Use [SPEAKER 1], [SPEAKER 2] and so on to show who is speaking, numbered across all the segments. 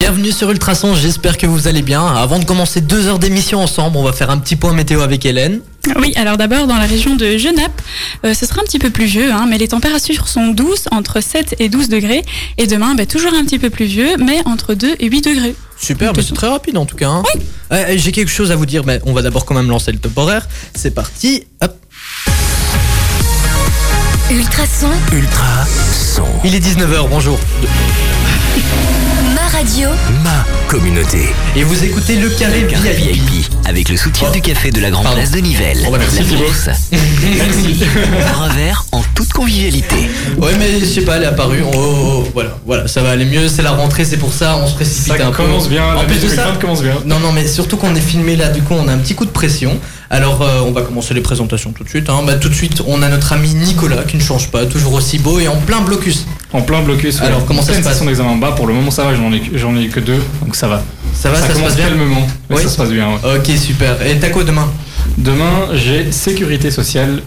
[SPEAKER 1] bienvenue sur Ultrason, j'espère que vous allez bien. Avant de commencer deux heures d'émission ensemble, on va faire un petit point météo avec Hélène.
[SPEAKER 2] Oui, alors d'abord dans la région de Genappe, euh, ce sera un petit peu pluvieux, hein, mais les températures sont douces, entre 7 et 12 degrés. Et demain, bah, toujours un petit peu pluvieux, mais entre 2 et 8 degrés.
[SPEAKER 1] Super, bah, c'est très rapide en tout cas. hein. Euh, J'ai quelque chose à vous dire, mais on va d'abord quand même lancer le top horaire. C'est parti, hop.
[SPEAKER 3] Ultrason,
[SPEAKER 4] Ultra son.
[SPEAKER 1] Il est 19h, bonjour.
[SPEAKER 3] ma radio,
[SPEAKER 4] Ma communauté.
[SPEAKER 1] Et vous écoutez le carré VIP.
[SPEAKER 4] VIP. Avec le soutien du café de la Grande
[SPEAKER 1] Pardon.
[SPEAKER 4] Place de Nivelles.
[SPEAKER 1] Oh, bah, merci,
[SPEAKER 4] la
[SPEAKER 1] Thibaut.
[SPEAKER 4] place. Un revers en toute convivialité.
[SPEAKER 1] Ouais, mais je sais pas, elle est apparue. Oh, oh, oh, voilà, voilà, ça va aller mieux. C'est la rentrée, c'est pour ça, on se précipite
[SPEAKER 5] Ça
[SPEAKER 1] un peu.
[SPEAKER 5] commence bien,
[SPEAKER 1] En
[SPEAKER 5] la
[SPEAKER 1] plus de ça,
[SPEAKER 5] 2020 commence bien.
[SPEAKER 1] Non, non, mais surtout qu'on est filmé là, du coup, on a un petit coup de pression. Alors, euh, on va commencer les présentations tout de suite. hein. Bah, tout de suite, on a notre ami Nicolas qui ne change pas, toujours aussi beau et en plein blocus.
[SPEAKER 5] En plein blocus. ouais.
[SPEAKER 1] Alors, comment ça
[SPEAKER 5] Pleine
[SPEAKER 1] se passe
[SPEAKER 5] session d'examen bas, Bah, pour le moment ça va, j'en ai, j'en ai eu que deux, donc ça va.
[SPEAKER 1] Ça va, ça, se
[SPEAKER 5] commence
[SPEAKER 1] passe bien
[SPEAKER 5] calmement, mais
[SPEAKER 1] Oui.
[SPEAKER 5] ça se passe bien. ouais.
[SPEAKER 1] Ok, super. Et t'as quoi demain
[SPEAKER 5] Demain, j'ai sécurité sociale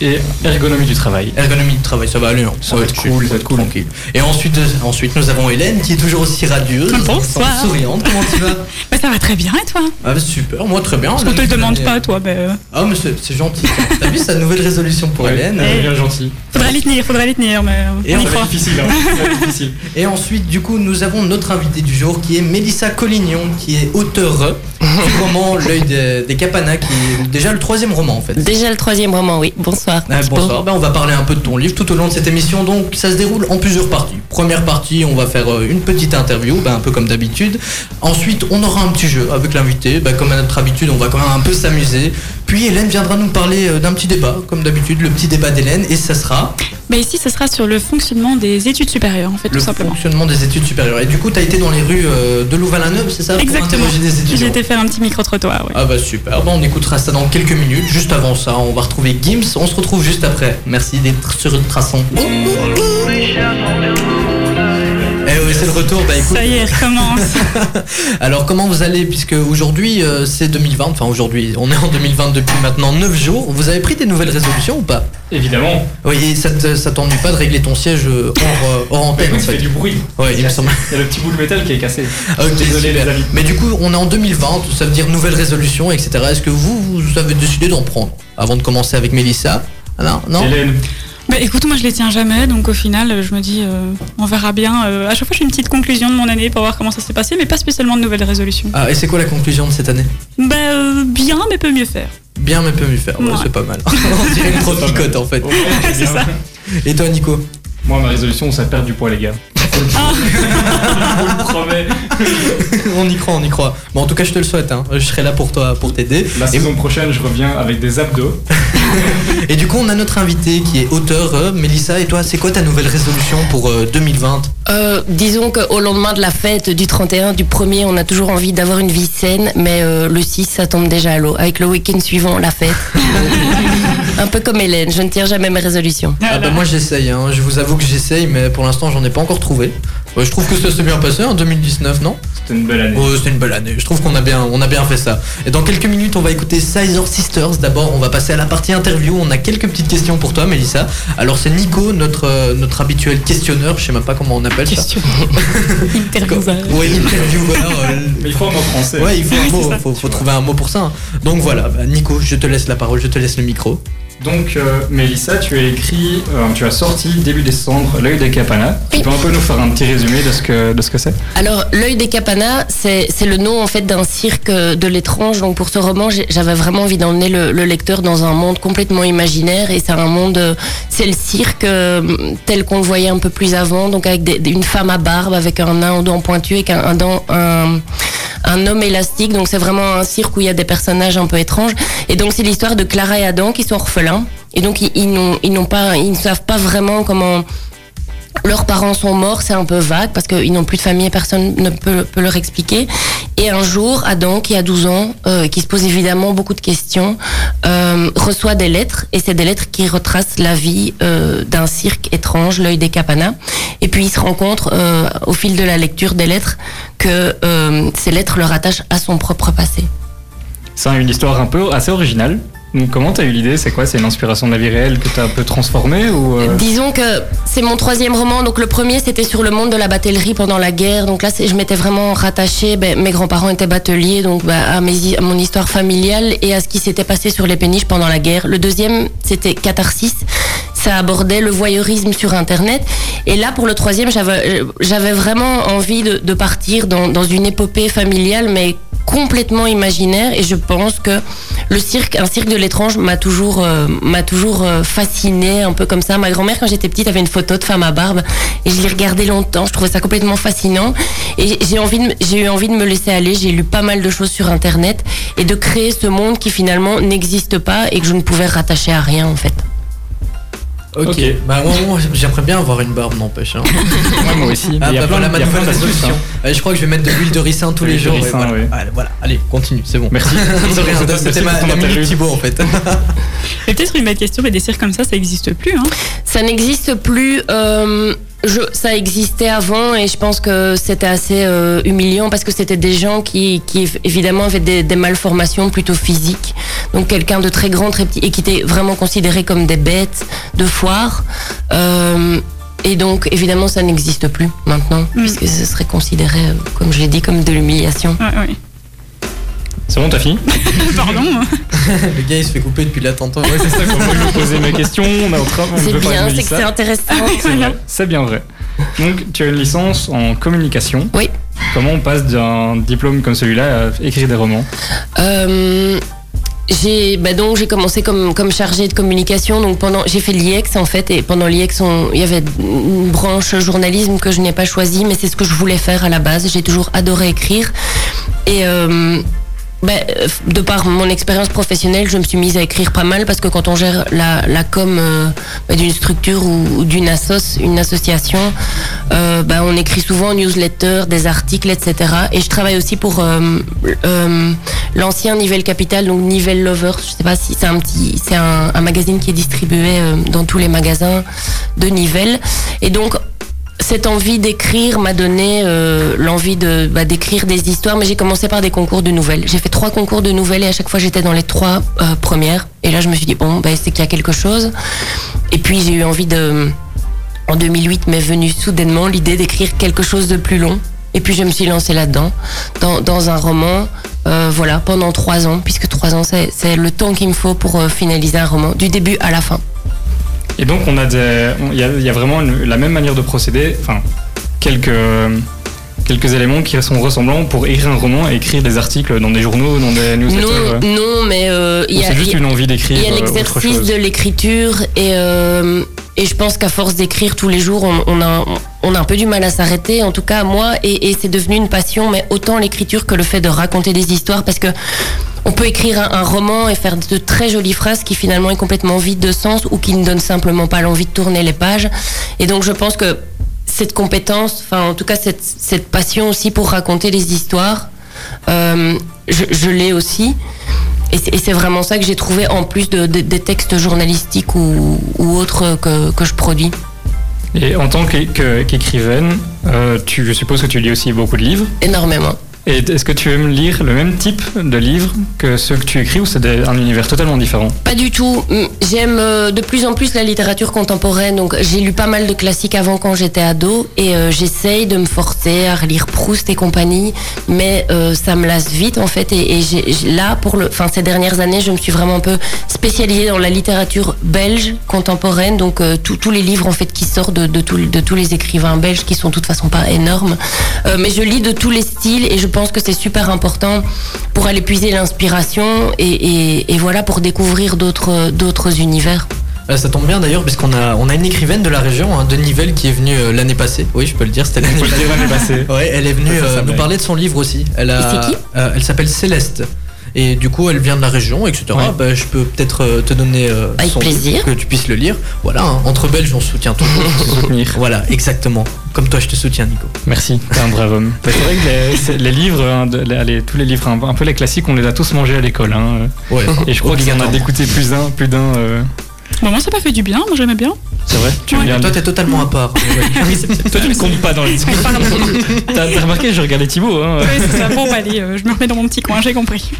[SPEAKER 5] et ergonomie du travail.
[SPEAKER 1] Ergonomie de travail, ça va aller, non
[SPEAKER 5] Ça va être
[SPEAKER 1] tu-
[SPEAKER 5] cool, ça va être cool.
[SPEAKER 1] Tranquille. Et ensuite, euh, ensuite, nous avons Hélène qui est toujours aussi radieuse,
[SPEAKER 2] Bonsoir.
[SPEAKER 1] sans- souriante. Comment tu vas
[SPEAKER 2] Bah, ça va très bien, et toi
[SPEAKER 1] ah, Super, moi très bien.
[SPEAKER 2] Parce qu'on te le demande pas, toi. Bah, euh,
[SPEAKER 1] Ah, mais c'est c'est gentil. T'as vu sa nouvelle résolution pour
[SPEAKER 5] Ouais,
[SPEAKER 1] Hélène
[SPEAKER 5] elle est bien gentil.
[SPEAKER 2] faudra les tenir, faudra les tenir, mais euh,
[SPEAKER 1] Et
[SPEAKER 2] on
[SPEAKER 1] on
[SPEAKER 2] y
[SPEAKER 1] va
[SPEAKER 5] C'est
[SPEAKER 2] croit.
[SPEAKER 5] difficile, hein. C'est difficile.
[SPEAKER 1] Et ensuite, du coup, nous avons notre invitée du jour qui est Mélissa Collignon, qui est auteure du roman L'œil des, des Capanas, qui est déjà le troisième roman en fait.
[SPEAKER 6] Déjà le troisième roman, oui. Bonsoir.
[SPEAKER 1] Ah,
[SPEAKER 6] Thibaut.
[SPEAKER 1] bonsoir, Ben, on va parler un peu de ton livre tout au long de cette émission, donc ça se déroule en plusieurs parties. Première partie, on va faire euh, une petite interview, ben, un peu comme d'habitude. Ensuite, on aura un petit jeu avec l'invité, Ben, comme à notre habitude, on va quand même un peu s'amuser. Puis Hélène viendra nous parler euh, d'un petit débat, comme d'habitude, le petit débat d'Hélène, et ça sera
[SPEAKER 2] Bah, ici, ce sera sur le fonctionnement des études supérieures, en fait,
[SPEAKER 1] le
[SPEAKER 2] tout simplement.
[SPEAKER 1] fonctionnement des études supérieures. Et du coup, tu as été dans les rues euh, de Louvain-la-Neuve, c'est ça pour
[SPEAKER 2] Exactement.
[SPEAKER 1] interroger des étudiants.
[SPEAKER 2] J'ai été faire un petit micro-trottoir, ouais.
[SPEAKER 1] Ah bah super, bah on écoutera ça dans quelques minutes. Juste avant ça, on va retrouver Gims. On se retrouve juste après. Merci d'être sur Ultrason. Eh oui, c'est le retour. Bah écoute,
[SPEAKER 2] Ça y est, recommence.
[SPEAKER 1] alors comment vous allez Puisque aujourd'hui euh, c'est 2020, enfin aujourd'hui, on est en 2020 depuis maintenant 9 jours. Vous avez pris des nouvelles résolutions ou pas
[SPEAKER 5] Évidemment,
[SPEAKER 1] Oui, et ça te- ça t'ennuie pas de régler ton siège euh, hors, euh, hors antenne en
[SPEAKER 5] il fait
[SPEAKER 1] fait
[SPEAKER 5] du bruit.
[SPEAKER 1] Ouais, il me semble.
[SPEAKER 5] Il y a le petit bout de métal qui est cassé.
[SPEAKER 1] Ah, Ok,
[SPEAKER 5] Désolé
[SPEAKER 1] super.
[SPEAKER 5] les amis.
[SPEAKER 1] Mais du coup, on est en 2020, ça veut dire nouvelle résolution, etc. Est-ce que vous, vous avez décidé d'en prendre avant de commencer avec Mélissa Ah Non, non
[SPEAKER 5] Hélène,
[SPEAKER 2] Bah écoute, moi je les tiens jamais, donc au final euh, je me dis euh, on verra bien. Euh, à chaque fois je fais une petite conclusion de mon année pour voir comment ça s'est passé, mais pas spécialement de nouvelles résolutions.
[SPEAKER 1] Ah, et c'est quoi la conclusion de cette année
[SPEAKER 2] Bah euh, bien, mais peut mieux faire.
[SPEAKER 1] Bien, mais peut mieux faire. Ouais,
[SPEAKER 2] Ouais.
[SPEAKER 1] c'est pas mal. on dirait une grosse picote en fait.
[SPEAKER 5] au fond, c'est bien.
[SPEAKER 2] ça.
[SPEAKER 1] Et toi, Nico
[SPEAKER 5] Moi, ma résolution, c'est de perdre du poids, les gars.
[SPEAKER 1] Ah.
[SPEAKER 5] Je vous le promets.
[SPEAKER 1] On y croit, on y croit. Bon, en tout cas, je te le souhaite. hein. Je serai là pour toi, pour t'aider.
[SPEAKER 5] La
[SPEAKER 1] Et,
[SPEAKER 5] saison prochaine, je reviens avec des abdos.
[SPEAKER 1] et du coup, on a notre invité qui est auteur, euh, Mélissa. Et toi, c'est quoi ta nouvelle résolution pour euh, 2020
[SPEAKER 6] Euh, disons qu'au lendemain de la fête du 31, du 1er, on a toujours envie d'avoir une vie saine, mais euh, le 6, ça tombe déjà à l'eau. Avec le week-end suivant, la fête. Un peu comme Hélène, je ne tire jamais mes résolutions.
[SPEAKER 1] Ah bah moi j'essaye, hein. je vous avoue que j'essaye, mais pour l'instant j'en ai pas encore trouvé. Ouais, je trouve que ça s'est bien passé en 2019, non
[SPEAKER 5] C'était une belle année.
[SPEAKER 1] Oh, C'était une belle année, je trouve qu'on a bien, on a bien fait ça. Et dans quelques minutes on va écouter Sizer Sisters, d'abord on va passer à la partie interview, on a quelques petites questions pour toi Mélissa. Alors c'est Nico, notre, euh, notre habituel questionneur, je sais même pas comment on appelle ça.
[SPEAKER 2] Question. Intervieweur.
[SPEAKER 1] Ouais, intervieweur. euh,
[SPEAKER 5] Mais il faut un mot français.
[SPEAKER 1] Ouais, il faut, un
[SPEAKER 2] Oui,
[SPEAKER 1] mot,
[SPEAKER 2] c'est ça.
[SPEAKER 1] faut, faut trouver un mot pour ça. hein. Donc voilà, bah, Nico, je te laisse la parole, je te laisse le micro.
[SPEAKER 5] Donc, euh, Mélissa, tu as écrit, euh, tu as sorti début décembre L'œil des capanas. Tu peux un peu nous faire un petit résumé de ce que de ce que c'est
[SPEAKER 6] Alors, l'œil des capanas, c'est c'est le nom en fait d'un cirque euh, de l'étrange. Donc pour ce roman, j'ai- j'avais vraiment envie d'emmener le, le lecteur dans un monde complètement imaginaire et c'est un monde, euh, c'est le cirque euh, tel qu'on le voyait un peu plus avant, donc avec des- des- une femme à barbe, avec un nain au dents pointu, avec un, un, dent- un, un homme élastique. Donc c'est vraiment un cirque où il y a des personnages un peu étranges. Et donc c'est l'histoire de Clara et Adam qui sont orphelins et donc ils, ils n'ont ils n'ont pas, ils ne savent pas vraiment comment leurs parents sont morts, c'est un peu vague parce qu'ils n'ont plus de famille et personne ne peut, peut leur expliquer. Et un jour, Adam, qui a 12 ans, euh, qui se pose évidemment beaucoup de questions, euh, reçoit des lettres et c'est des lettres qui retracent la vie euh, d'un cirque étrange, l'œil des capanas. Et puis il se rencontre euh, au fil de la lecture des lettres que euh, ces lettres le rattachent à son propre passé.
[SPEAKER 5] C'est une histoire un peu assez originale. Donc, comment t'as eu l'idée C'est quoi C'est une inspiration de la vie réelle que t'as un peu transformée ou euh,
[SPEAKER 6] Disons que c'est mon troisième roman. Donc le premier, c'était sur le monde de la batellerie pendant la guerre. Donc là, c'est- je m'étais vraiment rattachée. Ben, mes grands-parents étaient bateliers, donc ben, à, mes hi- à mon histoire familiale et à ce qui s'était passé sur les péniches pendant la guerre. Le deuxième, c'était Catharsis. Ça abordait le voyeurisme sur Internet. Et là, pour le troisième, j'avais euh, j'avais vraiment envie de, de partir dans, dans une épopée familiale, mais complètement imaginaire. Et je pense que le cirque, un cirque de l'étrange m'a toujours, euh, m'a toujours fasciné, un peu comme ça. Ma grand-mère, quand j'étais petite, avait une photo de femme à barbe et je l'ai regardée longtemps. Je trouvais ça complètement fascinant et j'ai envie, de me- j'ai eu envie de me laisser aller. J'ai lu pas mal de choses sur Internet et de créer ce monde qui finalement n'existe pas et que je ne pouvais rattacher à rien en fait.
[SPEAKER 7] Ok.
[SPEAKER 5] Ok.
[SPEAKER 7] Bah, moi, moi, j'aimerais bien avoir une barbe, n'empêche. hein.
[SPEAKER 5] ouais, Moi aussi. mais
[SPEAKER 7] Ah,
[SPEAKER 5] il y a
[SPEAKER 7] bah,
[SPEAKER 5] plein-
[SPEAKER 7] voilà
[SPEAKER 5] il y
[SPEAKER 7] ma
[SPEAKER 5] a plein
[SPEAKER 7] nouvelle
[SPEAKER 5] d'astuces,
[SPEAKER 7] solution.
[SPEAKER 5] hein.
[SPEAKER 7] Allez, je crois que je vais mettre de l'huile de ricin tous
[SPEAKER 5] L'huile
[SPEAKER 7] les
[SPEAKER 5] de
[SPEAKER 7] jours. ouais,
[SPEAKER 5] ricin,
[SPEAKER 7] voilà.
[SPEAKER 5] oui.
[SPEAKER 7] Allez, voilà. Allez, continue, c'est bon.
[SPEAKER 5] Merci.
[SPEAKER 7] De rien,
[SPEAKER 5] Merci
[SPEAKER 7] C'était
[SPEAKER 5] pour
[SPEAKER 7] ma
[SPEAKER 5] ton
[SPEAKER 7] la mini
[SPEAKER 5] interlude.
[SPEAKER 7] Thibaut en fait.
[SPEAKER 2] Mais peut-être une bête question, mais des cirques comme ça, ça n'existe plus. Hein.
[SPEAKER 6] Ça n'existe plus. euh, je, ça existait avant et je pense que c'était assez euh, humiliant parce que c'était des gens qui, qui évidemment avaient des, des malformations plutôt physiques. Donc quelqu'un de très grand, très petit et qui était vraiment considéré comme des bêtes de foire. Euh, et donc évidemment ça n'existe plus maintenant
[SPEAKER 2] Mm.
[SPEAKER 6] puisque ce serait considéré, euh, comme je l'ai dit, comme de l'humiliation.
[SPEAKER 2] Ouais, ouais.
[SPEAKER 5] C'est bon, t'as fini
[SPEAKER 2] Pardon. hein.
[SPEAKER 7] Le gars il se fait couper depuis là tantôt. Ouais, c'est ça.
[SPEAKER 5] Ça, faut pas lui poser mes questions. On a autre- on
[SPEAKER 6] C'est
[SPEAKER 5] peut parler de
[SPEAKER 6] bien, c'est que
[SPEAKER 5] Mélissa.
[SPEAKER 6] c'est intéressant.
[SPEAKER 5] C'est vrai, C'est bien vrai. Donc, tu as une licence en communication.
[SPEAKER 6] Oui.
[SPEAKER 5] Comment on passe d'un diplôme comme celui-là à écrire des romans
[SPEAKER 6] Euh, j'ai bah donc j'ai commencé comme comme chargée de communication donc pendant j'ai fait l'IEX en fait et pendant l'IEX on- il y avait une branche journalisme que je n'ai pas choisie mais c'est ce que je voulais faire à la base j'ai toujours adoré écrire et euh, bah, euh, de par mon expérience professionnelle, je me suis mise à écrire pas mal parce que quand on gère la, la com euh, bah, d'une structure ou, ou d'une assoce, une association, euh, bah, on écrit souvent newsletter, des articles, etc. Et je travaille aussi pour euh, euh, l'ancien Nivelle Capital, donc Nivelle Lover. Je sais pas si c'est un petit, c'est un, un magazine qui est distribué euh, dans tous les magasins de Nivelle. Et donc cette envie d'écrire m'a donné euh, l'envie de bah, d'écrire des histoires, mais j'ai commencé par des concours de nouvelles. J'ai fait trois concours de nouvelles et à chaque fois j'étais dans les trois euh, premières. Et là je me suis dit bon bah, c'est qu'il y a quelque chose. Et puis j'ai eu envie de en 2008 m'est venue soudainement l'idée d'écrire quelque chose de plus long. Et puis je me suis lancée là-dedans, dans, dans un roman, euh, voilà, pendant trois ans, puisque trois ans c'est c'est le temps qu'il me faut pour euh, finaliser un roman, du début à la fin.
[SPEAKER 5] Et donc, on a des- on- il y a, il y a vraiment une- la même manière de procéder, enfin, quelques, quelques éléments qui sont ressemblants pour écrire un roman et écrire des articles dans des journaux, dans des newsletters.
[SPEAKER 6] Non,
[SPEAKER 5] euh,
[SPEAKER 6] non, mais euh, il
[SPEAKER 5] ou
[SPEAKER 6] y a.
[SPEAKER 5] c'est
[SPEAKER 6] il
[SPEAKER 5] juste
[SPEAKER 6] y a-
[SPEAKER 5] une envie d'écrire
[SPEAKER 6] Il y a
[SPEAKER 5] euh, autre
[SPEAKER 6] l'exercice
[SPEAKER 5] chose.
[SPEAKER 6] de l'écriture et, euh, et je pense qu'à force d'écrire tous les jours, on, on a, on a un peu du mal à s'arrêter, en tout cas moi, et, et c'est devenu une passion, mais autant l'écriture que le fait de raconter des histoires, parce que on peut écrire un, un roman et faire de très jolies phrases qui finalement est complètement vide de sens ou qui ne donnent simplement pas l'envie de tourner les pages. Et donc je pense que cette compétence, enfin en tout cas cette, cette passion aussi pour raconter les histoires, euh, je, je l'ai aussi. Et c'est- Et c'est vraiment ça que j'ai trouvé en plus de, de- des textes journalistiques ou, ou autres que, que je produis.
[SPEAKER 5] Et en tant qu'é- que- qu'écrivaine, euh, tu, je suppose que tu lis aussi beaucoup de livres.
[SPEAKER 6] Énormément.
[SPEAKER 5] Et est-ce que tu aimes lire le même type de livre que ceux que tu écris ou c'est des- un univers totalement différent
[SPEAKER 6] Pas du tout. Hum, J'aime euh, de plus en plus la littérature contemporaine. Donc j'ai lu pas mal de classiques avant quand j'étais ado et euh, j'essaye de me forcer à relire Proust et compagnie, mais euh, ça me lasse vite en fait. Et, et j'ai- j'ai- là pour le, enfin ces dernières années, je me suis vraiment un peu spécialisée dans la littérature belge contemporaine. Donc euh, tous tous les livres en fait qui sortent de, de, tous- de tous les écrivains belges qui sont de toute façon pas énormes. Euh, mais je lis de tous les styles et je pense que c'est super important pour aller puiser l'inspiration et, et- et voilà pour découvrir d'autres d'autres univers.
[SPEAKER 7] Euh, Ça tombe bien d'ailleurs puisqu'on a on a une écrivaine de la région, hein, de Nivelles, qui est venue euh, l'année passée. Oui, je peux le dire, c'était l'année passée.
[SPEAKER 5] passée.
[SPEAKER 7] Ouais, elle est venue
[SPEAKER 5] Ça, ça, ça
[SPEAKER 7] euh, nous
[SPEAKER 5] mérite.
[SPEAKER 7] parler de son livre aussi. Elle a,
[SPEAKER 6] Et c'est qui
[SPEAKER 7] euh, Elle s'appelle Céleste. Et du coup, elle vient de la région, etc.
[SPEAKER 5] Ouais.
[SPEAKER 7] Bah, je peux peut-être euh, te donner euh,
[SPEAKER 6] Avec
[SPEAKER 7] son
[SPEAKER 6] plaisir.
[SPEAKER 7] livre, que tu puisses le lire. Voilà, hein, entre Belges, on se soutient toujours.
[SPEAKER 5] Soutenir.
[SPEAKER 7] voilà, exactement. Comme toi, je te soutiens, Nico.
[SPEAKER 5] Merci, t'es un brave homme. Mais Bah, C'est vrai que les, c'est- les livres, hein, de- les- les- tous les livres, un, un peu les classiques, on les a tous mangés à l'école. hein.
[SPEAKER 7] Ouais.
[SPEAKER 5] Et je crois qu'il y en a d'écouter plus d'un, plus d'un. euh,
[SPEAKER 2] Bon, moi, ça m'a fait du bien. Moi, j'aimais bien.
[SPEAKER 5] C'est vrai Tu
[SPEAKER 2] Ouais.
[SPEAKER 5] aimes bien
[SPEAKER 7] Toi,
[SPEAKER 5] lire
[SPEAKER 7] t'es totalement à part.
[SPEAKER 5] Toi, tu ne comptes pas dans les discussions. T'as t'as remarqué, je regardais Thibaut. hein.
[SPEAKER 2] Ouais, c'est ça. Bon, bah, allez, euh, je me remets dans mon petit coin. J'ai compris.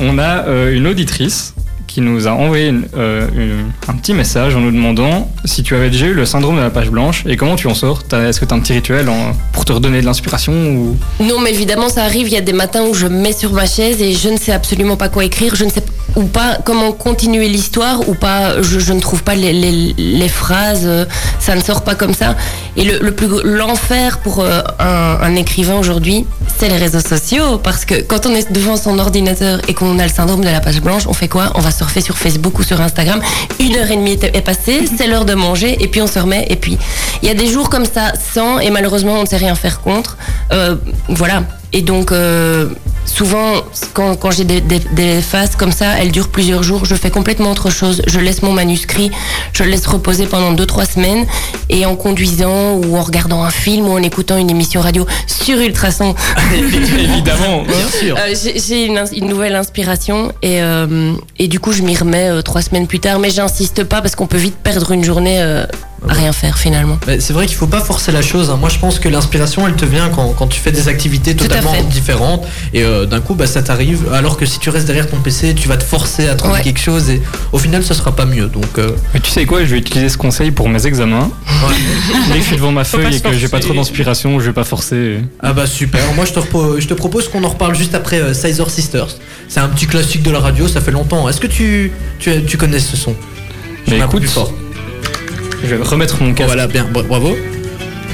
[SPEAKER 5] On a euh, une auditrice qui nous a envoyé une- euh, une- un petit message en nous demandant si tu avais déjà eu le syndrome de la page blanche et comment tu en sors. T'as- Est-ce que tu as un petit rituel en- pour te redonner de l'inspiration ou...
[SPEAKER 6] Non, mais évidemment, ça arrive. Il y a des matins où je me mets sur ma chaise et je ne sais absolument pas quoi écrire. Je ne sais p- ou pas comment continuer l'histoire ou pas. Je, je ne trouve pas les, les- les phrases. euh, Ça ne sort pas comme ça. Et le, le plus gros- l'enfer pour euh, un, un écrivain aujourd'hui, c'est les réseaux sociaux. Parce que quand on est devant son ordinateur et qu'on a le syndrome de la page blanche, on fait quoi On va surfer sur Facebook ou sur Instagram. Une heure et demie est est passée, c'est l'heure de manger et puis on se remet. Et puis il y a des jours comme ça sans et malheureusement on ne sait rien faire contre. Euh, voilà. Et donc, euh, souvent, quand, quand j'ai des, des- des phases comme ça, elles durent plusieurs jours. Je fais complètement autre chose. Je laisse mon manuscrit, je le laisse reposer pendant 2-3 semaines. Et en conduisant, ou en regardant un film, ou en écoutant une émission radio sur Ultrason,
[SPEAKER 5] Évidemment
[SPEAKER 7] Bien sûr.
[SPEAKER 6] euh, j'ai- j'ai une, ins- une nouvelle inspiration. Et, euh, et du coup, je m'y remets 3 semaines plus tard. Mais j'insiste pas parce qu'on peut vite perdre une journée euh, à rien faire finalement.
[SPEAKER 1] Mais Bah, c'est vrai qu'il faut pas forcer la chose. hein. Moi, je pense que l'inspiration, elle te vient quand, quand tu fais des activités
[SPEAKER 6] Tout à
[SPEAKER 1] totalement
[SPEAKER 6] fait.
[SPEAKER 1] différentes. Et euh, d'un coup, bah, ça t'arrive. Alors que si tu restes derrière ton PC, tu vas te forcer à trouver
[SPEAKER 6] Ouais.
[SPEAKER 1] quelque chose. Et au final, ce sera pas mieux. Donc, euh,
[SPEAKER 5] Mais tu sais quoi, je vais utiliser ce conseil pour mes examens. Dès que je suis devant ma
[SPEAKER 7] Faut pas
[SPEAKER 5] feuille et
[SPEAKER 7] se
[SPEAKER 5] que j'ai pas
[SPEAKER 7] forcer.
[SPEAKER 5] trop d'inspiration, je vais pas forcer.
[SPEAKER 1] ah bah super. Moi, je te, repo- je te propose qu'on en reparle juste après euh, Sizer Sisters. C'est un petit classique de la radio. Ça fait longtemps. Est-ce que tu, tu, tu connais ce son Je
[SPEAKER 5] Mais
[SPEAKER 1] mets un peu
[SPEAKER 5] Bah, écoute,
[SPEAKER 1] plus fort.
[SPEAKER 5] je vais remettre mon casque.
[SPEAKER 1] Voilà, bien. bra- Bravo.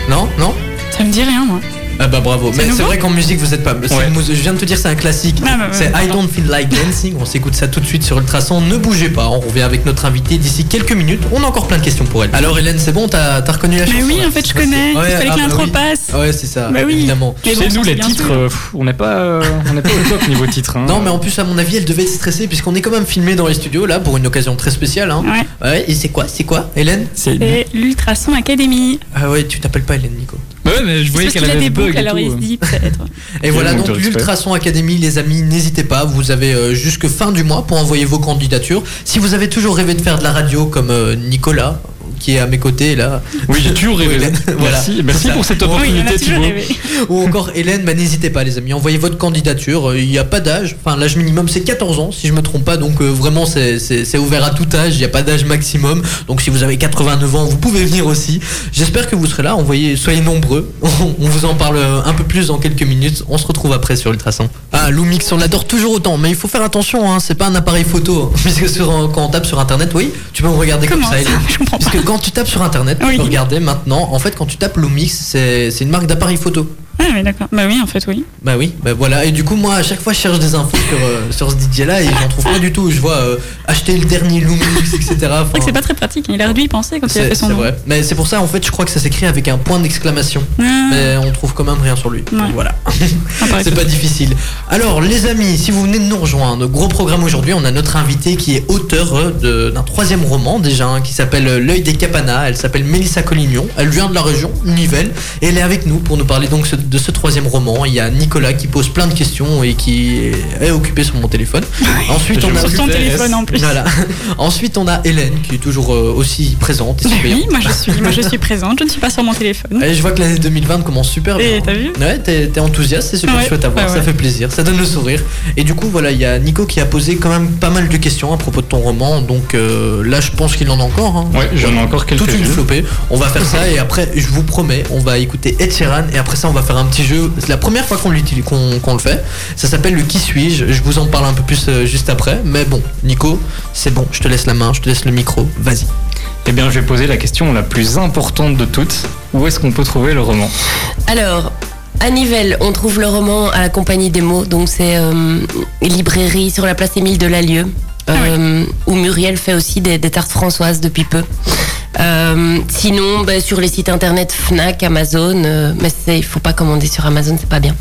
[SPEAKER 1] Non, non.
[SPEAKER 2] Ça me dit rien, moi.
[SPEAKER 1] Ah bah bravo, mais c'est
[SPEAKER 2] nouveau
[SPEAKER 1] vrai qu'en musique vous êtes pas. c'est
[SPEAKER 5] Ouais.
[SPEAKER 1] une mou- Je viens de te dire c'est un classique.
[SPEAKER 2] Ah bah ouais,
[SPEAKER 1] c'est I
[SPEAKER 2] pardon.
[SPEAKER 1] Don't Feel Like Dancing. On s'écoute ça tout de suite sur Ultrason. Ne bougez pas, on revient avec notre invité d'ici quelques minutes. On a encore plein de questions pour elle. Alors Hélène, c'est bon, t'as t'as reconnu la chanson
[SPEAKER 2] Mais oui,
[SPEAKER 1] là
[SPEAKER 2] en fait, je
[SPEAKER 1] Ouais,
[SPEAKER 2] connais.
[SPEAKER 1] c'est-
[SPEAKER 2] Il fallait
[SPEAKER 1] ah
[SPEAKER 2] que
[SPEAKER 1] bah
[SPEAKER 2] l'intro
[SPEAKER 1] oui.
[SPEAKER 2] passe.
[SPEAKER 1] Ouais, c'est ça,
[SPEAKER 2] Bah oui.
[SPEAKER 1] évidemment.
[SPEAKER 5] Tu
[SPEAKER 2] Mais
[SPEAKER 5] sais,
[SPEAKER 2] bon,
[SPEAKER 5] nous,
[SPEAKER 2] c'est
[SPEAKER 5] les
[SPEAKER 2] bien
[SPEAKER 5] titres,
[SPEAKER 2] sûr.
[SPEAKER 5] euh, pff, on n'est pas, euh, on n'est pas au top niveau titre. hein.
[SPEAKER 1] Non, mais en plus, à mon avis, elle devait être stressée puisqu'on est quand même filmé dans les studios là pour une occasion très spéciale. Hein.
[SPEAKER 2] Ouais.
[SPEAKER 1] Ouais, et c'est quoi C'est quoi Hélène
[SPEAKER 5] C'est-
[SPEAKER 2] Et l'Ultrason Academy.
[SPEAKER 1] Ah ouais, tu t'appelles pas Hélène, Nico.
[SPEAKER 5] Bah ouais, mais je
[SPEAKER 2] C'est
[SPEAKER 5] voyais
[SPEAKER 2] parce
[SPEAKER 5] qu'elle
[SPEAKER 2] qu'il a
[SPEAKER 5] avait
[SPEAKER 2] des
[SPEAKER 5] des bugs.
[SPEAKER 2] boucles,
[SPEAKER 5] et
[SPEAKER 2] alors il se
[SPEAKER 5] tout.
[SPEAKER 2] dit peut-être.
[SPEAKER 1] Et
[SPEAKER 5] Quel
[SPEAKER 1] voilà
[SPEAKER 5] manque
[SPEAKER 1] donc
[SPEAKER 5] de respect.
[SPEAKER 1] l'Ultrason Academy, les amis, n'hésitez pas, vous avez euh, jusque fin du mois pour envoyer vos candidatures. Si vous avez toujours rêvé de faire de la radio comme euh, Nicolas, qui est à mes côtés là,
[SPEAKER 5] Oui, j'ai toujours rêvé.
[SPEAKER 1] Hélène, voilà.
[SPEAKER 5] Merci, merci
[SPEAKER 1] Ça.
[SPEAKER 5] pour cette
[SPEAKER 2] Oui, on
[SPEAKER 5] opportunité,
[SPEAKER 2] a toujours
[SPEAKER 5] Thibaut.
[SPEAKER 2] rêvé.
[SPEAKER 1] ou encore Hélène, bah, n'hésitez pas les amis, envoyez votre candidature, Euh, il n'y a pas d'âge, enfin l'âge minimum c'est 14 ans si je me trompe pas, donc euh, vraiment c'est- c'est c'est ouvert à tout âge, il n'y a pas d'âge maximum, donc si vous avez 89 ans vous pouvez venir aussi. J'espère que vous serez là, envoyez, soyez nombreux, on, on vous en parle euh, un peu plus dans quelques minutes, on se retrouve après sur Ultrason. Ah Loomix on l'adore toujours autant, mais il faut faire attention, hein, c'est pas un appareil photo, hein, puisque sur, un- quand on tape sur internet, oui, tu peux me regarder
[SPEAKER 2] Comment
[SPEAKER 1] comme ça
[SPEAKER 2] ça
[SPEAKER 1] Hélène.
[SPEAKER 2] Je comprends pas.
[SPEAKER 1] Parce que quand tu tapes sur internet, tu
[SPEAKER 2] Oui.
[SPEAKER 1] peux regarder maintenant, en fait quand tu tapes Loomix, c'est c'est une marque d'appareil photo.
[SPEAKER 2] Ah, mais d'accord. Bah oui, en fait, oui.
[SPEAKER 1] Bah oui, bah voilà. Et du coup, moi, à chaque fois, je cherche des infos sur, euh, sur ce DJ là et j'en trouve pas du tout. Je vois euh, acheter le dernier Lumix, etc.
[SPEAKER 2] C'est vrai que
[SPEAKER 1] Enfin,
[SPEAKER 2] c'est pas très pratique. Il aurait dû y penser quand
[SPEAKER 1] Oh.
[SPEAKER 2] il a
[SPEAKER 1] c'est
[SPEAKER 2] fait son
[SPEAKER 1] c'est
[SPEAKER 2] nom.
[SPEAKER 1] vrai. Mais c'est pour ça, en fait, je crois que ça s'écrit avec un point d'exclamation.
[SPEAKER 2] Ah,
[SPEAKER 1] Mais on trouve quand même rien sur lui. Donc
[SPEAKER 2] Ouais.
[SPEAKER 1] Voilà.
[SPEAKER 2] ah, pareil.
[SPEAKER 1] C'est pas difficile. Alors, les amis, si vous venez de nous rejoindre, gros programme aujourd'hui, on a notre invitée qui est auteur euh, de- d'un troisième roman déjà, hein, qui s'appelle euh, L'œil des capanas. Elle s'appelle Mélissa Collignon. Elle vient de la région, Nivelles, et elle est avec nous pour nous parler donc ce- de ce troisième roman. Il y a Nicolas qui pose plein de questions et qui est occupé sur mon téléphone.
[SPEAKER 2] Ah
[SPEAKER 1] Ensuite, on a.
[SPEAKER 2] Sur son
[SPEAKER 5] Plus
[SPEAKER 2] téléphone en plus. Bah
[SPEAKER 1] Voilà. Ensuite, on a Hélène qui est toujours euh, aussi présente et
[SPEAKER 2] Bah oui,
[SPEAKER 1] surveillante.
[SPEAKER 2] moi je suis, moi je suis présente. Je ne suis pas sur mon téléphone.
[SPEAKER 1] Et je vois que l'année 2020 commence super bien.
[SPEAKER 2] Et t'as vu
[SPEAKER 1] Ouais, t'es t'es enthousiaste, c'est super
[SPEAKER 2] Ouais,
[SPEAKER 1] chouette à voir,
[SPEAKER 2] ouais,
[SPEAKER 1] ça
[SPEAKER 2] ouais.
[SPEAKER 1] fait plaisir, ça donne le sourire. Et du coup, voilà, il y a Nico qui a posé quand même pas mal de questions à propos de ton roman, donc euh, là, je pense qu'il en a encore. hein.
[SPEAKER 5] Ouais, j'en ai encore
[SPEAKER 1] Toute une
[SPEAKER 5] quelques-unes.
[SPEAKER 1] flopée. On va faire ça et après, je vous promets, on va écouter Ed Sheeran et après ça, on va faire un petit jeu. C'est la première fois qu'on l'utilise, qu'on qu'on le fait. Ça s'appelle le Qui suis-je. Je vous en parle un peu plus euh, juste après. Mais bon, Nico, c'est bon, je te laisse la main, je te laisse le micro, vas-y.
[SPEAKER 5] Eh bien, je vais poser la question la plus importante de toutes. Où est-ce qu'on peut trouver le roman
[SPEAKER 6] Alors, à Nivelles, on trouve le roman à la Compagnie des mots, donc c'est euh, une librairie sur la place Émile de Lalieu, euh, où Muriel fait aussi des, des tartes françoises depuis peu. Euh, sinon, bah, sur les sites internet Fnac, Amazon, euh, mais c'est- il faut pas commander sur Amazon, c'est pas bien.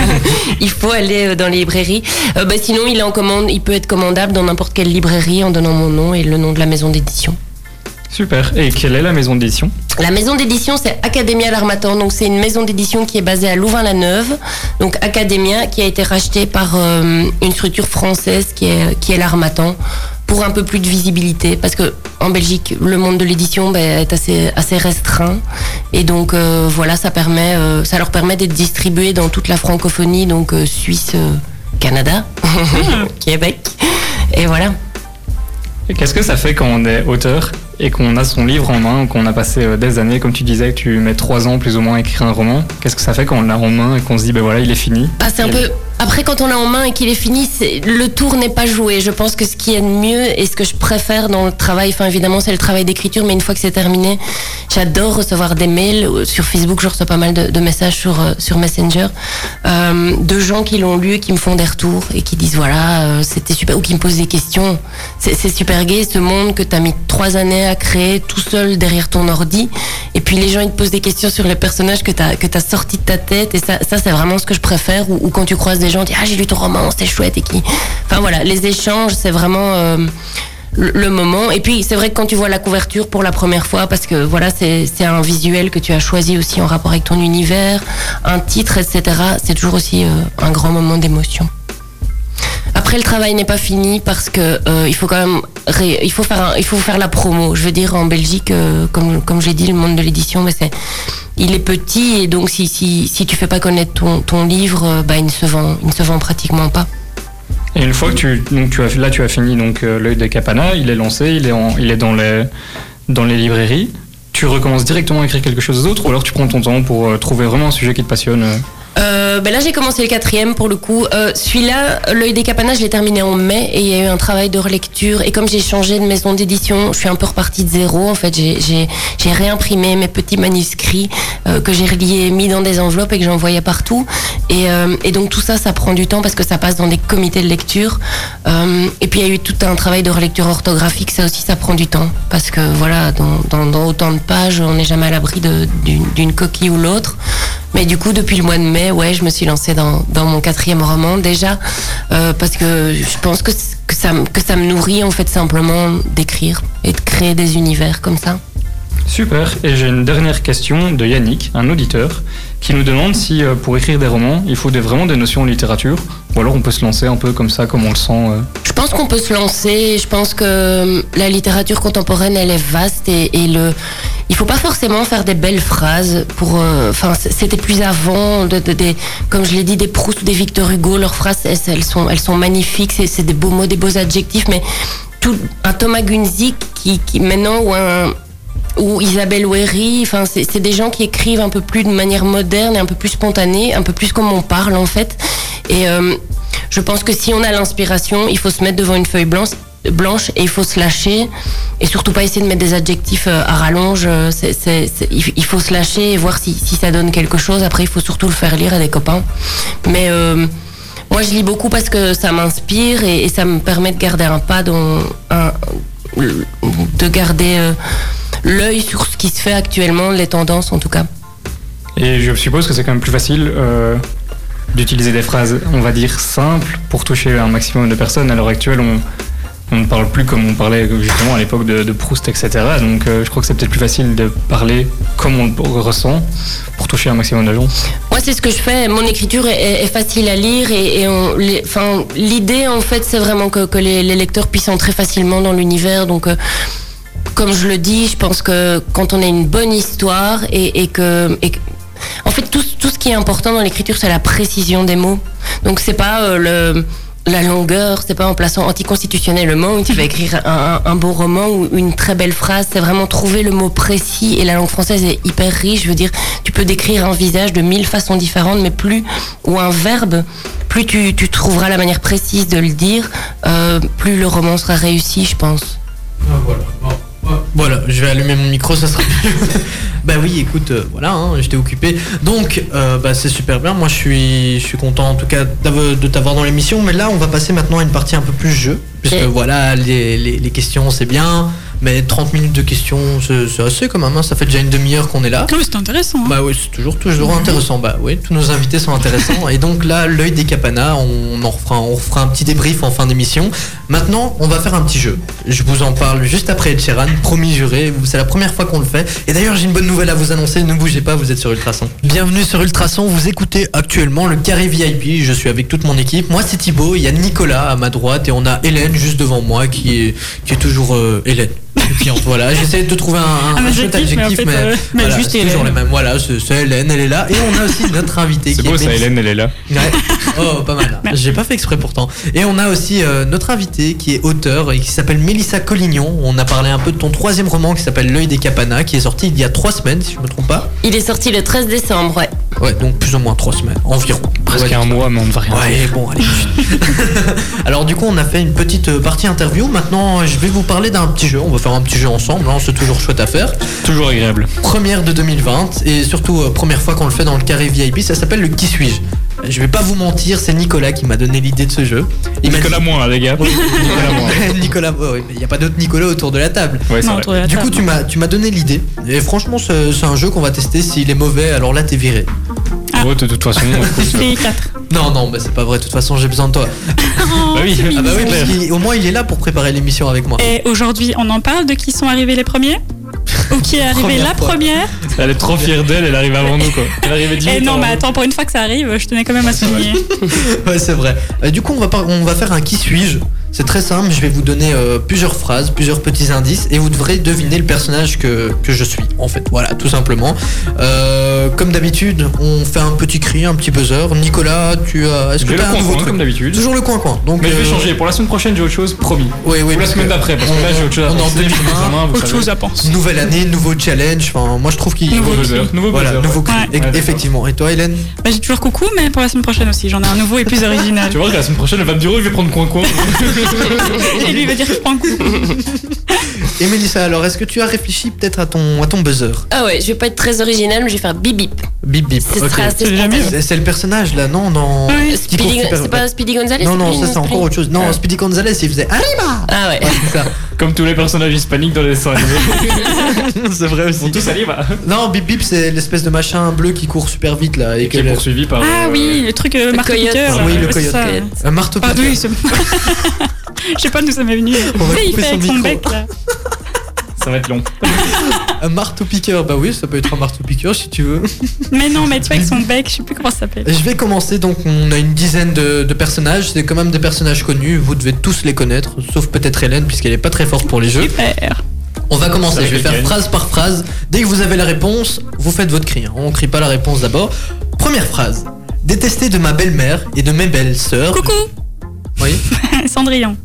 [SPEAKER 6] il faut aller euh, dans les librairies. Euh, bah, sinon, il est en commande, il peut être commandable dans n'importe quelle librairie en donnant mon nom et le nom de la maison d'édition.
[SPEAKER 5] Super. Et quelle est la maison d'édition
[SPEAKER 6] La maison d'édition, c'est Academia L'Armatan. Donc, c'est une maison d'édition qui est basée à Louvain-la-Neuve. Donc, Academia, qui a été rachetée par euh, une structure française qui est, qui est L'Armatan pour un peu plus de visibilité. Parce que en Belgique, le monde de l'édition ben, est assez, assez restreint. Et donc, euh, voilà, ça, permet, euh, ça leur permet d'être distribués dans toute la francophonie, donc euh, Suisse, euh, Canada, Québec. Et voilà.
[SPEAKER 5] Qu'est-ce que ça fait quand on est auteur et qu'on a son livre en main, qu'on a passé euh, des années, comme tu disais, que tu mets trois ans plus ou moins à écrire un roman Qu'est-ce que ça fait quand on l'a en main et qu'on se dit, ben voilà, il est fini
[SPEAKER 6] Ah, c'est un
[SPEAKER 5] Et-
[SPEAKER 6] peu. Après, quand on l'a en main et qu'il est fini, c'est- le tour n'est pas joué. Je pense que ce qui est de mieux et ce que je préfère dans le travail, enfin évidemment, c'est le travail d'écriture, mais une fois que c'est terminé, j'adore recevoir des mails. Euh, Sur Facebook, je reçois pas mal de, de messages sur, euh, sur Messenger euh, de gens qui l'ont lu et qui me font des retours et qui disent voilà, euh, c'était super, ou qui me posent des questions. C'est c'est super gay ce monde que t'as mis trois années à créer tout seul derrière ton ordi. Et puis les gens ils te posent des questions sur les personnages que t'as que t'as sorti de ta tête. Et ça, ça c'est vraiment ce que je préfère. Ou, ou quand tu croises des gens, tu dis ah j'ai lu ton roman, c'était chouette et qui. Enfin voilà, les échanges c'est vraiment euh, le le moment. Et puis c'est vrai que quand tu vois la couverture pour la première fois, parce que voilà c'est c'est un visuel que tu as choisi aussi en rapport avec ton univers, un titre etc. C'est toujours aussi euh, un grand moment d'émotion. Après, le travail n'est pas fini parce que euh, il faut quand même, ré- il faut faire, un- il faut faire la promo. Je veux dire, en Belgique, euh, comme comme j'ai dit, le monde de l'édition, mais c'est, il est petit et donc si si si tu fais pas connaître ton ton livre, euh, bah il ne se vend, il ne se vend pratiquement pas.
[SPEAKER 5] Et une fois que tu, donc tu as, là tu as fini donc euh, l'œil de Capana, il est lancé, il est, en- il est dans, les, dans les librairies. Tu recommences directement à écrire quelque chose d'autre ou alors tu prends ton temps pour euh, trouver vraiment un sujet qui te passionne euh.
[SPEAKER 6] Euh, ben là, j'ai commencé le quatrième pour le coup. Euh, Celui-là, l'œil des capanas, je l'ai terminé en mai et il y a eu un travail de relecture. Et comme j'ai changé de maison d'édition, je suis un peu repartie de zéro. En fait, j'ai- j'ai j'ai réimprimé mes petits manuscrits euh, que j'ai reliés, mis dans des enveloppes et que j'envoyais partout. Et, euh, et donc tout ça, ça prend du temps parce que ça passe dans des comités de lecture. Euh, et puis il y a eu tout un travail de relecture orthographique. Ça aussi, ça prend du temps parce que voilà, dans, dans- dans autant de pages, on n'est jamais à l'abri de- d'une d'une coquille ou l'autre. Mais du coup, depuis le mois de mai, ouais, je me suis lancée dans, dans mon quatrième roman déjà, euh, parce que je pense que, c- que, ça, me- que ça me nourrit en fait simplement d'écrire et de créer des univers comme ça.
[SPEAKER 5] Super. Et j'ai une dernière question de Yannick, un auditeur, qui nous demande si euh, pour écrire des romans, il faut des- vraiment des notions en littérature ou alors on peut se lancer un peu comme ça, comme on le sent. euh.
[SPEAKER 6] Je pense qu'on peut se lancer. Je pense que euh, la littérature contemporaine, elle est vaste et, et le. Il faut pas forcément faire des belles phrases pour. euh, Enfin, c- c'était plus avant de, de- des, comme je l'ai dit, des Proust ou des Victor Hugo. Leurs phrases, elles, elles sont, elles sont magnifiques. C'est, c'est des beaux mots, des beaux adjectifs. Mais tout un Thomas Gunzik qui, qui maintenant ou un ou Isabelle Wherry, enfin c'est c'est des gens qui écrivent un peu plus de manière moderne et un peu plus spontanée, un peu plus comme on parle en fait. Et euh, je pense que si on a l'inspiration, il faut se mettre devant une feuille blanche, blanche et il faut se lâcher et surtout pas essayer de mettre des adjectifs euh, à rallonge. euh, c'est- c'est- c'est- il il faut se lâcher et voir si, si ça donne quelque chose. Après, il faut surtout le faire lire à des copains. Mais euh, moi, je lis beaucoup parce que ça m'inspire et, et ça me permet de garder un pas dans un- de garder euh, l'œil sur ce qui se fait actuellement, les tendances en tout cas.
[SPEAKER 5] Et je suppose que c'est quand même plus facile euh, d'utiliser des phrases, on va dire, simples pour toucher un maximum de personnes. À l'heure actuelle, on, on ne parle plus comme on parlait justement à l'époque de, de Proust, etc. Donc euh, je crois que c'est peut-être plus facile de parler comme on le ressent pour toucher un maximum de gens.
[SPEAKER 6] Moi, c'est ce que je fais. Mon écriture est, est- est facile à lire et, et on, les- enfin, l'idée, en fait, c'est vraiment que, que les, les lecteurs puissent entrer facilement dans l'univers. Donc, euh, comme je le dis, je pense que quand on a une bonne histoire et, et que, et que- en fait, tout, tout ce qui est important dans l'écriture, c'est la précision des mots. Donc, c'est pas euh, le la longueur, c'est pas en plaçant anticonstitutionnellement où tu vas écrire un, un- un beau roman ou une très belle phrase, c'est vraiment trouver le mot précis et la langue française est hyper riche, je veux dire, tu peux décrire un visage de mille façons différentes, mais plus, ou un verbe, plus tu, tu trouveras la manière précise de le dire, euh, plus le roman sera réussi, je pense.
[SPEAKER 1] Ah, Voilà, Bon, ouais. Voilà, je vais allumer mon micro, ça sera mieux. bah oui, écoute, euh, voilà, hein, j'étais occupé. Donc, euh, bah, c'est super bien. Moi, je suis, je suis content en tout cas d'avo- de t'avoir dans l'émission. Mais là, on va passer maintenant à une partie un peu plus jeu. Puisque
[SPEAKER 6] Ok.
[SPEAKER 1] voilà, les, les- les questions, c'est bien. Mais 30 minutes de questions, c'est c'est assez quand même. hein, ça fait déjà une demi-heure qu'on est là.
[SPEAKER 2] Ah oui, c'est intéressant. hein.
[SPEAKER 1] Bah oui, c'est toujours, toujours intéressant. Bah oui, tous nos invités sont intéressants. Et donc là, l'œil des capanas, on en refera, on refera un petit débrief en fin d'émission. Maintenant, on va faire un petit jeu. Je vous en parle juste après Cheran, promis juré. C'est la première fois qu'on le fait. Et d'ailleurs, j'ai une bonne nouvelle à vous annoncer. Ne bougez pas, vous êtes sur Ultrason. Bienvenue sur Ultrason. Vous écoutez actuellement le carré VIP. Je suis avec toute mon équipe. Moi, c'est Thibaut. Il y a Nicolas à ma droite et on a Hélène juste devant moi qui est, qui est toujours euh, Hélène. cliente. Voilà, j'essaie de trouver un, un-
[SPEAKER 2] Un
[SPEAKER 1] un chouette
[SPEAKER 2] adjectif, mais en
[SPEAKER 1] adjectif,
[SPEAKER 2] fait,
[SPEAKER 1] mais,
[SPEAKER 2] euh, mais
[SPEAKER 1] voilà,
[SPEAKER 2] juste
[SPEAKER 1] c'est toujours
[SPEAKER 2] Hélène.
[SPEAKER 1] les mêmes. Voilà, c'est c'est Hélène, elle est là. Et on a aussi notre invitée
[SPEAKER 5] C'est
[SPEAKER 1] qui
[SPEAKER 5] beau
[SPEAKER 1] est
[SPEAKER 5] ça,
[SPEAKER 1] Bénédicte.
[SPEAKER 5] Hélène, elle est là.
[SPEAKER 1] Ouais. Oh, pas mal.
[SPEAKER 2] Merci.
[SPEAKER 1] J'ai pas fait exprès pourtant. Et on a aussi euh, notre invitée qui est auteur et qui s'appelle Mélissa Collignon. On a parlé un peu de ton troisième roman qui s'appelle L'œil des capanas, qui est sorti il y a trois semaines, si je me trompe pas.
[SPEAKER 6] Il est sorti le 13 décembre, ouais.
[SPEAKER 1] Ouais, donc plus ou moins trois semaines, environ.
[SPEAKER 5] Presque
[SPEAKER 1] Ouais.
[SPEAKER 5] un mois, mais on ne va rien dire.
[SPEAKER 1] Ouais, bon, allez. Alors du coup, on a fait une petite euh, partie interview. Maintenant, je vais vous parler d'un petit jeu. On va faire un petit jeu ensemble. hein, C'est toujours chouette à faire.
[SPEAKER 5] Toujours agréable.
[SPEAKER 1] Première de 2020 et surtout euh, première fois qu'on le fait dans le carré VIP. Ça s'appelle le Qui suis-je. Je vais pas vous mentir, c'est Nicolas qui m'a donné l'idée de ce jeu. Il m'a dit-
[SPEAKER 5] Nicolas moins, là, les gars. Nicolas moins.
[SPEAKER 1] Nicolas, ouais, ouais, mais il n'y a pas d'autres Nicolas autour de la table.
[SPEAKER 5] Ouais, c'est
[SPEAKER 2] Non,
[SPEAKER 5] vrai.
[SPEAKER 2] autour de la
[SPEAKER 1] Du
[SPEAKER 2] table.
[SPEAKER 1] coup, tu m'as, tu m'as donné l'idée. Et franchement, c'est c'est un jeu qu'on va tester. S'il est mauvais, alors là, t'es viré.
[SPEAKER 2] Ah.
[SPEAKER 5] Oh, de toute façon, écoute,
[SPEAKER 2] Les quatre.
[SPEAKER 1] Non, non, bah, c'est pas vrai. De toute façon, j'ai besoin de toi.
[SPEAKER 2] Oh,
[SPEAKER 5] Bah oui.
[SPEAKER 2] c'est
[SPEAKER 5] Ah
[SPEAKER 1] Ah bah
[SPEAKER 2] mignon.
[SPEAKER 1] oui, parce qu'il- au moins, il est là pour préparer l'émission avec moi.
[SPEAKER 2] Et aujourd'hui, on en parle de qui sont arrivés les premiers Ou qui est arrivé
[SPEAKER 1] Première
[SPEAKER 2] la
[SPEAKER 1] fois.
[SPEAKER 2] première
[SPEAKER 5] elle est trop fière d'elle, elle arrive avant nous quoi. Elle arrive
[SPEAKER 2] Et Eh non, mais
[SPEAKER 5] mais
[SPEAKER 2] attends, pour une fois que ça arrive, je tenais quand même à souligner.
[SPEAKER 1] Ouais, c'est vrai. Euh, du coup, on va, par- on va faire un qui suis-je. C'est très simple. Je vais vous donner euh, plusieurs phrases, plusieurs petits indices, et vous devrez deviner le personnage que, que je suis. En fait, voilà, tout simplement. Euh, comme d'habitude, on fait un petit cri, un petit buzzer. Nicolas, tu as. Est-ce
[SPEAKER 5] Je
[SPEAKER 1] que
[SPEAKER 5] vais le
[SPEAKER 1] t'as un nouveau
[SPEAKER 5] comprendre
[SPEAKER 1] truc
[SPEAKER 5] comme d'habitude.
[SPEAKER 1] Toujours le coin-coin. Donc,
[SPEAKER 5] Mais je vais
[SPEAKER 1] euh,
[SPEAKER 5] changer. Pour la semaine prochaine, j'ai autre chose, promis.
[SPEAKER 1] Oui, oui.
[SPEAKER 5] Ou la
[SPEAKER 1] parce
[SPEAKER 5] semaine
[SPEAKER 1] que
[SPEAKER 5] d'après, parce que là, j'ai autre chose à
[SPEAKER 1] on est en
[SPEAKER 5] penser, j'ai mes
[SPEAKER 1] 2020,
[SPEAKER 5] examens, vous
[SPEAKER 2] Autre
[SPEAKER 5] savez.
[SPEAKER 2] chose à penser.
[SPEAKER 1] Nouvelle année, nouveau challenge. Enfin, moi, je trouve qu'il.
[SPEAKER 5] Nouveau buzzer. Nouveau
[SPEAKER 1] Voilà,
[SPEAKER 5] buzzer.
[SPEAKER 1] nouveau cri. Et-
[SPEAKER 2] Ouais.
[SPEAKER 5] Ouais, d'accord.
[SPEAKER 1] effectivement. Et toi, Hélène
[SPEAKER 2] Bah, j'ai toujours coucou, mais pour la semaine prochaine aussi, j'en ai un nouveau et plus original.
[SPEAKER 5] Tu vois que la semaine prochaine, elle va me dire, oh, je vais prendre coin coin.
[SPEAKER 2] et lui il veut dire je prends coucou.
[SPEAKER 1] Et Mélissa, alors, est-ce que tu as réfléchi peut-être à ton, à ton buzzer
[SPEAKER 6] Ah ouais, je vais pas être très original, mais je vais faire bip bip.
[SPEAKER 1] Bip bip.
[SPEAKER 6] Ce
[SPEAKER 1] ok.
[SPEAKER 6] sera assez
[SPEAKER 2] C'est jamais-
[SPEAKER 6] spontané.
[SPEAKER 1] C'est c'est le personnage là, non Non,
[SPEAKER 2] Oui.
[SPEAKER 1] qui court
[SPEAKER 6] Speedy-
[SPEAKER 1] super-
[SPEAKER 6] C'est pas Speedy Gonzalez
[SPEAKER 1] non, non,
[SPEAKER 6] Speedy-
[SPEAKER 1] ça c'est encore autre chose. Non,
[SPEAKER 6] Ah.
[SPEAKER 1] Speedy Gonzalez, il faisait Arriba
[SPEAKER 6] Ah ouais.
[SPEAKER 1] Ouais, c'est ça.
[SPEAKER 5] Comme tous les personnages hispaniques dans les dessins animés.
[SPEAKER 1] c'est vrai
[SPEAKER 5] Ils sont
[SPEAKER 1] aussi.
[SPEAKER 5] tous allés, bah.
[SPEAKER 1] Non, Bip Bip, c'est l'espèce de machin bleu qui court super vite là. Et
[SPEAKER 5] Et
[SPEAKER 1] que
[SPEAKER 5] qui est
[SPEAKER 1] le-
[SPEAKER 5] poursuivi par.
[SPEAKER 2] Ah
[SPEAKER 5] euh,
[SPEAKER 2] oui, le truc euh,
[SPEAKER 6] Le
[SPEAKER 2] Marc
[SPEAKER 6] coyote.
[SPEAKER 2] Piqueur,
[SPEAKER 1] Ah oui, le
[SPEAKER 2] euh, c'est
[SPEAKER 1] coyote.
[SPEAKER 2] ça.
[SPEAKER 6] coyote.
[SPEAKER 1] Un marteau
[SPEAKER 2] Pardon,
[SPEAKER 1] piqueur.
[SPEAKER 2] il se- Je sais pas d'où ça m'est venu.
[SPEAKER 1] On va
[SPEAKER 2] Mais il
[SPEAKER 1] couper
[SPEAKER 2] fait
[SPEAKER 1] son
[SPEAKER 2] avec son
[SPEAKER 1] micro.
[SPEAKER 2] bec là.
[SPEAKER 5] Ça va être long.
[SPEAKER 1] Un marteau piqueur, bah oui, ça peut être un marteau piqueur si tu veux.
[SPEAKER 2] Mais non, mais tu vois, avec son bec, je sais plus comment ça s'appelle.
[SPEAKER 1] Je vais commencer, donc on a une dizaine de, de personnages. C'est quand même des personnages connus, vous devez tous les connaître, sauf peut-être Hélène, puisqu'elle est pas très forte pour les jeux.
[SPEAKER 2] Super.
[SPEAKER 1] On va commencer,
[SPEAKER 5] Avec
[SPEAKER 1] je vais faire
[SPEAKER 5] Gaël.
[SPEAKER 1] phrase par phrase. Dès que vous avez la réponse, vous faites votre cri. hein. On crie pas la réponse d'abord. Première phrase. Détesté de ma belle-mère et de mes belles-sœurs.
[SPEAKER 2] Coucou,
[SPEAKER 1] Oui.
[SPEAKER 2] Cendrillon.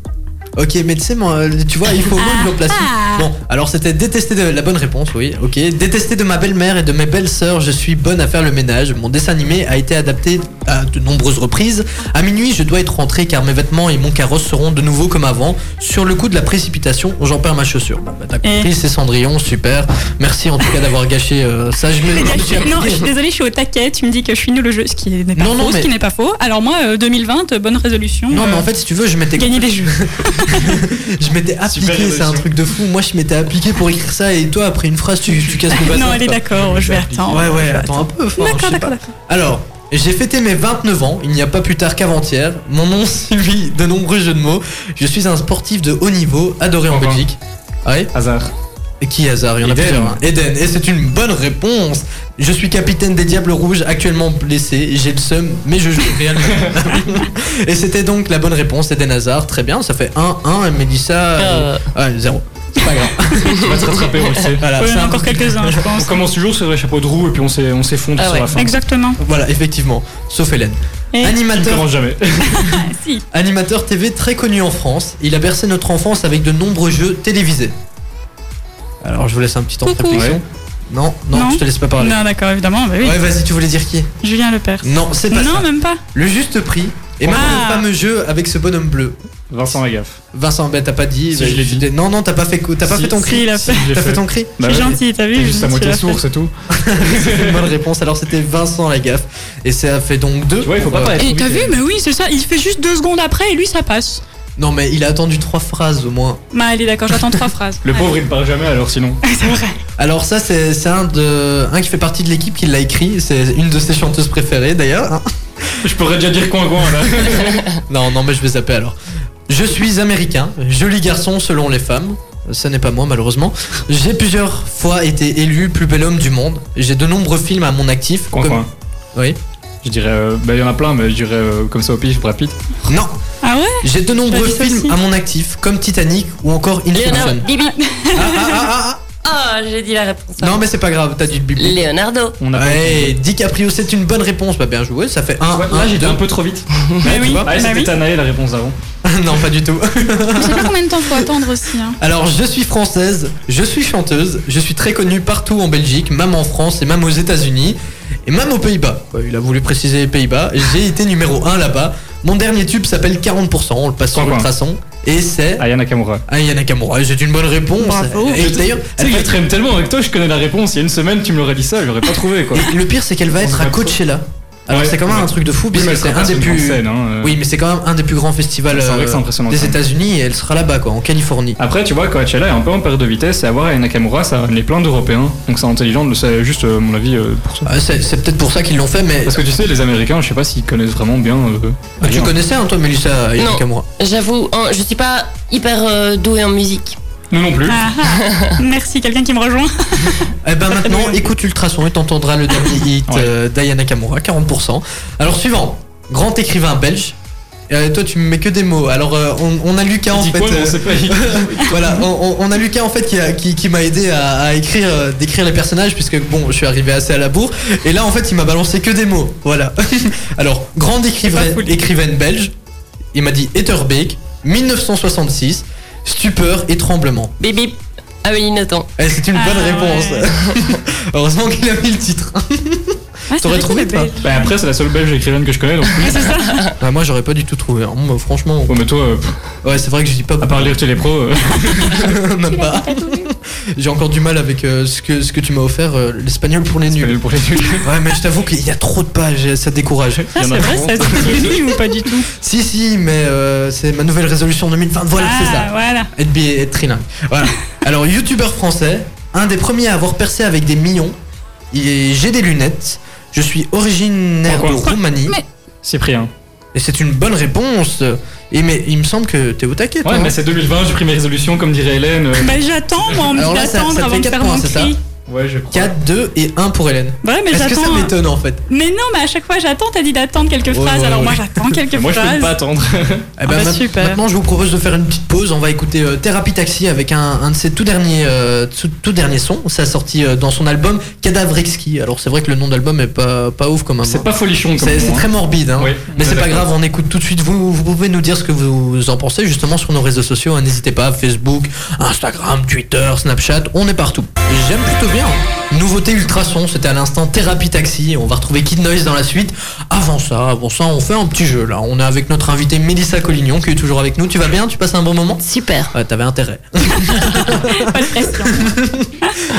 [SPEAKER 1] Ok, mais tu sais, moi, euh, tu vois, il
[SPEAKER 2] Ah,
[SPEAKER 1] faut au moins le placer. Bon, alors c'était détesté de la bonne réponse, oui. Ok. Détesté de ma belle-mère et de mes belles-sœurs, je suis bonne à faire le ménage. Mon dessin animé a été adapté à de nombreuses reprises. À minuit, je dois être rentré car mes vêtements et mon carrosse seront de nouveau comme avant. Sur le coup de la précipitation, j'en perds ma chaussure. Bon, bah, t'as
[SPEAKER 2] Eh.
[SPEAKER 1] compris, c'est Cendrillon, super. Merci en tout cas d'avoir gâché euh, ça. Je me
[SPEAKER 2] Les gars, je
[SPEAKER 1] j'ai
[SPEAKER 2] suis-
[SPEAKER 1] appris.
[SPEAKER 2] Non, je suis désolée, je suis au taquet. Tu me dis que je suis nulle au jeu, ce qui n'est pas
[SPEAKER 1] Non, non,
[SPEAKER 2] faux. Ce qui
[SPEAKER 1] mais-
[SPEAKER 2] n'est pas faux. Alors moi, euh, 2020, euh, bonne résolution.
[SPEAKER 1] Non, mais en
[SPEAKER 2] euh,
[SPEAKER 1] fait, si tu veux, je m'étais
[SPEAKER 2] gagner des jeux.
[SPEAKER 1] je m'étais appliqué, c'est un
[SPEAKER 5] émotion.
[SPEAKER 1] truc de fou. Moi, je m'étais appliqué pour écrire ça et toi, après une phrase, tu, tu casses le bâton.
[SPEAKER 2] non, elle est
[SPEAKER 1] quoi.
[SPEAKER 2] d'accord, je vais attendre.
[SPEAKER 1] Ouais, ouais,
[SPEAKER 2] Je vais
[SPEAKER 1] attends un peu. enfin, je
[SPEAKER 2] D'accord,
[SPEAKER 1] sais
[SPEAKER 2] d'accord,
[SPEAKER 1] pas.
[SPEAKER 2] d'accord.
[SPEAKER 1] Alors, j'ai fêté mes 29 ans, il n'y a pas plus tard qu'avant-hier. Mon nom suivi de nombreux jeux de mots. Je suis un sportif de haut niveau, adoré en
[SPEAKER 5] Au revoir.
[SPEAKER 1] Belgique. Ah Ouais
[SPEAKER 5] Hasard.
[SPEAKER 1] Et Qui hasard Il y en a
[SPEAKER 5] Eden.
[SPEAKER 1] plusieurs. hein. Eden, et c'est une bonne réponse. Je suis capitaine des Diables Rouges, actuellement blessé. J'ai le seum, mais je joue réellement. et c'était donc la bonne réponse, Eden Hazard. Très bien, ça fait 1-1 et Mélissa. euh, ah, 0. C'est pas grave.
[SPEAKER 5] Tu vas te rattraper, on le sait.
[SPEAKER 1] Voilà,
[SPEAKER 2] Ouais,
[SPEAKER 1] c'est
[SPEAKER 2] il y en a
[SPEAKER 1] un-
[SPEAKER 2] Euh, encore quelques-uns, je
[SPEAKER 5] On
[SPEAKER 2] pense.
[SPEAKER 5] commence toujours sur les chapeaux de roue et puis on s'est- on s'effondre
[SPEAKER 6] Ah
[SPEAKER 5] sur
[SPEAKER 6] ouais.
[SPEAKER 5] la fin.
[SPEAKER 2] Exactement.
[SPEAKER 1] voilà, effectivement. Sauf Hélène.
[SPEAKER 2] Et-
[SPEAKER 5] Tu ne
[SPEAKER 1] Animateur
[SPEAKER 5] commences jamais.
[SPEAKER 2] Ah, si.
[SPEAKER 1] Animateur TV très connu en France, il a bercé notre enfance avec de nombreux jeux télévisés. Alors je vous laisse un petit temps de
[SPEAKER 2] Coucou.
[SPEAKER 1] réflexion. Non, non,
[SPEAKER 2] Non.
[SPEAKER 1] je te laisse pas parler.
[SPEAKER 2] Non, d'accord, évidemment, bah oui.
[SPEAKER 1] Ouais, vas-y, tu voulais dire qui
[SPEAKER 2] Julien Lepers.
[SPEAKER 1] Non, c'est pas
[SPEAKER 2] Non,
[SPEAKER 1] ça. Bah
[SPEAKER 2] même pas.
[SPEAKER 1] Le juste prix. Et
[SPEAKER 2] Ah.
[SPEAKER 1] maintenant le fameux jeu avec ce bonhomme bleu.
[SPEAKER 5] Vincent Lagaffe.
[SPEAKER 1] Vincent, ben t'as pas dit.
[SPEAKER 5] Si, je l'ai
[SPEAKER 1] tu
[SPEAKER 5] dit.
[SPEAKER 1] dis- Non, non, t'as pas fait, co- t'as pas
[SPEAKER 5] Si,
[SPEAKER 1] fait ton
[SPEAKER 5] si,
[SPEAKER 1] cri.
[SPEAKER 2] il a
[SPEAKER 5] si,
[SPEAKER 2] fait.
[SPEAKER 5] j'ai
[SPEAKER 1] T'as
[SPEAKER 5] fait.
[SPEAKER 1] fait ton cri
[SPEAKER 5] Bah
[SPEAKER 2] je suis
[SPEAKER 5] ouais.
[SPEAKER 2] gentil, t'as vu
[SPEAKER 5] T'es
[SPEAKER 2] je
[SPEAKER 5] juste
[SPEAKER 2] me
[SPEAKER 5] à
[SPEAKER 2] suis
[SPEAKER 5] moitié
[SPEAKER 2] la
[SPEAKER 5] sourd,
[SPEAKER 2] faite.
[SPEAKER 5] c'est tout.
[SPEAKER 1] C'est une bonne réponse. Alors c'était Vincent la gaffe. Et ça fait donc deux.
[SPEAKER 5] Tu vois, il faut pas
[SPEAKER 1] Euh,
[SPEAKER 5] parler.
[SPEAKER 2] Et t'as vu, mais oui, c'est ça. Il fait juste deux secondes après et lui, ça passe.
[SPEAKER 1] Non, mais il a attendu trois phrases au moins.
[SPEAKER 2] Bah, allez, d'accord, j'attends trois phrases.
[SPEAKER 5] Le pauvre, il ne parle jamais alors sinon.
[SPEAKER 2] Allez. C'est vrai.
[SPEAKER 1] Alors ça c'est c'est un de un qui fait partie de l'équipe qui l'a écrit, c'est une de ses chanteuses préférées d'ailleurs.
[SPEAKER 5] Ah.
[SPEAKER 1] hein.
[SPEAKER 5] Je pourrais déjà dire coin coin là.
[SPEAKER 1] Non non mais je vais zapper alors. Je suis américain, joli garçon selon les femmes. Ce n'est pas moi malheureusement. J'ai plusieurs fois été élu plus bel homme du monde. J'ai de nombreux films à mon actif.
[SPEAKER 5] Coin
[SPEAKER 1] comme-
[SPEAKER 5] coin.
[SPEAKER 1] Oui.
[SPEAKER 5] Je dirais, euh, bah il y en a plein, mais je dirais euh, comme ça au pif, rapide.
[SPEAKER 1] Non.
[SPEAKER 2] Ah ouais
[SPEAKER 1] J'ai de nombreux
[SPEAKER 2] Je le dis
[SPEAKER 1] films
[SPEAKER 2] aussi.
[SPEAKER 1] à mon actif, comme Titanic ou encore
[SPEAKER 6] Léonard,
[SPEAKER 1] Inception.
[SPEAKER 6] Bibi.
[SPEAKER 1] Ah, ah, ah,
[SPEAKER 6] Ah, j'ai dit la réponse.
[SPEAKER 1] ah. Non, mais c'est pas grave, t'as dit le bip.
[SPEAKER 6] Leonardo.
[SPEAKER 5] On a pas-
[SPEAKER 1] Ouais, DiCaprio, c'est une bonne réponse. Bah, bien joué, ça fait 1
[SPEAKER 5] Ouais, là, j'étais un peu trop vite.
[SPEAKER 1] tu vois.
[SPEAKER 5] Ouais,
[SPEAKER 2] bah
[SPEAKER 5] c'était
[SPEAKER 2] oui.
[SPEAKER 5] Tanae la réponse d'avant.
[SPEAKER 1] non, pas du tout.
[SPEAKER 2] Je sais pas combien de temps faut attendre aussi. hein.
[SPEAKER 1] Alors, je suis française, je suis chanteuse, je suis très connue partout en Belgique, même en France et même aux États-Unis et même aux Pays-Bas. Ouais, Il a voulu préciser les Pays-Bas. J'ai été numéro 1 là-bas. Mon dernier tube s'appelle 40%, on le passe sur
[SPEAKER 5] Trois points.
[SPEAKER 1] Ultrason. Et c'est
[SPEAKER 5] Aya Nakamura.
[SPEAKER 1] Aya Nakamura. Et C'est une bonne réponse.
[SPEAKER 2] Bravo.
[SPEAKER 1] Et d'ailleurs,
[SPEAKER 5] Tu sais, je traîne tellement avec toi, je connais la réponse. Il y a une semaine, tu me l'aurais dit ça, je l'aurais pas trouvé quoi.
[SPEAKER 1] et le pire, c'est qu'elle va
[SPEAKER 5] On
[SPEAKER 1] être
[SPEAKER 5] va
[SPEAKER 1] à
[SPEAKER 5] trop.
[SPEAKER 1] Coachella. Alors,
[SPEAKER 5] Ouais.
[SPEAKER 1] c'est quand même un truc de fou,
[SPEAKER 5] Oui, mais
[SPEAKER 1] puisque
[SPEAKER 5] elle
[SPEAKER 1] c'est
[SPEAKER 5] sera
[SPEAKER 1] un des
[SPEAKER 5] sur une
[SPEAKER 1] plus.
[SPEAKER 5] scène, hein, euh.
[SPEAKER 1] Oui, mais c'est quand même un des plus grands festivals
[SPEAKER 5] C'est vrai que c'est
[SPEAKER 1] euh,
[SPEAKER 5] impressionnant,
[SPEAKER 1] des
[SPEAKER 5] ça.
[SPEAKER 1] États-Unis et elle sera là-bas, quoi, en Californie.
[SPEAKER 5] Après, tu vois, Coachella est un peu en perte de vitesse et avoir Aya Nakamura, ça ramenait plein d'Européens. Donc c'est intelligent de le c'est juste, euh, à mon avis, euh, pour ça.
[SPEAKER 1] Ah, c'est c'est peut-être pour ça qu'ils l'ont fait, mais
[SPEAKER 5] Parce que tu sais, les Américains, je sais pas s'ils connaissent vraiment bien. euh,
[SPEAKER 1] tu
[SPEAKER 5] Aya.
[SPEAKER 1] connaissais, hein, toi, Mélissa Aya
[SPEAKER 6] Non.
[SPEAKER 1] Nakamura.
[SPEAKER 6] J'avoue, hein, je suis pas hyper euh, douée en musique.
[SPEAKER 5] Nous non plus.
[SPEAKER 2] Ah, ah. Merci, quelqu'un qui me rejoint.
[SPEAKER 1] Eh ben maintenant, écoute Ultrason et t'entendras le dernier hit
[SPEAKER 5] Ouais.
[SPEAKER 1] euh, d'Aya Nakamura, 40%. Alors suivant, grand écrivain belge. Euh, toi, tu me mets que des mots. Alors, euh, on, on a Lucas en
[SPEAKER 5] Dis
[SPEAKER 1] fait.
[SPEAKER 5] quoi, mais on
[SPEAKER 1] euh,
[SPEAKER 5] sait pas.
[SPEAKER 1] voilà, on, on- on a Lucas en fait qui, a- qui, qui m'a aidé à, à écrire, euh, décrire les personnages puisque bon, je suis arrivé assez à la bourre. Et là, en fait, il m'a balancé que des mots. Voilà. Alors, grande écrivaine, écrivaine belge. Il m'a dit Etterbeek, 1966, stupeur et tremblement.
[SPEAKER 6] Bip bip. Amélie Nothomb.
[SPEAKER 1] Eh, c'est une
[SPEAKER 2] Ah,
[SPEAKER 1] bonne réponse. Heureusement qu'il a mis le titre. T'aurais
[SPEAKER 2] Ouais, c'est vrai
[SPEAKER 1] trouvé,
[SPEAKER 2] qu'il est
[SPEAKER 1] toi
[SPEAKER 2] belge.
[SPEAKER 5] Bah après, c'est la seule belge écrivaine que je connais. Donc...
[SPEAKER 2] Ouais, c'est ça.
[SPEAKER 1] Bah moi j'aurais pas du tout trouvé. hein. Moi, franchement,
[SPEAKER 5] Oh, mais toi, euh, pff,
[SPEAKER 1] ouais c'est vrai que je dis pas
[SPEAKER 5] à part lire Télépro, euh,
[SPEAKER 1] même pas. J'ai encore du mal avec euh, ce que ce que tu m'as offert euh, l'espagnol pour les
[SPEAKER 5] je connais
[SPEAKER 1] nuls.
[SPEAKER 5] le projet du-
[SPEAKER 1] Ouais mais je t'avoue qu'il y a trop de pages, et ça décourage.
[SPEAKER 2] Ah,
[SPEAKER 5] Il y en
[SPEAKER 2] c'est
[SPEAKER 5] a
[SPEAKER 2] vrai,
[SPEAKER 5] vraiment.
[SPEAKER 2] ça c'est des nuits ou pas du tout
[SPEAKER 1] Si si mais euh, c'est ma nouvelle résolution 2020. Voilà c'est
[SPEAKER 2] Ah,
[SPEAKER 1] ça.
[SPEAKER 2] voilà.
[SPEAKER 1] Être bi être trilingue. Voilà. Alors youtubeur français, un des premiers à avoir percé avec des millions. Il est- J'ai des lunettes. Je suis originaire de
[SPEAKER 5] Pourquoi
[SPEAKER 1] Roumanie.
[SPEAKER 2] Mais-
[SPEAKER 5] Cyprien.
[SPEAKER 1] Et c'est une bonne réponse. Et mais il me semble que t'es au taquet. toi,
[SPEAKER 5] Ouais,
[SPEAKER 1] hein.
[SPEAKER 5] mais c'est 2020, j'ai pris mes résolutions, comme dirait Hélène. euh,
[SPEAKER 2] Bah, j'attends, moi, on me
[SPEAKER 1] Alors
[SPEAKER 2] dit
[SPEAKER 1] là, ça-
[SPEAKER 2] d'attendre
[SPEAKER 1] ça
[SPEAKER 2] avant
[SPEAKER 1] fait
[SPEAKER 2] de
[SPEAKER 1] quatre
[SPEAKER 2] faire
[SPEAKER 1] points,
[SPEAKER 2] mon
[SPEAKER 1] c'est ça
[SPEAKER 2] cri.
[SPEAKER 5] Ouais, je crois.
[SPEAKER 1] 4, 2 et 1 pour Hélène.
[SPEAKER 2] Ouais, mais
[SPEAKER 1] Est-ce que ça
[SPEAKER 2] j'attends. hein.
[SPEAKER 1] m'étonne en fait Eh
[SPEAKER 2] Mais non, mais à chaque fois, j'attends. T'as dit d'attendre quelques
[SPEAKER 1] Ouais,
[SPEAKER 2] phrases.
[SPEAKER 1] ouais,
[SPEAKER 2] Alors,
[SPEAKER 1] ouais.
[SPEAKER 2] moi, j'attends quelques
[SPEAKER 5] Moi, je peux
[SPEAKER 2] phrases.
[SPEAKER 5] pas attendre.
[SPEAKER 1] Eh ben,
[SPEAKER 2] bah,
[SPEAKER 1] ma-
[SPEAKER 2] super.
[SPEAKER 1] Maintenant, je vous propose de faire une petite pause. On va écouter euh, Thérapie Taxi avec un, un de ses tout derniers, euh, tout, tout derniers sons. Ça a sorti euh, dans son album Cadavre Exquis. Alors, c'est vrai que le nom d'album est pas, pas ouf comme un
[SPEAKER 5] C'est pas folichon comme
[SPEAKER 1] C'est
[SPEAKER 5] nom,
[SPEAKER 1] c'est
[SPEAKER 5] hein.
[SPEAKER 1] très morbide, hein.
[SPEAKER 5] Oui,
[SPEAKER 1] mais
[SPEAKER 5] on est
[SPEAKER 1] c'est pas
[SPEAKER 5] d'accord.
[SPEAKER 1] grave, on écoute tout de suite. Vous, vous pouvez nous dire ce que vous en pensez justement sur nos réseaux sociaux. hein. N'hésitez pas, Facebook, Instagram, Twitter, Snapchat, on est partout. Et J'aime plutôt bien. hein. Nouveauté ultrason, c'était à l'instant Thérapie Taxi. On va retrouver Kid Noise dans la suite. Avant ça, avant ça, on fait un petit jeu là. On est avec notre invité Mélissa Collignon qui est toujours avec nous. Tu vas bien Tu passes un bon moment
[SPEAKER 6] Super.
[SPEAKER 1] Ouais, t'avais intérêt.
[SPEAKER 2] Pas de pression.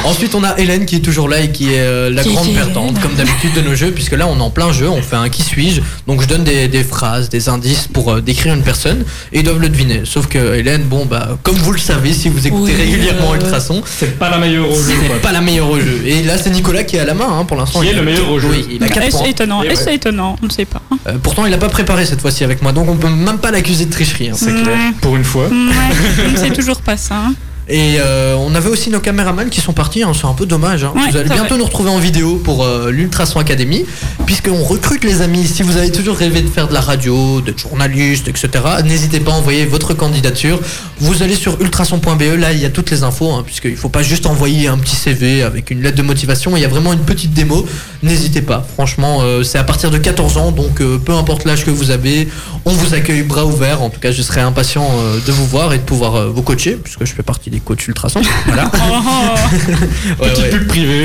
[SPEAKER 1] Ensuite, on a Hélène qui est toujours là et qui est euh, la
[SPEAKER 2] Qui-
[SPEAKER 1] grande
[SPEAKER 2] qui est
[SPEAKER 1] perdante,
[SPEAKER 2] Hélène.
[SPEAKER 1] comme d'habitude de nos jeux, puisque là, on est en plein jeu, on fait un qui suis-je. Donc, je donne des, des phrases, des indices pour euh, décrire une personne et ils doivent le deviner. Sauf que Hélène, bon, bah, comme vous le savez, si vous écoutez
[SPEAKER 2] Oui,
[SPEAKER 1] régulièrement
[SPEAKER 2] euh,
[SPEAKER 1] Ultrason,
[SPEAKER 5] C'est pas la meilleure au jeu,
[SPEAKER 1] c'est
[SPEAKER 5] quoi.
[SPEAKER 1] pas la meilleure au jeu. Et là, c'est Nicolas qui est à la main hein, pour l'instant.
[SPEAKER 5] Qui est
[SPEAKER 1] Il a-
[SPEAKER 5] le meilleur au jeu
[SPEAKER 1] Oui, il a 4
[SPEAKER 2] Est-ce
[SPEAKER 1] points. Eh
[SPEAKER 2] étonnant
[SPEAKER 5] Et
[SPEAKER 2] Est-ce
[SPEAKER 5] ouais.
[SPEAKER 2] étonnant On ne sait pas.
[SPEAKER 1] Euh, pourtant, il a pas préparé cette fois-ci avec moi, donc on peut même pas l'accuser de tricherie. hein.
[SPEAKER 5] C'est clair.
[SPEAKER 2] Ouais.
[SPEAKER 5] Pour une fois.
[SPEAKER 2] Ouais, on ne sait toujours pas ça. hein.
[SPEAKER 1] Et euh, on avait aussi nos caméramans qui sont partis, hein, c'est un peu dommage. hein.
[SPEAKER 2] Ouais,
[SPEAKER 1] vous allez
[SPEAKER 2] c'est
[SPEAKER 1] bientôt
[SPEAKER 2] vrai.
[SPEAKER 1] nous retrouver en vidéo pour euh, l'Ultrason Academy, puisqu'on recrute les amis. Si vous avez toujours rêvé de faire de la radio, d'être journaliste, etc., n'hésitez pas à envoyer votre candidature. Vous allez sur ultrason.be, E. là il y a toutes les infos, hein, puisqu'il ne faut pas juste envoyer un petit CV avec une lettre de motivation, il y a vraiment une petite démo. N'hésitez pas, franchement, euh, c'est à partir de 14 ans, donc euh, peu importe l'âge que vous avez, on vous accueille bras ouverts. En tout cas, je serai impatient euh, de vous voir et de pouvoir euh, vous coacher, puisque je fais partie des coachs ultrason. Voilà.
[SPEAKER 2] Oh, oh,
[SPEAKER 1] Ouais,
[SPEAKER 5] Petite
[SPEAKER 1] ouais.
[SPEAKER 5] pub privée.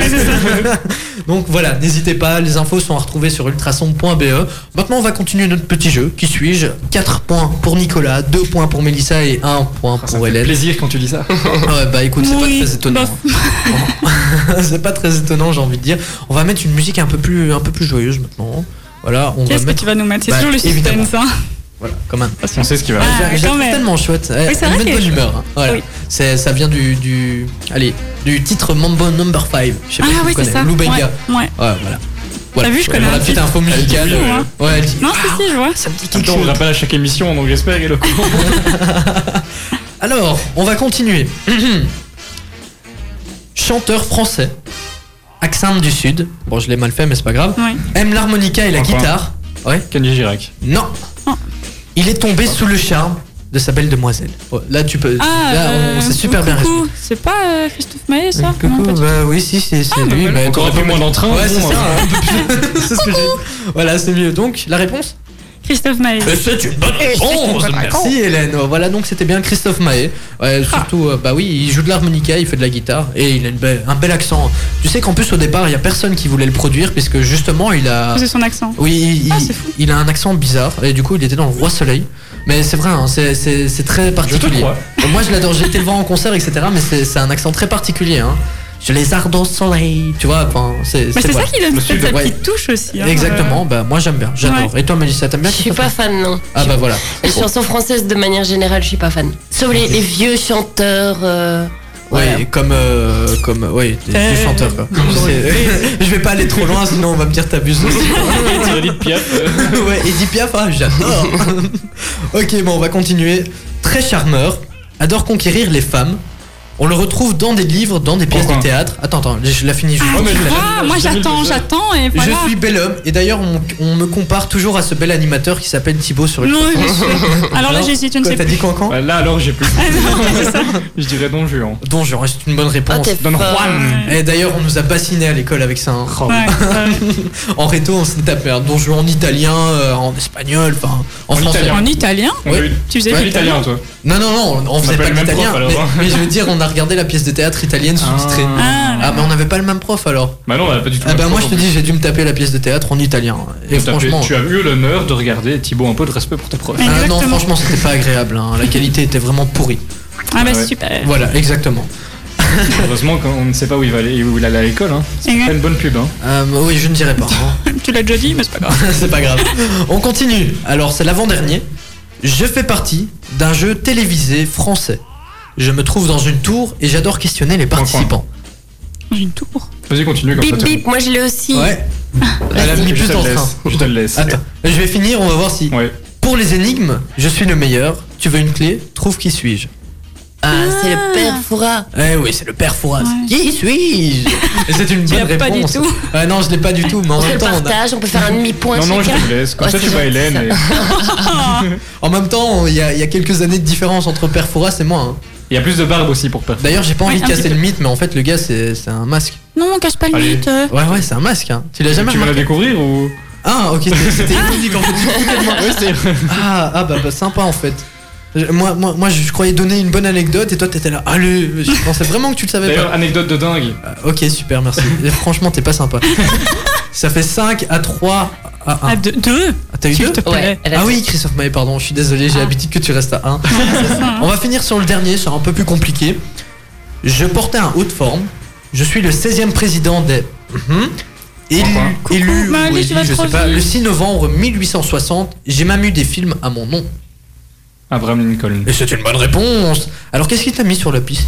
[SPEAKER 1] Donc voilà, n'hésitez pas, les infos sont à retrouver sur ultrason.be. E. Maintenant, on va continuer notre petit jeu. Qui suis-je 4 points pour Nicolas, 2 points pour Mélissa et 1 point
[SPEAKER 5] Ah, Ça
[SPEAKER 1] pour
[SPEAKER 5] fait
[SPEAKER 1] Hélène.
[SPEAKER 5] plaisir quand tu dis ça.
[SPEAKER 1] Ah ouais, bah écoute, c'est
[SPEAKER 2] Oh, Oui, bah,
[SPEAKER 1] pas très étonnant. c'est pas très étonnant, j'ai envie de dire. On va mettre une musique un peu plus, un peu plus joyeuse maintenant. Voilà, on va
[SPEAKER 2] Qu'est-ce que
[SPEAKER 1] mettre
[SPEAKER 2] tu vas nous mettre C'est
[SPEAKER 1] Bah,
[SPEAKER 2] toujours le
[SPEAKER 1] évidemment.
[SPEAKER 2] suspense. hein.
[SPEAKER 1] voilà, comme un
[SPEAKER 5] On sait ce qui va.
[SPEAKER 2] Ah,
[SPEAKER 1] J'ai-
[SPEAKER 2] quand
[SPEAKER 1] j'ai
[SPEAKER 2] même.
[SPEAKER 1] tellement chouette. Elle
[SPEAKER 2] Oui, c'est
[SPEAKER 1] elle
[SPEAKER 2] vrai
[SPEAKER 1] met de
[SPEAKER 2] qu'elle
[SPEAKER 1] bonne
[SPEAKER 2] est
[SPEAKER 1] humeur. hein. Voilà.
[SPEAKER 2] Oui.
[SPEAKER 1] C'est- Ça vient du, du, allez, du titre Mambo Number 5. Je sais pas
[SPEAKER 2] Ah
[SPEAKER 1] si tu
[SPEAKER 2] oui, c'est
[SPEAKER 1] connais.
[SPEAKER 2] ça.
[SPEAKER 1] Lou Benga.
[SPEAKER 2] Ouais, ouais.
[SPEAKER 1] Ouais, voilà. voilà.
[SPEAKER 2] vu, je connais
[SPEAKER 1] Voilà,
[SPEAKER 2] un
[SPEAKER 1] La petite
[SPEAKER 2] titre.
[SPEAKER 1] info musicale.
[SPEAKER 2] dit, hein.
[SPEAKER 1] euh, Ouais, elle dit.
[SPEAKER 2] Non, si, si, je vois.
[SPEAKER 1] Ah, Ça me dit quelque
[SPEAKER 5] Attends, on le
[SPEAKER 1] chose.
[SPEAKER 5] rappelle à chaque émission, donc j'espère qu'il est
[SPEAKER 1] Alors, on va continuer. Chanteur français, accent du sud. Bon, je l'ai mal fait, mais c'est pas grave.
[SPEAKER 2] Ouais.
[SPEAKER 1] Aime l'harmonica et la
[SPEAKER 5] Enfin.
[SPEAKER 1] guitare. Ouais.
[SPEAKER 5] Kenji Girac.
[SPEAKER 1] Non.
[SPEAKER 2] Non.
[SPEAKER 1] Il est tombé sous le charme de sa belle demoiselle. Oh, Là, tu peux.
[SPEAKER 2] Ah,
[SPEAKER 1] là, on-
[SPEAKER 2] euh,
[SPEAKER 1] c'est super bien résumé.
[SPEAKER 2] coucou. C'est pas euh, Christophe Maé, ça
[SPEAKER 1] Coucou,
[SPEAKER 2] Non, pas du tout.
[SPEAKER 1] bah oui, si, c'est c'est
[SPEAKER 2] Ah,
[SPEAKER 1] lui.
[SPEAKER 5] bah,
[SPEAKER 1] bah,
[SPEAKER 5] encore un peu moins d'entrain.
[SPEAKER 1] Ouais,
[SPEAKER 5] bon,
[SPEAKER 1] c'est
[SPEAKER 5] euh,
[SPEAKER 1] ça. un peu plus. c'est ce que j'ai. Voilà, c'est mieux. Donc, la réponse
[SPEAKER 2] Christophe Maé.
[SPEAKER 5] Euh,
[SPEAKER 2] Ah.
[SPEAKER 1] C'est une bonne réponse Merci, Hélène. Oh, Voilà, donc c'était bien Christophe Maé. Ouais, surtout, euh, bah oui, il joue de l'harmonica, il fait de la guitare et il a une belle- un bel accent. Tu sais qu'en plus, au départ, il y a personne qui voulait le produire puisque justement, il a.
[SPEAKER 2] C'est son accent.
[SPEAKER 1] Oui, il,
[SPEAKER 2] Ah, c'est fou.
[SPEAKER 1] il a un accent bizarre et du coup il était dans le Roi Soleil. Mais c'est vrai, hein, c'est- c'est c'est très particulier.
[SPEAKER 5] crois.
[SPEAKER 1] Moi je l'adore, j'ai été le voir en concert, etc. Mais c'est c'est un accent très particulier. Hein. Je les arde au soleil, tu vois. Enfin, c'est
[SPEAKER 2] Mais Bah, c'est ça
[SPEAKER 1] voilà.
[SPEAKER 2] qui donne
[SPEAKER 5] Monsieur,
[SPEAKER 2] peut-être sa
[SPEAKER 1] ouais.
[SPEAKER 2] petite touche aussi. hein.
[SPEAKER 1] Exactement, bah moi j'aime bien, j'adore. Et toi Mélissa, t'aimes bien
[SPEAKER 6] Je suis
[SPEAKER 1] Christophe
[SPEAKER 6] pas fan, non.
[SPEAKER 1] Ah bah voilà.
[SPEAKER 6] Les chansons françaises, de manière générale, je suis pas fan. Sauf les, les vieux chanteurs. euh, voilà.
[SPEAKER 1] Ouais, comme euh, comme ouais, des,
[SPEAKER 2] Eh,
[SPEAKER 1] des chanteurs quoi. C'est- je vais pas aller trop loin sinon on va me dire t'abuses.
[SPEAKER 5] Edith Piaf, euh,
[SPEAKER 1] ouais, Edith Piaf, ah, j'adore. ok, bon, on va continuer. Très charmeur, adore conquérir les femmes. On le retrouve dans des livres, dans des pièces
[SPEAKER 5] Pourquoi
[SPEAKER 1] de théâtre. Attends, attends, je la finis juste.
[SPEAKER 2] Ah,
[SPEAKER 5] Ouais, mais
[SPEAKER 2] tu
[SPEAKER 5] je l'ai
[SPEAKER 2] vois,
[SPEAKER 5] jamais vu,
[SPEAKER 2] moi
[SPEAKER 5] j'ai jamais vu
[SPEAKER 2] j'attends,
[SPEAKER 5] le jeu.
[SPEAKER 2] j'attends et
[SPEAKER 1] Je
[SPEAKER 2] voilà.
[SPEAKER 1] suis bel homme et d'ailleurs on, on me compare toujours à ce bel animateur qui s'appelle Thibaut sur le.
[SPEAKER 2] Non, mais je suis- Alors là, j'hésite, je ne
[SPEAKER 1] Quoi,
[SPEAKER 2] sais
[SPEAKER 1] T'as
[SPEAKER 2] plus.
[SPEAKER 1] dit Cancan
[SPEAKER 5] bah, Là alors j'ai plus.
[SPEAKER 2] Ah non, mais c'est ça.
[SPEAKER 5] Je dirais Don Juan.
[SPEAKER 1] Don Juan, c'est une bonne
[SPEAKER 6] Ah,
[SPEAKER 1] réponse.
[SPEAKER 6] t'es
[SPEAKER 5] Don
[SPEAKER 6] fort.
[SPEAKER 5] Juan.
[SPEAKER 1] et d'ailleurs on nous a bassinés à l'école avec ça. hein.
[SPEAKER 2] Ouais, ouais.
[SPEAKER 1] En réto on s'est tapé un Don Juan en italien, euh, en espagnol, enfin en,
[SPEAKER 5] En
[SPEAKER 1] français.
[SPEAKER 5] italien.
[SPEAKER 2] En italien
[SPEAKER 5] On
[SPEAKER 1] Ouais.
[SPEAKER 5] a eu-
[SPEAKER 2] Tu faisais
[SPEAKER 5] Ouais,
[SPEAKER 2] l'italien.
[SPEAKER 5] l'italien toi.
[SPEAKER 1] Non, non, non, on, on faisait pas
[SPEAKER 5] appelle le même
[SPEAKER 1] l'italien.
[SPEAKER 5] prof,
[SPEAKER 1] Mais,
[SPEAKER 5] alors.
[SPEAKER 1] mais je veux dire, on a regardé la pièce de théâtre italienne sous-titrée.
[SPEAKER 2] Ah,
[SPEAKER 1] Ah, mais on n'avait pas le même prof alors.
[SPEAKER 5] Bah non, on a pas du tout.
[SPEAKER 1] Ah
[SPEAKER 5] le
[SPEAKER 1] bah
[SPEAKER 5] même
[SPEAKER 1] moi je
[SPEAKER 5] prof,
[SPEAKER 1] te
[SPEAKER 5] en
[SPEAKER 1] dis, j'ai dû me taper la pièce de théâtre en italien. Et
[SPEAKER 5] plus. T'as fait-
[SPEAKER 1] franchement.
[SPEAKER 5] Tu as eu l'honneur de regarder Thibaut un peu de respect pour tes profs.
[SPEAKER 2] Ouais.
[SPEAKER 1] Ah non,
[SPEAKER 2] Exactement.
[SPEAKER 1] franchement, c'était pas agréable. hein. La qualité était vraiment pourrie.
[SPEAKER 2] Ah bah
[SPEAKER 5] Ouais.
[SPEAKER 2] super.
[SPEAKER 1] Voilà, exactement.
[SPEAKER 5] Heureusement qu'on ne sait pas où il va aller, où il allait à l'école. Hein. C'est
[SPEAKER 1] Mm.
[SPEAKER 2] Exact.
[SPEAKER 5] pas une bonne pub. Hein.
[SPEAKER 1] Euh, oui, je ne dirais pas. hein.
[SPEAKER 2] Tu l'as déjà dit, mais c'est pas grave.
[SPEAKER 1] c'est pas grave. On continue. Alors, c'est l'avant-dernier. Je fais partie d'un jeu télévisé français. Je me trouve dans une tour et j'adore questionner les
[SPEAKER 5] Coin, coin.
[SPEAKER 1] participants.
[SPEAKER 2] J'ai une tour.
[SPEAKER 5] Vas-y, continue comme ça.
[SPEAKER 6] Bip
[SPEAKER 5] toi.
[SPEAKER 6] bip, moi je l'ai aussi.
[SPEAKER 1] Ouais. Elle a
[SPEAKER 5] Je
[SPEAKER 1] mis
[SPEAKER 5] te
[SPEAKER 1] plus
[SPEAKER 5] le
[SPEAKER 1] en train.
[SPEAKER 5] laisse. Je te le laisse.
[SPEAKER 1] Attends, je vais finir, on va voir si.
[SPEAKER 5] Ouais.
[SPEAKER 1] Pour les énigmes, je suis le meilleur. Tu veux une clé Trouve qui suis-je.
[SPEAKER 6] Ah, c'est le père Foura.
[SPEAKER 1] Eh oui, c'est le père Fouras.
[SPEAKER 2] Ouais.
[SPEAKER 1] Qui suis-je Et C'est une bonne
[SPEAKER 2] l'as
[SPEAKER 1] réponse.
[SPEAKER 2] pas du tout.
[SPEAKER 1] Ouais, non, je l'ai pas du tout, mais en
[SPEAKER 6] On fait
[SPEAKER 1] même
[SPEAKER 6] le
[SPEAKER 1] temps, on a-
[SPEAKER 6] partage, on peut faire un demi-point
[SPEAKER 5] Non, non, je
[SPEAKER 6] chacun.
[SPEAKER 5] te le laisse. Comme
[SPEAKER 6] Ouais,
[SPEAKER 5] ça, tu
[SPEAKER 6] c'est
[SPEAKER 5] vas
[SPEAKER 6] gentil,
[SPEAKER 5] Hélène.
[SPEAKER 6] ça.
[SPEAKER 5] et-
[SPEAKER 1] en même temps, il y, a- il y a quelques années de différence entre père Fouras et moi. hein.
[SPEAKER 5] Il y a plus de barbe aussi pour perdre.
[SPEAKER 1] D'ailleurs, j'ai pas
[SPEAKER 2] Ouais,
[SPEAKER 1] envie
[SPEAKER 2] un
[SPEAKER 1] de casser
[SPEAKER 2] petit
[SPEAKER 1] le mythe, mais en fait, le gars, c'est c'est un masque.
[SPEAKER 2] Non, on cache pas le
[SPEAKER 5] Allez. Ah.
[SPEAKER 2] mythe. euh.
[SPEAKER 1] Ouais, ouais, c'est un masque. hein. Tu l'as jamais
[SPEAKER 5] Tu vas la
[SPEAKER 1] remarqué
[SPEAKER 5] découvrir ou
[SPEAKER 1] Ah, ok, c'était- c'était ironique en fait. ah, ah bah, bah, sympa en fait. Je- Moi, moi, moi, je croyais donner une bonne anecdote et toi, t'étais là. Allez, je pensais vraiment que tu le savais pas.
[SPEAKER 5] D'ailleurs, anecdote de dingue.
[SPEAKER 1] Ok, super, merci. Et Franchement, t'es pas sympa. Ça fait 5 à 3 à 1.
[SPEAKER 2] Ah, deux, deux
[SPEAKER 1] T'as eu
[SPEAKER 2] s'il
[SPEAKER 1] deux
[SPEAKER 2] te plaît.
[SPEAKER 6] Ouais, elle a
[SPEAKER 1] Ah
[SPEAKER 6] fait-
[SPEAKER 1] oui, Christophe Maé, pardon, je suis désolé, j'ai
[SPEAKER 2] Ah.
[SPEAKER 1] l'habitude que tu restes à 1. On va finir sur le dernier, c'est un peu plus compliqué. Je portais un haut de forme. Je suis le 16e président des. Mhm. Élu,
[SPEAKER 5] Pourquoi
[SPEAKER 1] élu,
[SPEAKER 2] Maëlys,
[SPEAKER 1] ou
[SPEAKER 2] tu
[SPEAKER 1] élu,
[SPEAKER 2] vas
[SPEAKER 1] je
[SPEAKER 2] trop
[SPEAKER 1] sais pas,
[SPEAKER 2] vite.
[SPEAKER 1] le 6 novembre 1860, j'ai même eu des films à mon nom.
[SPEAKER 5] Abraham Lincoln.
[SPEAKER 1] Et c'est une bonne réponse. Alors qu'est-ce qui t'a mis sur la piste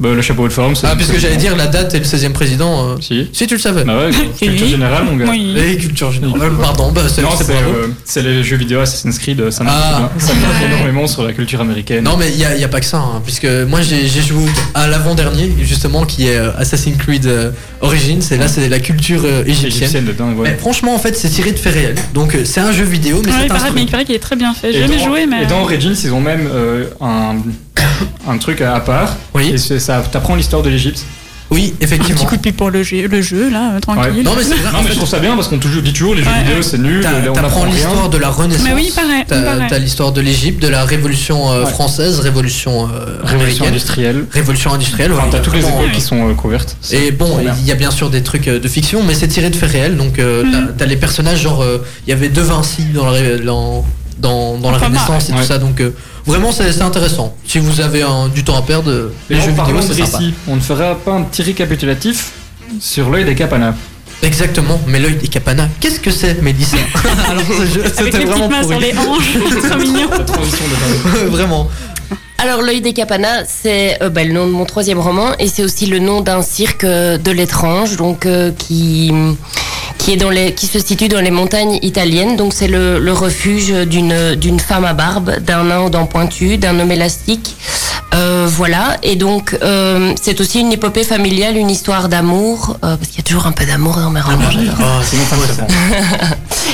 [SPEAKER 5] Bah, le chapeau de forme. c'est-
[SPEAKER 1] Ah, puisque j'allais dire la date et le 16e président. euh,
[SPEAKER 5] Si.
[SPEAKER 1] Si tu le savais.
[SPEAKER 5] Bah ouais, culture
[SPEAKER 2] Oui.
[SPEAKER 5] générale, mon gars.
[SPEAKER 2] Oui.
[SPEAKER 1] Et culture générale, pardon, bah c'est
[SPEAKER 5] Non,
[SPEAKER 1] c'est
[SPEAKER 5] c'est
[SPEAKER 1] bravo.
[SPEAKER 5] euh, c'est les jeux vidéo Assassin's Creed, euh, ça m'intéresse
[SPEAKER 1] Ah.
[SPEAKER 5] bien. Ça m'intéresse énormément sur la culture américaine.
[SPEAKER 1] Non mais il n'y a, y a pas que ça, hein, puisque moi j'ai j'ai joué à l'avant-dernier, justement, qui est euh, Assassin's Creed euh, Origins, et là c'est la culture euh, égyptienne.
[SPEAKER 5] égyptienne de dingue,
[SPEAKER 1] Mais
[SPEAKER 5] ouais.
[SPEAKER 1] franchement, en fait, c'est tiré de faits réels, donc euh, c'est un jeu vidéo, mais
[SPEAKER 2] Ouais, il
[SPEAKER 1] c'est
[SPEAKER 2] paraît-
[SPEAKER 1] un
[SPEAKER 2] Ah mais il paraît qu'il est très bien fait. J'ai jamais
[SPEAKER 5] dans-
[SPEAKER 2] joué, mais.
[SPEAKER 5] et dans Origins, ils ont même euh, un, un truc à, à part.
[SPEAKER 1] Oui.
[SPEAKER 5] Et c'est- ça t'apprend l'histoire de l'Égypte.
[SPEAKER 1] Oui,
[SPEAKER 2] Un petit
[SPEAKER 1] effectivement.
[SPEAKER 2] coup de pied pour le jeu, le jeu là, euh, tranquille.
[SPEAKER 1] Non mais c'est vrai,
[SPEAKER 5] Non,
[SPEAKER 1] Ah, en
[SPEAKER 5] mais
[SPEAKER 1] fait,
[SPEAKER 5] je trouve ça bien parce qu'on toujours dit toujours les jeux
[SPEAKER 2] Ouais.
[SPEAKER 5] vidéo c'est nul,
[SPEAKER 1] t'as-
[SPEAKER 5] on
[SPEAKER 1] t'apprends
[SPEAKER 5] apprend rien.
[SPEAKER 1] l'histoire de la Renaissance.
[SPEAKER 2] Mais oui, il paraît, il
[SPEAKER 1] T'as
[SPEAKER 2] paraît.
[SPEAKER 1] t'as l'histoire de l'Égypte, de la Révolution euh,
[SPEAKER 5] Ouais.
[SPEAKER 1] française, Révolution euh,
[SPEAKER 5] Révolution
[SPEAKER 1] américaine,
[SPEAKER 5] industrielle.
[SPEAKER 1] Révolution industrielle.
[SPEAKER 5] Enfin,
[SPEAKER 1] ouais,
[SPEAKER 5] t'as toutes les
[SPEAKER 1] vraiment,
[SPEAKER 5] écoles qui sont euh, couvertes.
[SPEAKER 1] Et bon,
[SPEAKER 5] Trop bien.
[SPEAKER 1] il y a bien sûr des trucs euh, de fiction, mais c'est tiré de faits réels. Donc, euh,
[SPEAKER 6] Mhm.
[SPEAKER 1] t'as- t'as les personnages, genre, euh, il y avait De Vinci dans la, ré- dans, dans, dans la
[SPEAKER 2] Enfin,
[SPEAKER 1] Renaissance et
[SPEAKER 5] ouais.
[SPEAKER 1] tout ça. Donc, euh, vraiment, c'est c'est intéressant. Si vous avez un- du temps à perdre, euh, les
[SPEAKER 5] Et en
[SPEAKER 1] jeux vidéo,
[SPEAKER 5] parlant de
[SPEAKER 1] c'est sympa.
[SPEAKER 5] récit, on ne fera pas un petit récapitulatif sur l'œil des capanas.
[SPEAKER 1] Exactement, mais l'œil des capanas, qu'est-ce que c'est, Mélissa Alors, ce jeu,
[SPEAKER 2] Avec
[SPEAKER 1] c'était
[SPEAKER 2] les
[SPEAKER 1] vraiment
[SPEAKER 2] petites mains sur
[SPEAKER 1] pourri.
[SPEAKER 2] les hanches, c'est trop mignon.
[SPEAKER 5] La transition de dingue.
[SPEAKER 1] Vraiment.
[SPEAKER 6] Alors, L'œil des capanas, c'est euh, bah, le nom de mon troisième roman et c'est aussi le nom d'un cirque euh, de l'étrange, donc euh, qui qui est dans les qui se situe dans les montagnes italiennes. Donc c'est le, le refuge d'une d'une femme à barbe, d'un nain aux dents pointues, d'un homme élastique, Euh, voilà, et donc euh, c'est aussi une épopée familiale, une histoire d'amour, euh, parce qu'il y a toujours un peu d'amour dans mes romans, j'adore.
[SPEAKER 5] Ah, c'est mon préféré.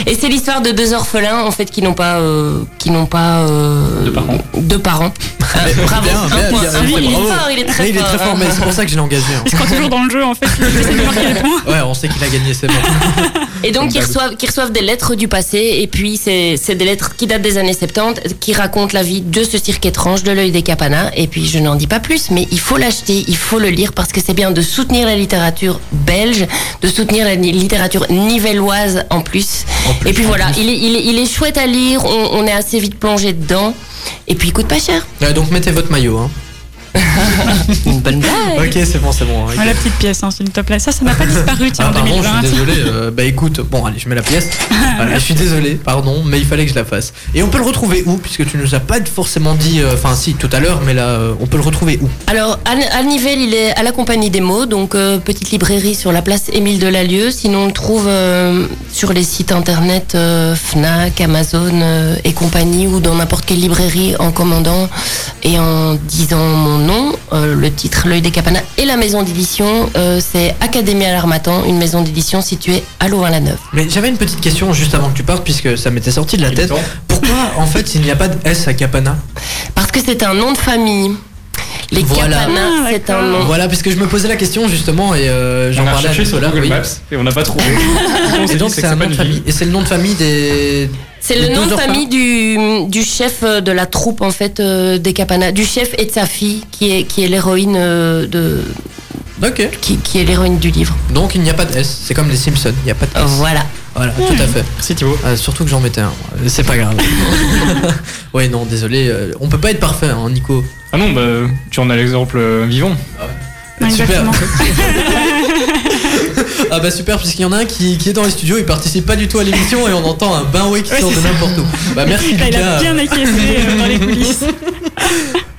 [SPEAKER 6] Et c'est l'histoire de deux orphelins en fait qui n'ont pas euh, qui n'ont pas euh,
[SPEAKER 5] Deux parents.
[SPEAKER 6] deux parents. Euh, bravo.
[SPEAKER 1] Ah, Bien, bien,
[SPEAKER 6] Un point.
[SPEAKER 1] bien,
[SPEAKER 6] Ah oui,
[SPEAKER 1] bien,
[SPEAKER 6] il est
[SPEAKER 1] bravo.
[SPEAKER 6] fort, il est très
[SPEAKER 1] Mais il est
[SPEAKER 6] fort.
[SPEAKER 1] très fort, mais c'est pour ça que je l'ai engagé. hein.
[SPEAKER 2] Je crois toujours dans le jeu en fait, j'essaie de marquer les points.
[SPEAKER 1] Ouais, on sait qu'il a gagné ses points.
[SPEAKER 6] Et donc qui reçoivent qui reçoivent des lettres du passé et puis c'est c'est des lettres qui datent des années 70 qui racontent la vie de ce cirque étrange de l'œil des capanas et puis je n'en dis pas plus mais il faut l'acheter, il faut le lire parce que c'est bien de soutenir la littérature belge, de soutenir la ni- littérature nivelloise en plus. et puis voilà, il est, il, est, il est chouette à lire, on, on est assez vite plongé dedans et puis il coûte pas cher.
[SPEAKER 1] Ouais, donc mettez votre maillot. Hein.
[SPEAKER 6] Une bonne blague.
[SPEAKER 1] Ok, c'est bon, c'est bon. hein.
[SPEAKER 2] Ouais, la petite pièce, hein, s'il te plaît. Ça, ça n'a pas disparu, tiens,
[SPEAKER 1] Ah,
[SPEAKER 2] en
[SPEAKER 1] pardon, je
[SPEAKER 2] 2020.
[SPEAKER 1] suis désolé. euh, bah écoute, bon, allez, je mets la pièce. Voilà, je suis désolé, pardon, mais il fallait que je la fasse. Et on peut le retrouver où Puisque tu nous as pas forcément dit, euh, enfin, si, tout à l'heure, mais là, euh, on peut le retrouver où
[SPEAKER 6] Alors, à, à Nivelles, il est à la Compagnie des mots, donc euh, petite librairie sur la place Émile Delalieu. Sinon, on le trouve euh, sur les sites internet euh, Fnac, Amazon euh, et compagnie, ou dans n'importe quelle librairie en commandant et en disant mon nom, euh, le titre L'œil des capanas et la maison d'édition. euh, c'est Académie à l'Armatan, une maison d'édition située à Louvain-la-Neuve.
[SPEAKER 1] Mais j'avais une petite question juste avant que tu partes, puisque ça m'était sorti de la tête. Pourquoi, en fait, il n'y a pas de S à Capana
[SPEAKER 6] Parce que c'est un nom de famille. Les
[SPEAKER 1] Voilà.
[SPEAKER 6] capanas,
[SPEAKER 2] Ah,
[SPEAKER 6] c'est un
[SPEAKER 2] d'accord.
[SPEAKER 6] nom.
[SPEAKER 1] Voilà, puisque je me posais la question justement et euh, j'en
[SPEAKER 5] Oh. On a
[SPEAKER 1] parlais
[SPEAKER 5] cherché
[SPEAKER 1] avec
[SPEAKER 5] sur
[SPEAKER 1] Nicolas,
[SPEAKER 5] Google
[SPEAKER 1] oui.
[SPEAKER 5] Maps et on n'a pas trouvé. On s'est
[SPEAKER 1] Et donc
[SPEAKER 5] dit,
[SPEAKER 1] c'est un
[SPEAKER 5] pas
[SPEAKER 1] nom de
[SPEAKER 5] une
[SPEAKER 1] famille.
[SPEAKER 5] ville.
[SPEAKER 1] Et c'est le nom de famille des.
[SPEAKER 6] C'est le
[SPEAKER 1] Deux
[SPEAKER 6] nom de
[SPEAKER 1] orphelins.
[SPEAKER 6] famille du, du chef euh, de la troupe en fait euh, des Capanas, du chef et de sa fille qui est qui est l'héroïne euh, de
[SPEAKER 1] Ok.
[SPEAKER 6] qui, qui est l'héroïne du livre.
[SPEAKER 1] Donc il n'y a pas de S. Ah, C'est comme les Simpsons. Il n'y a pas de S.
[SPEAKER 6] Voilà.
[SPEAKER 1] Voilà, tout à fait.
[SPEAKER 5] Merci Thibaut.
[SPEAKER 1] Euh, surtout que j'en mettais un. Euh, C'est pas grave. ouais, non, désolé. euh, on peut pas être parfait, hein, Nico.
[SPEAKER 5] Ah non, bah, tu en as l'exemple euh, vivant.
[SPEAKER 2] Non,
[SPEAKER 1] Super.
[SPEAKER 2] exactement.
[SPEAKER 1] Ah bah super, puisqu'il y en a un qui, qui est dans les studios, il participe pas du tout à l'émission et on entend un bain ouais qui
[SPEAKER 2] Ouais,
[SPEAKER 1] sort
[SPEAKER 2] c'est
[SPEAKER 1] de
[SPEAKER 2] ça.
[SPEAKER 1] n'importe où. Bah merci
[SPEAKER 2] Là, il a
[SPEAKER 1] Lucas.
[SPEAKER 2] bien acquiescé euh, dans les coulisses.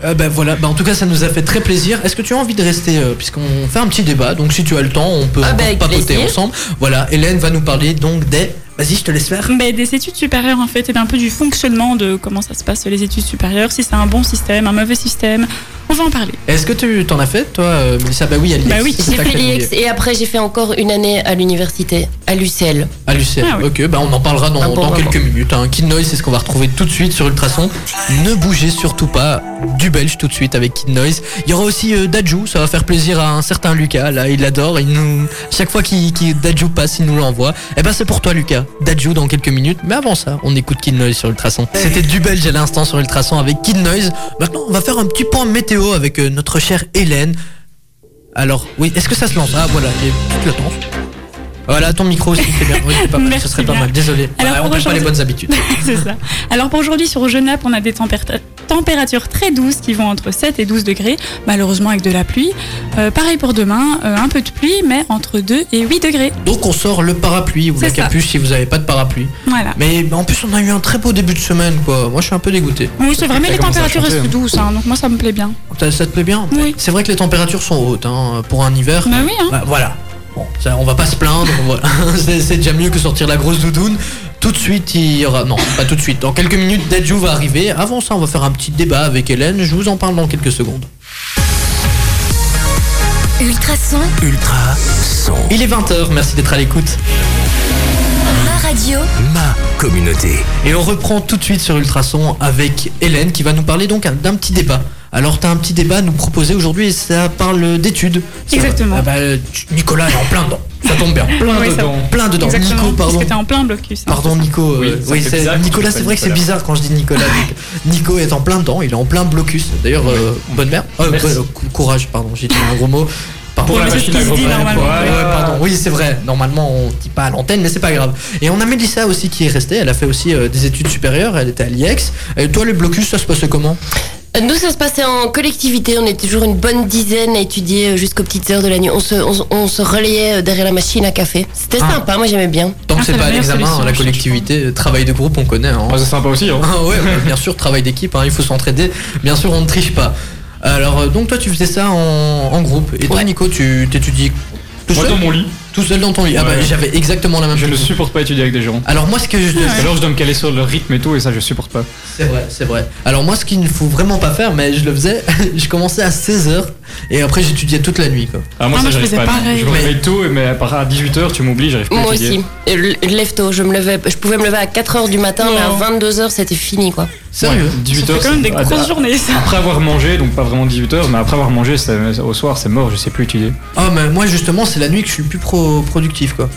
[SPEAKER 1] Euh, bah voilà, bah en tout cas ça nous a fait très plaisir. Est-ce que tu as envie de rester euh, puisqu'on fait un petit débat, donc si tu as le temps, on peut
[SPEAKER 6] Ah,
[SPEAKER 1] encore
[SPEAKER 6] bah, avec
[SPEAKER 1] papoter
[SPEAKER 6] plaisir.
[SPEAKER 1] ensemble. Voilà, Hélène va nous parler donc des. Vas-y, je te laisse faire.
[SPEAKER 2] Ben, des études supérieures en fait, et ben, un peu du fonctionnement de comment ça se passe les études supérieures, si c'est un bon système, un mauvais système. On va en parler.
[SPEAKER 1] Est-ce que tu t'en as fait toi, euh, Mélissa Bah oui, à l'IEX.
[SPEAKER 2] Bah oui,
[SPEAKER 1] c'est
[SPEAKER 6] J'ai
[SPEAKER 1] ta
[SPEAKER 6] fait
[SPEAKER 1] classe
[SPEAKER 6] l'IEX et après j'ai fait encore une année à l'université à l'UCL.
[SPEAKER 1] À l'UCL.
[SPEAKER 2] Ah oui.
[SPEAKER 1] Ok, bah on en parlera dans,
[SPEAKER 6] Ah bon,
[SPEAKER 1] dans
[SPEAKER 6] bah
[SPEAKER 1] quelques minutes. Hein. Kid Noise, c'est ce qu'on va retrouver tout de suite sur Ultrason. Ne bougez surtout pas du belge tout de suite avec Kid Noise. Il y aura aussi euh, Dajou, ça va faire plaisir à un certain Lucas. Là, il adore. Il nous... Chaque fois qu'il qu'il- Dajou passe, il nous l'envoie. Et ben c'est pour toi, Lucas. Dajou dans quelques minutes. Mais avant ça, on écoute Kid Noise sur Ultrason. C'était du belge à l'instant sur Ultrason avec Kid Noise. Maintenant, on va faire un petit point météo avec euh, notre chère Hélène. Alors, oui, est-ce que ça se lance Ah voilà, il y a toute la temps. Voilà, ton micro aussi, c'est bien. Oui, c'est pas mal.
[SPEAKER 2] Merci
[SPEAKER 1] ce serait pas
[SPEAKER 2] bien.
[SPEAKER 1] mal, désolé.
[SPEAKER 2] Alors,
[SPEAKER 1] Voilà, on
[SPEAKER 2] pour
[SPEAKER 1] prend pas les
[SPEAKER 2] aujourd'hui-
[SPEAKER 1] bonnes habitudes.
[SPEAKER 2] c'est ça. Alors pour aujourd'hui sur Genappe, on a des tempér- températures très douces qui vont entre 7 et 12 degrés, malheureusement avec de la pluie. Euh, pareil pour demain, euh, un peu de pluie, mais entre 2 et 8 degrés.
[SPEAKER 1] Donc, on sort le parapluie ou la
[SPEAKER 2] C'est ça.
[SPEAKER 1] capuche si vous avez pas de parapluie.
[SPEAKER 2] Voilà.
[SPEAKER 1] Mais bah, en plus, on a eu un très beau début de semaine, quoi. Moi, je suis un peu dégoûté.
[SPEAKER 2] Oui, c'est vrai, mais
[SPEAKER 5] Ça
[SPEAKER 2] les
[SPEAKER 5] commence à
[SPEAKER 2] températures
[SPEAKER 5] chauffer,
[SPEAKER 2] restent
[SPEAKER 5] hein.
[SPEAKER 2] douces, hein, donc moi ça me plaît bien.
[SPEAKER 1] Ça, ça te plaît bien
[SPEAKER 2] Oui.
[SPEAKER 1] C'est vrai que les températures sont hautes hein, pour un hiver.
[SPEAKER 2] Bah oui, hein.
[SPEAKER 1] Bah, voilà. Bon, ça, on va pas se plaindre. voilà. c'est c'est déjà mieux que sortir la grosse doudoune. Tout de suite, il y aura. Non, pas tout de suite. Dans quelques minutes, Dadju va arriver. Avant ça, on va faire un petit débat avec Hélène. Je vous en parle dans quelques secondes.
[SPEAKER 8] Ultrason,
[SPEAKER 4] Ultra son.
[SPEAKER 1] Il est 20h. Merci d'être à l'écoute.
[SPEAKER 8] ma radio,
[SPEAKER 4] Ma communauté.
[SPEAKER 1] Et on reprend tout de suite sur Ultrason avec Hélène qui va nous parler donc d'un petit débat. Alors t'as un petit débat à nous proposer aujourd'hui et ça parle d'études. Ça-
[SPEAKER 2] Exactement.
[SPEAKER 1] Ah bah, tu- Nicolas est en plein dedans. Ça tombe bien. Plein
[SPEAKER 2] Oui, ça-
[SPEAKER 1] dedans. Plein dedans.
[SPEAKER 2] Exactement,
[SPEAKER 1] Nico,
[SPEAKER 2] parce que t'es
[SPEAKER 1] pardon.
[SPEAKER 2] en plein blocus. hein.
[SPEAKER 1] Pardon Nico. euh,
[SPEAKER 5] Oui, ça
[SPEAKER 1] oui,
[SPEAKER 5] fait
[SPEAKER 1] c'est-
[SPEAKER 5] bizarre quand
[SPEAKER 1] Nicolas,
[SPEAKER 5] tu
[SPEAKER 1] c'est
[SPEAKER 5] dis
[SPEAKER 1] vrai que c'est
[SPEAKER 5] Nicolas.
[SPEAKER 1] bizarre quand je dis Nicolas. donc, Nico est en plein dedans. Il est en plein blocus. D'ailleurs, euh, bonne mère. Euh,
[SPEAKER 5] Merci.
[SPEAKER 1] bon, cou- courage, pardon. J'ai dit un gros mot. Pardon.
[SPEAKER 5] Pour la
[SPEAKER 2] mais c'est ce
[SPEAKER 5] machine
[SPEAKER 2] qui
[SPEAKER 5] à
[SPEAKER 2] se
[SPEAKER 5] gros
[SPEAKER 2] dit
[SPEAKER 5] pain.
[SPEAKER 2] normalement.
[SPEAKER 5] Voilà.
[SPEAKER 1] Ouais, ouais, pardon. Oui, c'est vrai. Normalement, on dit pas à l'antenne, mais c'est pas grave. Et on a Mélissa aussi qui est restée. Elle a fait aussi euh, des études supérieures. Elle était à l'IEX. Et toi, le blocus, ça se passait comment
[SPEAKER 6] Euh, Nous, ça se passait en collectivité. On était toujours une bonne dizaine à étudier euh, jusqu'aux petites heures de la nuit. On se, on, se- on se relayait euh, derrière la machine à café. C'était
[SPEAKER 1] Ah.
[SPEAKER 6] sympa, moi j'aimais bien.
[SPEAKER 1] Tant que
[SPEAKER 2] Ah,
[SPEAKER 1] c'est
[SPEAKER 2] c'est
[SPEAKER 1] pas
[SPEAKER 2] la
[SPEAKER 1] à
[SPEAKER 2] meilleure
[SPEAKER 1] l'examen,
[SPEAKER 2] solution,
[SPEAKER 1] la
[SPEAKER 2] je
[SPEAKER 1] collectivité, euh, travail de groupe, on connaît. hein.
[SPEAKER 5] Ah, c'est sympa aussi. Hein.
[SPEAKER 1] Ah ouais, bah, bien sûr, travail d'équipe. hein, il faut s'entraider. Bien sûr, on ne triche pas. Alors, euh, donc toi, tu faisais ça en, en groupe. Et toi, Nico, tu t'étudies tout
[SPEAKER 5] Moi
[SPEAKER 1] seul
[SPEAKER 5] dans mon lit.
[SPEAKER 1] Tout seul dans ton lit. Ah bah
[SPEAKER 5] Ouais.
[SPEAKER 1] j'avais exactement la même
[SPEAKER 5] Je ne
[SPEAKER 1] chose.
[SPEAKER 5] supporte pas étudier avec des gens.
[SPEAKER 1] Alors moi ce que je
[SPEAKER 5] Parce que alors je dois me caler sur le rythme et tout, et ça je supporte pas.
[SPEAKER 1] C'est vrai, c'est vrai. Alors moi ce qu'il ne faut vraiment pas faire mais je le faisais, je commençais à 16h et après j'étudiais toute la nuit quoi.
[SPEAKER 2] Ah,
[SPEAKER 5] Ah, moi
[SPEAKER 2] moi,
[SPEAKER 5] ça
[SPEAKER 2] je
[SPEAKER 5] j'arrive
[SPEAKER 2] faisais
[SPEAKER 5] pas. non.
[SPEAKER 2] pareil.
[SPEAKER 5] Je me
[SPEAKER 1] Mais-
[SPEAKER 5] réveille tôt, mais à part à 18h, tu m'oublies, j'arrive pas à
[SPEAKER 6] Moi
[SPEAKER 5] étudier.
[SPEAKER 6] aussi. Et le- Lève tôt, je me levais, je pouvais me lever à 4h du matin, mais à
[SPEAKER 2] Non.
[SPEAKER 6] 22h c'était fini quoi.
[SPEAKER 1] Sérieux
[SPEAKER 5] Ouais, 18
[SPEAKER 2] Ça fait
[SPEAKER 5] heures,
[SPEAKER 2] quand même des
[SPEAKER 5] c'est-
[SPEAKER 2] grosses
[SPEAKER 5] à-
[SPEAKER 2] journées, ça.
[SPEAKER 5] Après avoir mangé, donc pas vraiment 18h, mais après avoir mangé, c'est- au soir c'est mort, je sais plus étudier.
[SPEAKER 1] Ah mais moi justement c'est la nuit que je suis le plus pro- productif quoi.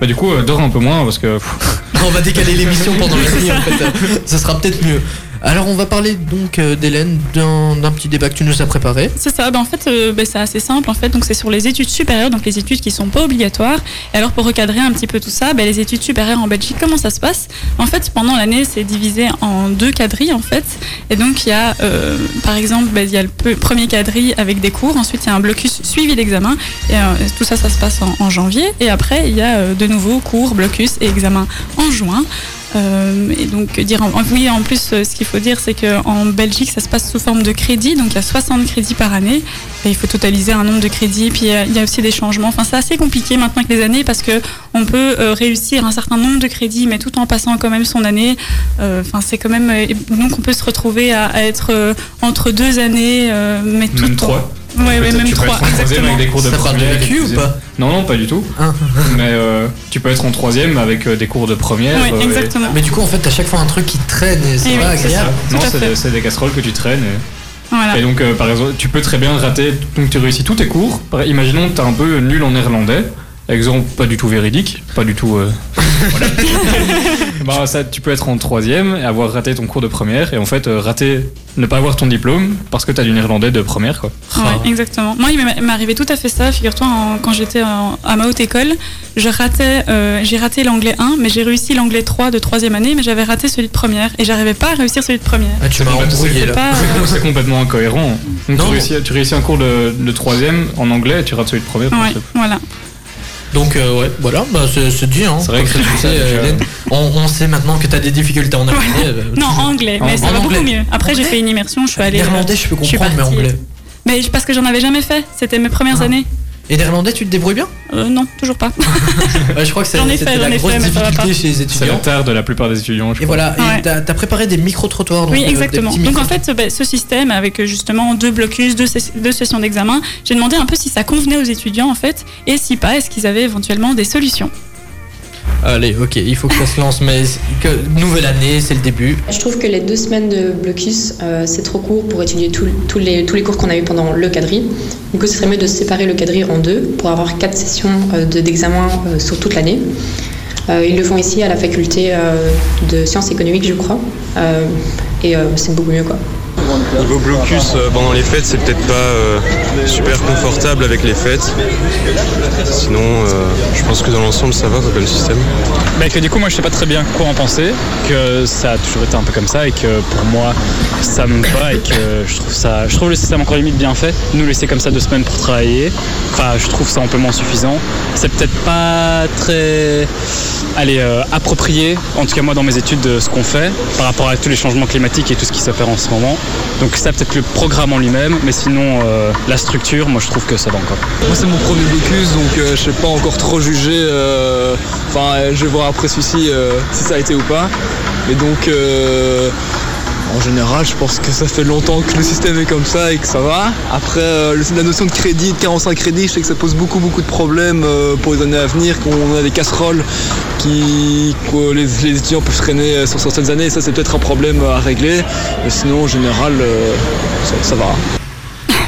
[SPEAKER 5] Bah du coup, euh, dors un peu moins parce que. pff,
[SPEAKER 1] On va décaler l'émission pendant la nuit en fait. Ça sera peut-être mieux. Alors on va parler donc euh, d'Hélène d'un d'un petit débat que tu nous as préparé.
[SPEAKER 2] C'est ça, ben en fait, euh, ben c'est assez simple. En fait, donc c'est sur les études supérieures, donc les études qui sont pas obligatoires. Et alors, pour recadrer un petit peu tout ça, ben les études supérieures en Belgique, comment ça se passe En fait, pendant l'année, c'est divisé en deux quadrilles, en fait. Et donc, il y a, euh, par exemple, ben, il y a le pe- premier quadrille avec des cours, ensuite, il y a un blocus suivi d'examen. Et euh, tout ça, ça se passe en, en janvier. Et après, il y a euh, de nouveau cours, blocus et examen en juin. Euh, et donc dire en, en- oui en plus euh, ce qu'il faut dire c'est qu'en Belgique ça se passe sous forme de crédit donc il y a 60 crédits par année et il faut totaliser un nombre de crédits puis euh, il y a aussi des changements enfin c'est assez compliqué maintenant avec les années parce que on peut euh, réussir un certain nombre de crédits mais tout en passant quand même son année Euh, enfin c'est quand même euh, donc on peut se retrouver à, à être euh, entre deux années euh, mais tout
[SPEAKER 5] même
[SPEAKER 2] en-
[SPEAKER 5] 3.
[SPEAKER 2] ouais, ouais même
[SPEAKER 5] tu peux
[SPEAKER 2] trois
[SPEAKER 5] être en troisième
[SPEAKER 2] exactement
[SPEAKER 5] avec des cours de
[SPEAKER 1] Ça part du
[SPEAKER 5] première.
[SPEAKER 1] vécu ou pas
[SPEAKER 5] Non, non, pas du tout.
[SPEAKER 2] Ah.
[SPEAKER 1] Hein
[SPEAKER 5] mais euh, tu peux être en troisième avec euh, des cours de première.
[SPEAKER 2] Ouais,
[SPEAKER 5] euh, et-
[SPEAKER 2] exactement
[SPEAKER 1] Mais du coup en fait à chaque fois un truc qui traîne et c'est
[SPEAKER 2] Eh
[SPEAKER 1] pas
[SPEAKER 2] oui, c'est
[SPEAKER 5] Ah,
[SPEAKER 1] agréable.
[SPEAKER 2] Tout
[SPEAKER 5] Non,
[SPEAKER 2] à
[SPEAKER 5] c'est
[SPEAKER 2] fait.
[SPEAKER 5] des, c'est des casseroles que tu traînes. Et,
[SPEAKER 2] voilà
[SPEAKER 5] et donc, euh, par exemple, tu peux très bien rater. Donc, tu réussis tous tes cours. Par- Imaginons que tu un peu nul en néerlandais. Exemple pas du tout véridique, pas du tout. euh, voilà. bah, ça, tu peux être en troisième et avoir raté ton cours de première et en fait euh, rater, ne pas avoir ton diplôme parce que t'as du néerlandais de première quoi.
[SPEAKER 2] Ouais, exactement. Moi, il m'est m'est arrivé tout à fait ça. Figure-toi, en- quand j'étais en- à ma haute école, je ratais, euh, j'ai raté l'anglais 1, mais j'ai réussi l'anglais 3 de troisième année, mais j'avais raté celui de première et j'arrivais pas à réussir celui de première.
[SPEAKER 1] Ah, tu m'as
[SPEAKER 5] complètement-
[SPEAKER 1] embrouillé là.
[SPEAKER 2] Pas, euh,
[SPEAKER 5] C'est complètement incohérent. Donc,
[SPEAKER 1] Non.
[SPEAKER 5] tu, réussis, tu réussis un cours de, de troisième en anglais et tu rates celui de premier.
[SPEAKER 2] ouais, voilà.
[SPEAKER 1] Donc euh, ouais, voilà, bah, c'est c'est dit. Hein,
[SPEAKER 5] C'est vrai
[SPEAKER 1] Comme
[SPEAKER 5] que
[SPEAKER 1] ça, tu
[SPEAKER 5] c'est
[SPEAKER 1] sais,
[SPEAKER 5] déjà-
[SPEAKER 1] euh, Hélène, on, on sait maintenant que t'as des difficultés en anglais. euh,
[SPEAKER 2] Non, anglais, mais
[SPEAKER 5] En-
[SPEAKER 2] ça
[SPEAKER 1] en
[SPEAKER 2] va beaucoup
[SPEAKER 1] anglais.
[SPEAKER 2] mieux. Après, j'ai
[SPEAKER 1] Anglais
[SPEAKER 2] fait une immersion, je suis allée.
[SPEAKER 1] Néerlandais, je peux
[SPEAKER 2] suis
[SPEAKER 1] comprendre, mais
[SPEAKER 2] partie.
[SPEAKER 1] anglais.
[SPEAKER 2] Mais je- parce que j'en avais jamais fait. C'était mes premières
[SPEAKER 1] Ah.
[SPEAKER 2] années.
[SPEAKER 1] Et néerlandais, tu te débrouilles bien
[SPEAKER 2] Euh, non, toujours pas.
[SPEAKER 1] Ouais, Je crois que c'est
[SPEAKER 2] J'en ai fait,
[SPEAKER 1] c'était
[SPEAKER 2] j'en
[SPEAKER 1] la
[SPEAKER 2] ai
[SPEAKER 1] grosse
[SPEAKER 2] fait, mais ça va
[SPEAKER 1] difficulté chez les
[SPEAKER 5] C'est le
[SPEAKER 1] étudiants.
[SPEAKER 5] tard de la plupart des étudiants. Je
[SPEAKER 1] Et
[SPEAKER 5] crois.
[SPEAKER 1] voilà, et
[SPEAKER 2] Ouais.
[SPEAKER 1] t'as t'as préparé des micro-trottoirs. donc,
[SPEAKER 2] Oui,
[SPEAKER 1] euh, des
[SPEAKER 2] exactement.
[SPEAKER 1] petits
[SPEAKER 2] Donc en
[SPEAKER 1] micro-
[SPEAKER 2] fait, ben, ce système avec euh, justement deux blocus, deux, ses- deux sessions d'examen, j'ai demandé un peu si ça convenait aux étudiants en fait, et si pas, est-ce qu'ils avaient éventuellement des solutions.
[SPEAKER 1] Allez, ok, il faut que ça se lance, mais c'est- que, nouvelle année, c'est le début.
[SPEAKER 9] Je trouve que les deux semaines de blocus, euh, c'est trop court pour étudier tout- tous les, tous les cours qu'on a eu pendant le quadrille. Du coup, ce serait mieux de séparer le quadrille en deux pour avoir quatre sessions euh, de- d'examen euh, sur toute l'année. Euh, ils le font ici à la faculté euh, de sciences économiques, je crois. Euh, et euh, c'est beaucoup mieux, quoi.
[SPEAKER 10] Niveau blocus euh, pendant les fêtes, c'est peut-être pas euh, super confortable avec les fêtes. Sinon, euh, je pense que dans l'ensemble, ça va quoi, comme système.
[SPEAKER 11] Bah que du coup moi je sais pas très bien quoi en penser, que ça a toujours été un peu comme ça et que pour moi ça me va et que je trouve ça je trouve le système encore limite bien fait. Nous laisser comme ça deux semaines pour travailler, enfin je trouve ça amplement suffisant. C'est peut-être pas très allez euh, approprié, en tout cas moi dans mes études de ce qu'on fait, par rapport à tous les changements climatiques et tout ce qui s'opère en ce moment. Donc ça peut-être le programme en lui-même, mais sinon euh, la structure, moi je trouve que ça va encore.
[SPEAKER 12] Moi c'est mon premier blocus donc euh, je sais pas encore trop juger. euh, Enfin euh, je vais voir après celui-ci euh, si ça a été ou pas. Et donc euh, en général je pense que ça fait longtemps que le système est comme ça et que ça va. Après euh, le- la notion de crédit, de 45 crédits, je sais que ça pose beaucoup beaucoup de problèmes euh, pour les années à venir, qu'on a des casseroles qui que les, les étudiants peuvent traîner euh, sur certaines années et ça c'est peut-être un problème à régler. Mais sinon en général euh, ça, ça va.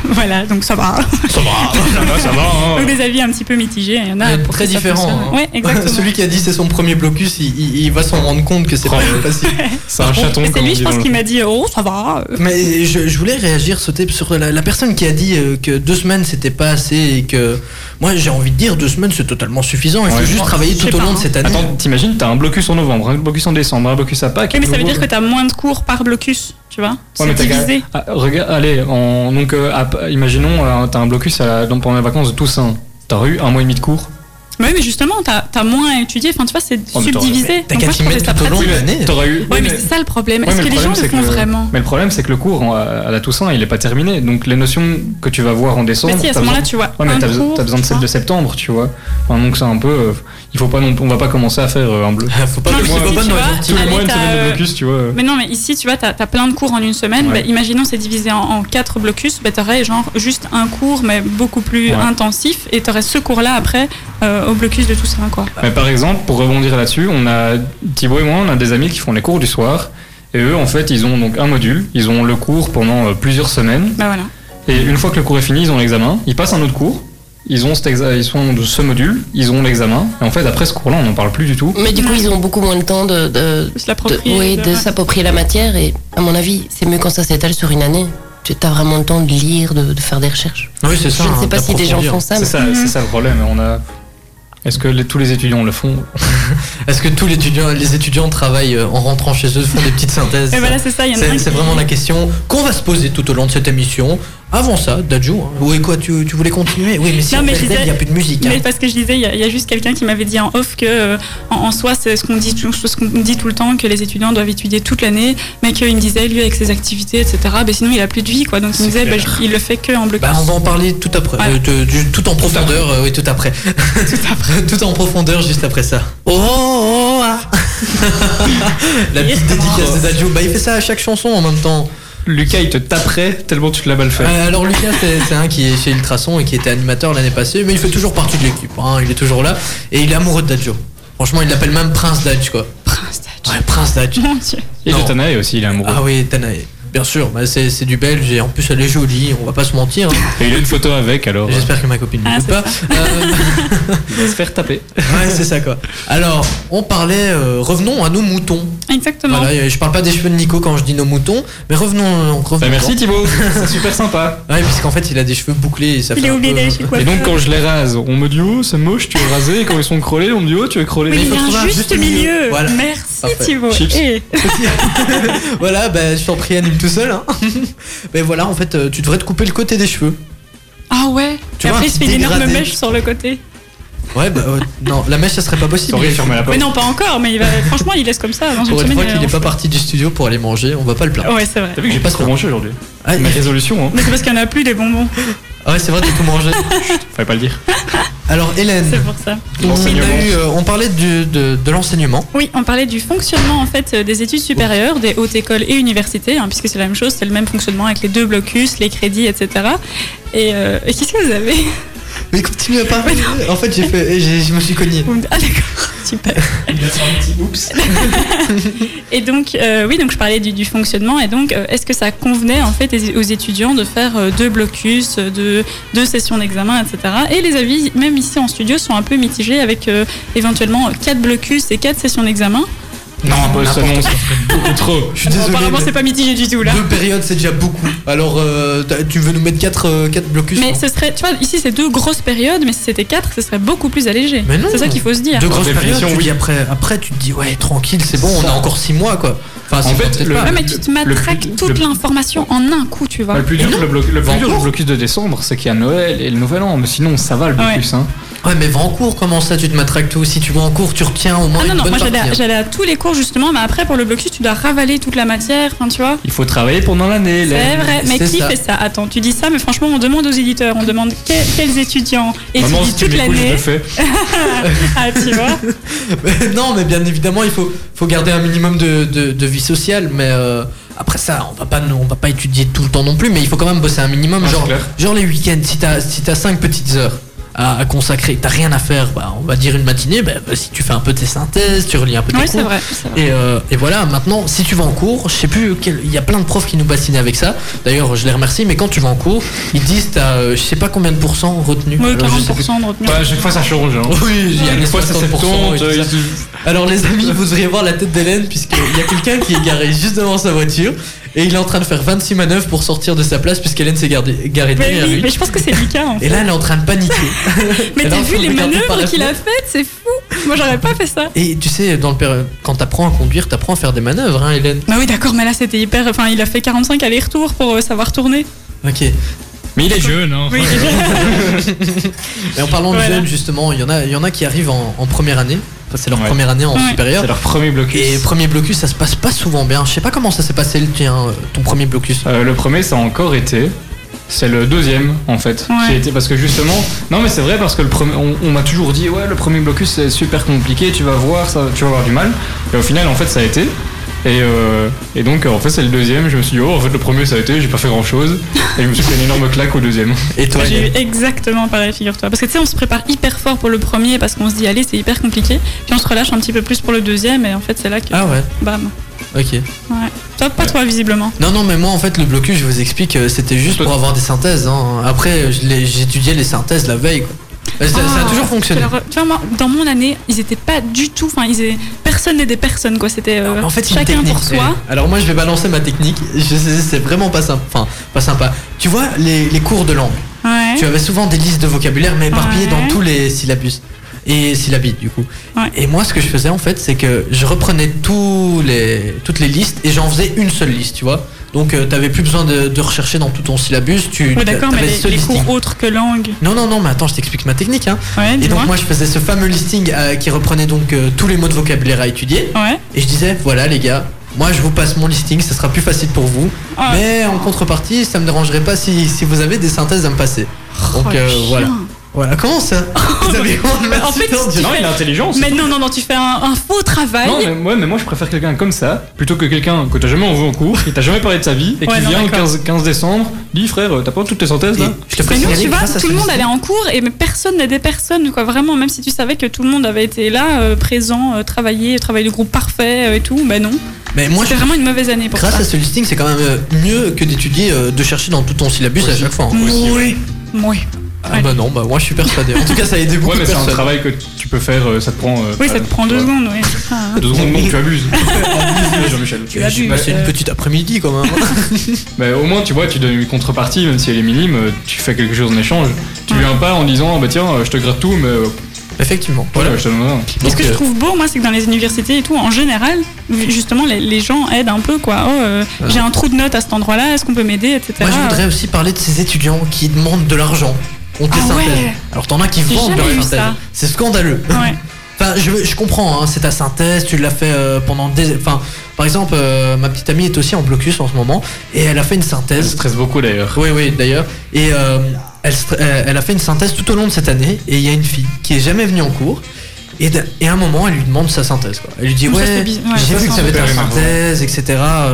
[SPEAKER 2] Voilà, donc ça va.
[SPEAKER 5] Ça va, ça va, ça va. hein.
[SPEAKER 2] Donc des avis un petit peu mitigés, il y en a
[SPEAKER 1] Mais
[SPEAKER 2] Ah, pour
[SPEAKER 1] très
[SPEAKER 2] qui ça
[SPEAKER 1] différents,
[SPEAKER 2] fonctionne.
[SPEAKER 1] hein.
[SPEAKER 2] Ouais, exactement.
[SPEAKER 1] Celui qui a dit c'est son premier blocus, il, il- il va s'en rendre compte que c'est pas
[SPEAKER 5] Oh.
[SPEAKER 1] facile.
[SPEAKER 5] C'est un chaton
[SPEAKER 2] Mais c'est
[SPEAKER 5] comme on
[SPEAKER 2] lui,
[SPEAKER 5] dit
[SPEAKER 2] je
[SPEAKER 5] dans
[SPEAKER 2] pense,
[SPEAKER 5] le-
[SPEAKER 2] qui m'a dit oh ça va.
[SPEAKER 1] Mais je, je voulais réagir sauter sur la, la personne qui a dit euh, que deux semaines c'était pas assez et que moi j'ai envie de dire deux semaines c'est totalement suffisant. Il faut
[SPEAKER 5] Ouais.
[SPEAKER 1] juste travailler
[SPEAKER 2] Je sais
[SPEAKER 1] tout au
[SPEAKER 2] pas,
[SPEAKER 1] long
[SPEAKER 2] hein.
[SPEAKER 1] de cette année.
[SPEAKER 5] Attends, t'imagines, t'as un blocus en novembre, un blocus en décembre, un blocus à Pâques.
[SPEAKER 2] Oui, mais ça veut
[SPEAKER 5] nouveau-
[SPEAKER 2] dire que t'as moins de cours par blocus, tu vois.
[SPEAKER 5] Ouais,
[SPEAKER 2] C'est
[SPEAKER 5] mais t'as quand même-
[SPEAKER 2] divisé.
[SPEAKER 5] Ah, regarde, allez, en- donc euh, à- imaginons, euh, t'as un blocus à la- donc pendant les vacances de Toussaint. T'as eu un mois et demi de cours.
[SPEAKER 2] Bah oui, mais justement, t'as as moins à étudier. Enfin, tu vois, c'est
[SPEAKER 5] Oh, mais t'aurais-
[SPEAKER 2] subdivisé.
[SPEAKER 5] t'as
[SPEAKER 2] Donc moi,
[SPEAKER 5] qu'à
[SPEAKER 2] je
[SPEAKER 5] t'y
[SPEAKER 2] trouvais
[SPEAKER 5] mettre
[SPEAKER 2] ça
[SPEAKER 5] tout au long de
[SPEAKER 2] pratique.
[SPEAKER 5] l'année. T'aurais eu-
[SPEAKER 2] Oui,
[SPEAKER 5] oui,
[SPEAKER 2] mais
[SPEAKER 5] mais-
[SPEAKER 2] c'est ça le problème.
[SPEAKER 5] Ouais,
[SPEAKER 2] Est-ce
[SPEAKER 5] mais
[SPEAKER 2] que les gens
[SPEAKER 5] problème,
[SPEAKER 2] le
[SPEAKER 5] c'est
[SPEAKER 2] font
[SPEAKER 5] que-
[SPEAKER 2] vraiment
[SPEAKER 5] Mais le problème, c'est que le cours en- à la Toussaint, il n'est pas terminé. Donc les notions que tu vas voir en décembre.
[SPEAKER 2] Mais Bah si, à ce
[SPEAKER 5] t'as
[SPEAKER 2] moment-là,
[SPEAKER 5] besoin-
[SPEAKER 2] tu vois
[SPEAKER 5] Ouais, mais
[SPEAKER 2] un
[SPEAKER 5] t'as besoin,
[SPEAKER 2] cours,
[SPEAKER 5] t'as besoin de celle de septembre, tu vois. Enfin, donc c'est un peu. euh, il faut pas non, on va pas commencer à faire euh, un bleu.
[SPEAKER 1] faut pas
[SPEAKER 2] Non,
[SPEAKER 5] tous
[SPEAKER 2] mais
[SPEAKER 5] les mois,
[SPEAKER 2] si, Ah, tu vois,
[SPEAKER 5] tous les
[SPEAKER 2] allez,
[SPEAKER 5] mois, une
[SPEAKER 2] t'as,
[SPEAKER 5] semaine de
[SPEAKER 2] euh,
[SPEAKER 5] blocus, tu vois. euh.
[SPEAKER 2] Mais non, mais ici, tu vois, t'as as plein de cours en une semaine.
[SPEAKER 5] Ouais.
[SPEAKER 2] Bah, imaginons, c'est divisé en, en quatre blocus. Bah, t'aurais genre juste un cours, mais beaucoup plus
[SPEAKER 5] Ouais.
[SPEAKER 2] intensif. Et t'aurais ce cours-là après euh, au blocus de tout ça, quoi.
[SPEAKER 5] Mais par exemple, pour rebondir là-dessus, on a Thibaut et moi, on a des amis qui font les cours du soir. Et eux, en fait, ils ont donc un module. Ils ont le cours pendant euh, plusieurs semaines.
[SPEAKER 2] Bah voilà.
[SPEAKER 5] Et une fois que le cours est fini, ils ont l'examen. Ils passent un autre cours. Ils ont cet exa- ils sont de ce module. Ils ont l'examen. Et en fait, après ce cours-là, on n'en parle plus du tout.
[SPEAKER 6] Mais du coup, ils ont beaucoup moins de temps de, de,
[SPEAKER 2] l'approprier,
[SPEAKER 6] de- oui,
[SPEAKER 2] de-
[SPEAKER 6] de
[SPEAKER 2] ouais.
[SPEAKER 6] s'approprier la matière. Et à mon avis, c'est mieux quand ça s'étale sur une année. Tu as vraiment le temps de lire, de, de faire des recherches.
[SPEAKER 1] Oui, c'est ça.
[SPEAKER 6] Je ne
[SPEAKER 1] hein,
[SPEAKER 6] sais pas si des gens
[SPEAKER 1] d'approfondir.
[SPEAKER 6] font ça.
[SPEAKER 5] C'est
[SPEAKER 6] mais-
[SPEAKER 5] ça, c'est ça le problème. On a. Est-ce que les- tous les étudiants le font
[SPEAKER 1] Est-ce que tous les étudiants, les étudiants travaillent euh, en rentrant chez eux, font des petites synthèses
[SPEAKER 2] Et voilà, Eh ben c'est ça, il y en a un
[SPEAKER 1] C'est
[SPEAKER 2] qui-
[SPEAKER 1] c'est vraiment la question qu'on va se poser tout au long de cette émission. Avant ça, Dadju, hein, oui quoi, tu, tu voulais continuer Oui, mais si
[SPEAKER 2] Non,
[SPEAKER 1] on
[SPEAKER 2] mais
[SPEAKER 1] fait
[SPEAKER 2] je
[SPEAKER 1] le dev, il
[SPEAKER 2] disais-
[SPEAKER 1] n'y a plus de musique. hein.
[SPEAKER 2] Mais parce que je disais, il y, a- il y a juste quelqu'un qui m'avait dit en off que, euh, en, en soi, c'est ce qu'on dit, tout- ce qu'on dit tout le temps, que les étudiants doivent étudier toute l'année, mais qu'il me disait, lui, avec ses activités, etc., ben, sinon, il a plus de vie, quoi. Donc, il me disait, ben, je- il le fait que en blocus.
[SPEAKER 1] Bah, on va en parler tout après,
[SPEAKER 2] Ouais.
[SPEAKER 1] euh, de- du- tout en profondeur, euh, oui, tout après. tout après. tout en profondeur, juste après ça. Oh, oh, ah. La petite dédicace de Dadju, bah il fait ça à chaque chanson en même temps.
[SPEAKER 5] Lucas, il te taperait tellement tu te l'as mal fait.
[SPEAKER 1] Euh, alors Lucas, c'est c'est un qui est chez Ultrason et qui était animateur l'année passée, mais il fait toujours partie de l'équipe. hein, il est toujours là et il est amoureux de Dadjo. Franchement, il l'appelle même Prince Dadj quoi.
[SPEAKER 2] Prince Dadju.
[SPEAKER 1] Ouais, Prince Dadj.
[SPEAKER 2] Mon Dieu.
[SPEAKER 5] Et
[SPEAKER 1] non.
[SPEAKER 5] de Tanae aussi, il est amoureux.
[SPEAKER 1] Ah oui, Tanae. Bien sûr, bah, c'est c'est du belge et en plus elle est jolie, on va pas se mentir. hein.
[SPEAKER 5] Et il a une photo avec, alors. euh,
[SPEAKER 1] J'espère que ma copine ne
[SPEAKER 2] Ah,
[SPEAKER 1] joue
[SPEAKER 2] c'est
[SPEAKER 1] pas. Euh,
[SPEAKER 5] Il va se faire taper.
[SPEAKER 1] ouais, c'est ça quoi. Alors, on parlait, euh, revenons à nos moutons.
[SPEAKER 2] Exactement.
[SPEAKER 1] Voilà, et je parle pas des cheveux de Nico quand je dis nos moutons, mais revenons. revenons
[SPEAKER 5] Bah, merci Thibaut, c'est super sympa.
[SPEAKER 1] Ouais, puisqu'en fait il a des cheveux bouclés et ça
[SPEAKER 2] Il
[SPEAKER 1] fait
[SPEAKER 2] est
[SPEAKER 1] un
[SPEAKER 2] oublié
[SPEAKER 1] peu-
[SPEAKER 2] d'aller chez le
[SPEAKER 5] Et
[SPEAKER 2] coiffeur.
[SPEAKER 5] donc quand je les rase, on me dit oh c'est moche, tu veux raser. Et quand ils sont crôlés, on me dit oh tu veux crôler.
[SPEAKER 2] Oui,
[SPEAKER 5] Mais
[SPEAKER 2] il y
[SPEAKER 5] faut
[SPEAKER 2] a
[SPEAKER 5] trouver
[SPEAKER 2] un juste milieu.
[SPEAKER 1] Voilà.
[SPEAKER 2] Merci
[SPEAKER 1] Parfait.
[SPEAKER 2] Thibaut. Eh.
[SPEAKER 5] Chips.
[SPEAKER 2] Et-
[SPEAKER 1] Voilà, bah, je t'en prie, anime tout seul. Hein. Mais voilà, en fait, euh, tu devrais te couper le côté des cheveux.
[SPEAKER 2] Ah ouais.
[SPEAKER 1] Tu
[SPEAKER 2] Et
[SPEAKER 1] vois,
[SPEAKER 2] après, il se fait une énorme
[SPEAKER 1] dégradé.
[SPEAKER 2] mèche sur le côté.
[SPEAKER 1] Ouais, bah euh, non, la mèche, ça serait pas possible.
[SPEAKER 5] Sorry, fermez la
[SPEAKER 2] Mais
[SPEAKER 5] porte.
[SPEAKER 2] non, pas encore, mais il va... franchement, il laisse comme ça. Dans une
[SPEAKER 1] Pour une
[SPEAKER 2] semaine,
[SPEAKER 1] fois qu'il
[SPEAKER 2] euh,
[SPEAKER 1] n'est pas parti du studio pour aller manger, on va pas le plaindre.
[SPEAKER 2] Ouais, c'est vrai.
[SPEAKER 5] T'as vu que j'ai pas trop mangé aujourd'hui.
[SPEAKER 1] Ah,
[SPEAKER 5] Ma résolution, hein.
[SPEAKER 2] Mais c'est parce qu'il n'y en a plus des bonbons.
[SPEAKER 1] ouais, c'est vrai, t'as tout mangé.
[SPEAKER 5] Fallait pas le dire.
[SPEAKER 1] Alors, Hélène,
[SPEAKER 2] C'est pour ça.
[SPEAKER 1] on, a
[SPEAKER 5] L'enseignement.
[SPEAKER 1] eu, euh, on parlait du- de, de l'enseignement.
[SPEAKER 2] Oui, on parlait du fonctionnement en fait euh, des études supérieures, des hautes écoles et universités, hein, puisque c'est la même chose, c'est le même fonctionnement avec les deux blocus, les crédits, etc. Et, euh, et qu'est-ce que vous avez
[SPEAKER 1] Mais continue à parler. En fait, j'ai fait, eh, j'ai- je me suis cogné.
[SPEAKER 2] Vous me- Ah d'accord, super. et donc euh, oui, donc je parlais du, du fonctionnement et donc euh, est-ce que ça convenait en fait aux étudiants de faire euh, deux blocus, euh, deux, deux sessions d'examen, etc. Et les avis, même ici en studio, sont un peu mitigés avec euh, éventuellement quatre blocus et quatre sessions d'examen.
[SPEAKER 5] Non, pas ça non, ça fait beaucoup trop.
[SPEAKER 1] Je suis
[SPEAKER 2] Bon,
[SPEAKER 1] désolé.
[SPEAKER 2] apparemment,
[SPEAKER 1] mais
[SPEAKER 2] c'est pas mitigé du tout là.
[SPEAKER 1] Deux périodes, c'est déjà beaucoup. Alors, euh, t'as- tu veux nous mettre 4 blocus
[SPEAKER 2] Mais
[SPEAKER 1] non
[SPEAKER 2] ce serait, tu vois, ici c'est deux grosses périodes, mais si c'était quatre, ce serait beaucoup plus allégé.
[SPEAKER 1] Mais non.
[SPEAKER 2] C'est ça qu'il faut se dire.
[SPEAKER 1] Deux grosses
[SPEAKER 5] définition,
[SPEAKER 1] périodes, tu
[SPEAKER 5] oui.
[SPEAKER 1] dis après, après, tu te dis, ouais, tranquille, c'est bon, on a
[SPEAKER 5] Ça.
[SPEAKER 1] encore 6 mois, quoi. Enfin, c'est
[SPEAKER 5] fait,
[SPEAKER 1] peut-être
[SPEAKER 5] le-
[SPEAKER 1] pas.
[SPEAKER 2] Ouais, mais tu te
[SPEAKER 5] le- le
[SPEAKER 2] matraques
[SPEAKER 5] plus-
[SPEAKER 2] toute
[SPEAKER 5] le-
[SPEAKER 2] l'information en un coup, tu vois.
[SPEAKER 5] Bah, Le plus
[SPEAKER 2] Et
[SPEAKER 5] dur,
[SPEAKER 2] non,
[SPEAKER 5] le, bloc- le plus
[SPEAKER 1] Va
[SPEAKER 5] dur, le
[SPEAKER 1] encore.
[SPEAKER 5] blocus de décembre, c'est qu'il y a Noël et le Nouvel An. Mais sinon, ça va le
[SPEAKER 2] Ouais.
[SPEAKER 5] blocus. Hein.
[SPEAKER 1] Ouais, mais va en cours, comment ça Tu te matraques tout Si tu vas en cours, tu retiens au moins
[SPEAKER 2] Ah non,
[SPEAKER 1] une
[SPEAKER 2] non,
[SPEAKER 1] bonne
[SPEAKER 2] moi
[SPEAKER 1] partie.
[SPEAKER 2] j'allais à,
[SPEAKER 1] hein.
[SPEAKER 2] j'allais à tous les cours justement, mais après pour le blocus, tu dois ravaler toute la matière, enfin, tu vois.
[SPEAKER 5] Il faut travailler pendant l'année.
[SPEAKER 2] C'est
[SPEAKER 5] Hélène.
[SPEAKER 2] vrai, mais
[SPEAKER 1] c'est
[SPEAKER 2] qui
[SPEAKER 1] ça.
[SPEAKER 2] fait ça Attends, tu dis ça, mais franchement, on demande aux éditeurs, on demande que- quels étudiants
[SPEAKER 5] Maman,
[SPEAKER 2] étudient
[SPEAKER 5] si tu
[SPEAKER 2] toute
[SPEAKER 5] m'écoutes, je
[SPEAKER 2] l'année.
[SPEAKER 5] le fais.
[SPEAKER 2] Ah, tu vois
[SPEAKER 1] Mais non, mais bien évidemment, il faut, faut garder un minimum de, de- de vie sociale. Mais euh, après ça, on va pas on va pas étudier tout le temps non plus. Mais il faut quand même bosser un minimum,
[SPEAKER 5] Ouais,
[SPEAKER 1] genre
[SPEAKER 5] c'est clair.
[SPEAKER 1] genre les week-ends. Si t'as si t'as cinq petites heures à, à consacrer, t'as rien à faire. Bah, on va dire une matinée. Bah, bah, si tu fais un peu tes synthèses, tu relis un peu tes
[SPEAKER 2] Oui,
[SPEAKER 1] cours.
[SPEAKER 2] c'est vrai. c'est vrai.
[SPEAKER 1] Et, euh, et voilà, maintenant, si tu vas en cours, je sais plus, quel- il y a plein de profs qui nous bassinent avec ça. D'ailleurs, je les remercie, mais quand tu vas en cours, ils disent t'as euh, je sais pas combien de pourcents retenu.
[SPEAKER 2] Moi,
[SPEAKER 1] Alors, je sais plus.
[SPEAKER 2] 40% de retenue.
[SPEAKER 5] Bah, chaque fois, ça change. Hein.
[SPEAKER 1] Oui, il y a
[SPEAKER 5] Une
[SPEAKER 1] les
[SPEAKER 5] fois, c'est
[SPEAKER 1] 60% et
[SPEAKER 5] 70.
[SPEAKER 1] tout ça.
[SPEAKER 5] euh, ils-
[SPEAKER 1] Alors les amis, vous devriez voir la tête d'Hélène puisqu'il y a quelqu'un qui est garé juste devant sa voiture et il est en train de faire 26 manœuvres pour sortir de sa place puisqu'Hélène s'est gardée- garée
[SPEAKER 2] Mais
[SPEAKER 1] derrière
[SPEAKER 2] oui,
[SPEAKER 1] lui.
[SPEAKER 2] mais je pense que c'est Lucas en
[SPEAKER 1] Et
[SPEAKER 2] fait.
[SPEAKER 1] là, elle est en train de paniquer.
[SPEAKER 2] Mais
[SPEAKER 1] elle est
[SPEAKER 2] t'as
[SPEAKER 1] en
[SPEAKER 2] vu
[SPEAKER 1] train de
[SPEAKER 2] les
[SPEAKER 1] regarder par
[SPEAKER 2] manœuvres
[SPEAKER 1] la
[SPEAKER 2] qu'il a
[SPEAKER 1] fenêtre.
[SPEAKER 2] faites, c'est fou Moi, j'aurais pas fait ça.
[SPEAKER 1] Et tu sais, dans le péri- quand t'apprends à conduire, t'apprends à faire des manœuvres, hein, Hélène.
[SPEAKER 2] Bah oui, d'accord, mais là c'était hyper. Enfin, il a fait 45 allers-retours pour euh, savoir tourner.
[SPEAKER 1] Ok.
[SPEAKER 5] Mais il est jeune, hein.
[SPEAKER 2] Oui, il est jeune.
[SPEAKER 1] Et en parlant
[SPEAKER 2] Voilà.
[SPEAKER 1] de jeunes, justement, il y, en a, il y en a qui arrivent en, en première année. Enfin, c'est leur
[SPEAKER 5] Ouais.
[SPEAKER 1] première année en
[SPEAKER 5] Ouais.
[SPEAKER 1] supérieur.
[SPEAKER 5] C'est leur premier blocus.
[SPEAKER 1] Et premier blocus, ça se passe pas souvent bien. Je sais pas comment ça s'est passé le tien, euh, ton premier blocus.
[SPEAKER 5] Euh, le premier, ça a encore été. C'est le deuxième, en fait,
[SPEAKER 2] Ouais.
[SPEAKER 5] qui a été parce que justement, non mais c'est vrai parce que le premier, on, on m'a toujours dit ouais le premier blocus c'est super compliqué, tu vas voir, ça, tu vas avoir du mal. Et au final, en fait, ça a été. Et, euh, et donc, euh, en fait, c'est le deuxième. Je me suis dit, oh, en fait, le premier, ça a été, j'ai pas fait grand chose. Et je me suis fait une énorme claque au deuxième.
[SPEAKER 1] Et toi,
[SPEAKER 2] J'ai eu exactement pareil, figure-toi. Parce que tu sais, on se prépare hyper fort pour le premier parce qu'on se dit, allez, c'est hyper compliqué. Puis on se relâche un petit peu plus pour le deuxième et en fait, c'est là que.
[SPEAKER 1] Ah ouais.
[SPEAKER 2] Bam.
[SPEAKER 1] Ok.
[SPEAKER 2] Ouais. Toi, pas toi, visiblement.
[SPEAKER 1] Non, non, mais moi, en fait, le blocus, je vous explique, euh, c'était juste pour avoir des synthèses. hein. Après, je l'ai- j'étudiais les synthèses la veille. quoi. Euh, Ça, ça a
[SPEAKER 2] Ah.
[SPEAKER 1] toujours fonctionné.
[SPEAKER 2] Alors, tu vois, moi, dans mon année, ils étaient pas du tout. Enfin, ils étaient. Personne n'était personne, quoi. C'était euh,
[SPEAKER 1] En fait, c'est une
[SPEAKER 2] chacun
[SPEAKER 1] technique.
[SPEAKER 2] pour soi.
[SPEAKER 1] Eh, Alors moi, je vais balancer ma technique. Je sais, c'est vraiment pas sympa. Enfin, pas sympa. Tu vois, les, les cours de langue.
[SPEAKER 2] Ouais.
[SPEAKER 1] Tu avais souvent des listes de vocabulaire, mais éparpillées
[SPEAKER 2] Ouais.
[SPEAKER 1] dans tous les syllabus. Et syllabites, du coup. Et moi, ce que je faisais, en fait, c'est que je reprenais tous les, toutes les listes et j'en faisais une seule liste, tu vois. Donc, euh, t'avais plus besoin de, de rechercher dans tout ton syllabus. Tu,
[SPEAKER 2] Ouais, d'accord, mais
[SPEAKER 1] t'avais
[SPEAKER 2] les,
[SPEAKER 1] ce
[SPEAKER 2] les
[SPEAKER 1] listing.
[SPEAKER 2] cours autres que langue.
[SPEAKER 1] Non, non, non, mais attends, je t'explique ma technique. Hein.
[SPEAKER 2] Ouais,
[SPEAKER 1] et
[SPEAKER 2] dis-moi.
[SPEAKER 1] donc, moi, je faisais ce fameux listing euh, qui reprenait donc euh, tous les mots de vocabulaire à étudier. Et je disais, voilà, les gars, moi, je vous passe mon listing, ça sera plus facile pour vous.
[SPEAKER 2] Ah.
[SPEAKER 1] Mais en contrepartie, ça me dérangerait pas si, si vous avez des synthèses à me passer. Donc,
[SPEAKER 2] le
[SPEAKER 1] euh,
[SPEAKER 2] Oh, chien.
[SPEAKER 1] voilà. Voilà, comment ça Vous avez
[SPEAKER 2] en fait, tu
[SPEAKER 5] Non,
[SPEAKER 2] fais-
[SPEAKER 5] il a l'intelligence.
[SPEAKER 2] Mais non, non, non, tu fais un, un faux travail.
[SPEAKER 5] Non, mais, ouais, mais moi je préfère quelqu'un comme ça plutôt que quelqu'un que t'as jamais envoyé en cours, qui t'a jamais parlé de sa vie et
[SPEAKER 2] Ouais,
[SPEAKER 5] qui
[SPEAKER 2] non,
[SPEAKER 5] vient le
[SPEAKER 2] d'accord.
[SPEAKER 5] 15, 15 décembre, dit frère, t'as pas toutes tes synthèses là
[SPEAKER 1] Je te
[SPEAKER 2] Mais nous, tu vois, tout le monde allait en cours et mais personne n'aidait personne, quoi. Vraiment, même si tu savais que tout le monde avait été là, euh, présent, euh, travaillé, travail de groupe parfait euh, et tout, bah non.
[SPEAKER 1] Mais moi,
[SPEAKER 2] C'était
[SPEAKER 1] je-
[SPEAKER 2] vraiment une mauvaise année pour
[SPEAKER 1] Grâce
[SPEAKER 2] ça.
[SPEAKER 1] à ce listing, c'est quand même euh, mieux que d'étudier, euh, de chercher dans tout ton syllabus à chaque fois. hein.
[SPEAKER 2] Mm. Oui. Oui.
[SPEAKER 1] Ah bah non, bah moi je suis persuadé. En tout cas, ça a aidé beaucoup
[SPEAKER 5] Ouais, mais
[SPEAKER 1] de
[SPEAKER 5] c'est un
[SPEAKER 1] personnes.
[SPEAKER 5] travail que tu peux faire, euh, ça te prend. euh,
[SPEAKER 2] Oui, ça te prend deux secondes, oui. Ah.
[SPEAKER 5] Deux secondes, non, tu abuses. Abuse, Jean-Michel.
[SPEAKER 1] Tu J'ai abuses, passé une euh. petite après-midi quand même.
[SPEAKER 5] Mais au moins, tu vois, tu donnes une contrepartie, même si elle est minime, euh, tu fais quelque chose en échange. Tu viens pas en disant, bah tiens, euh, je te gratte tout, mais. euh,
[SPEAKER 1] Effectivement.
[SPEAKER 5] Voilà, je te donne rien.
[SPEAKER 2] Ce que
[SPEAKER 1] euh,
[SPEAKER 2] je trouve beau, moi, c'est que dans les universités et tout, en général, justement, les, les gens aident un peu, quoi. Oh, euh,
[SPEAKER 1] Ah.
[SPEAKER 2] j'ai un trou de note à cet endroit-là, est-ce qu'on peut m'aider, etc.
[SPEAKER 1] Moi, je voudrais aussi parler de ces étudiants qui demandent de l'argent contre les
[SPEAKER 2] Ah
[SPEAKER 1] synthèses.
[SPEAKER 2] ouais.
[SPEAKER 1] Alors, t'en as qui
[SPEAKER 2] J'ai
[SPEAKER 1] vendent
[SPEAKER 2] jamais
[SPEAKER 1] leurs
[SPEAKER 2] eu
[SPEAKER 1] synthèses.
[SPEAKER 2] ça.
[SPEAKER 1] C'est scandaleux. Enfin, je, veux- je comprends, hein, c'est ta synthèse, tu l'as fait euh, pendant des. Enfin, par exemple, euh, ma petite amie est aussi en blocus en ce moment et elle a fait une synthèse. Elle
[SPEAKER 5] stresse beaucoup d'ailleurs.
[SPEAKER 1] Oui, oui, d'ailleurs. Et euh, elle, stre- euh, elle a fait une synthèse tout au long de cette année et il y a une fille qui est jamais venue en cours. Et, d'un- et à un moment, elle lui demande sa synthèse. quoi. Elle lui dit
[SPEAKER 5] Ça,
[SPEAKER 1] Ouais,
[SPEAKER 5] c'est bizarre. Ouais,
[SPEAKER 1] j'ai
[SPEAKER 5] ça,
[SPEAKER 1] vu que
[SPEAKER 5] c'est
[SPEAKER 1] ça avait été
[SPEAKER 5] super
[SPEAKER 1] ta
[SPEAKER 5] énervant.
[SPEAKER 1] synthèse, etc.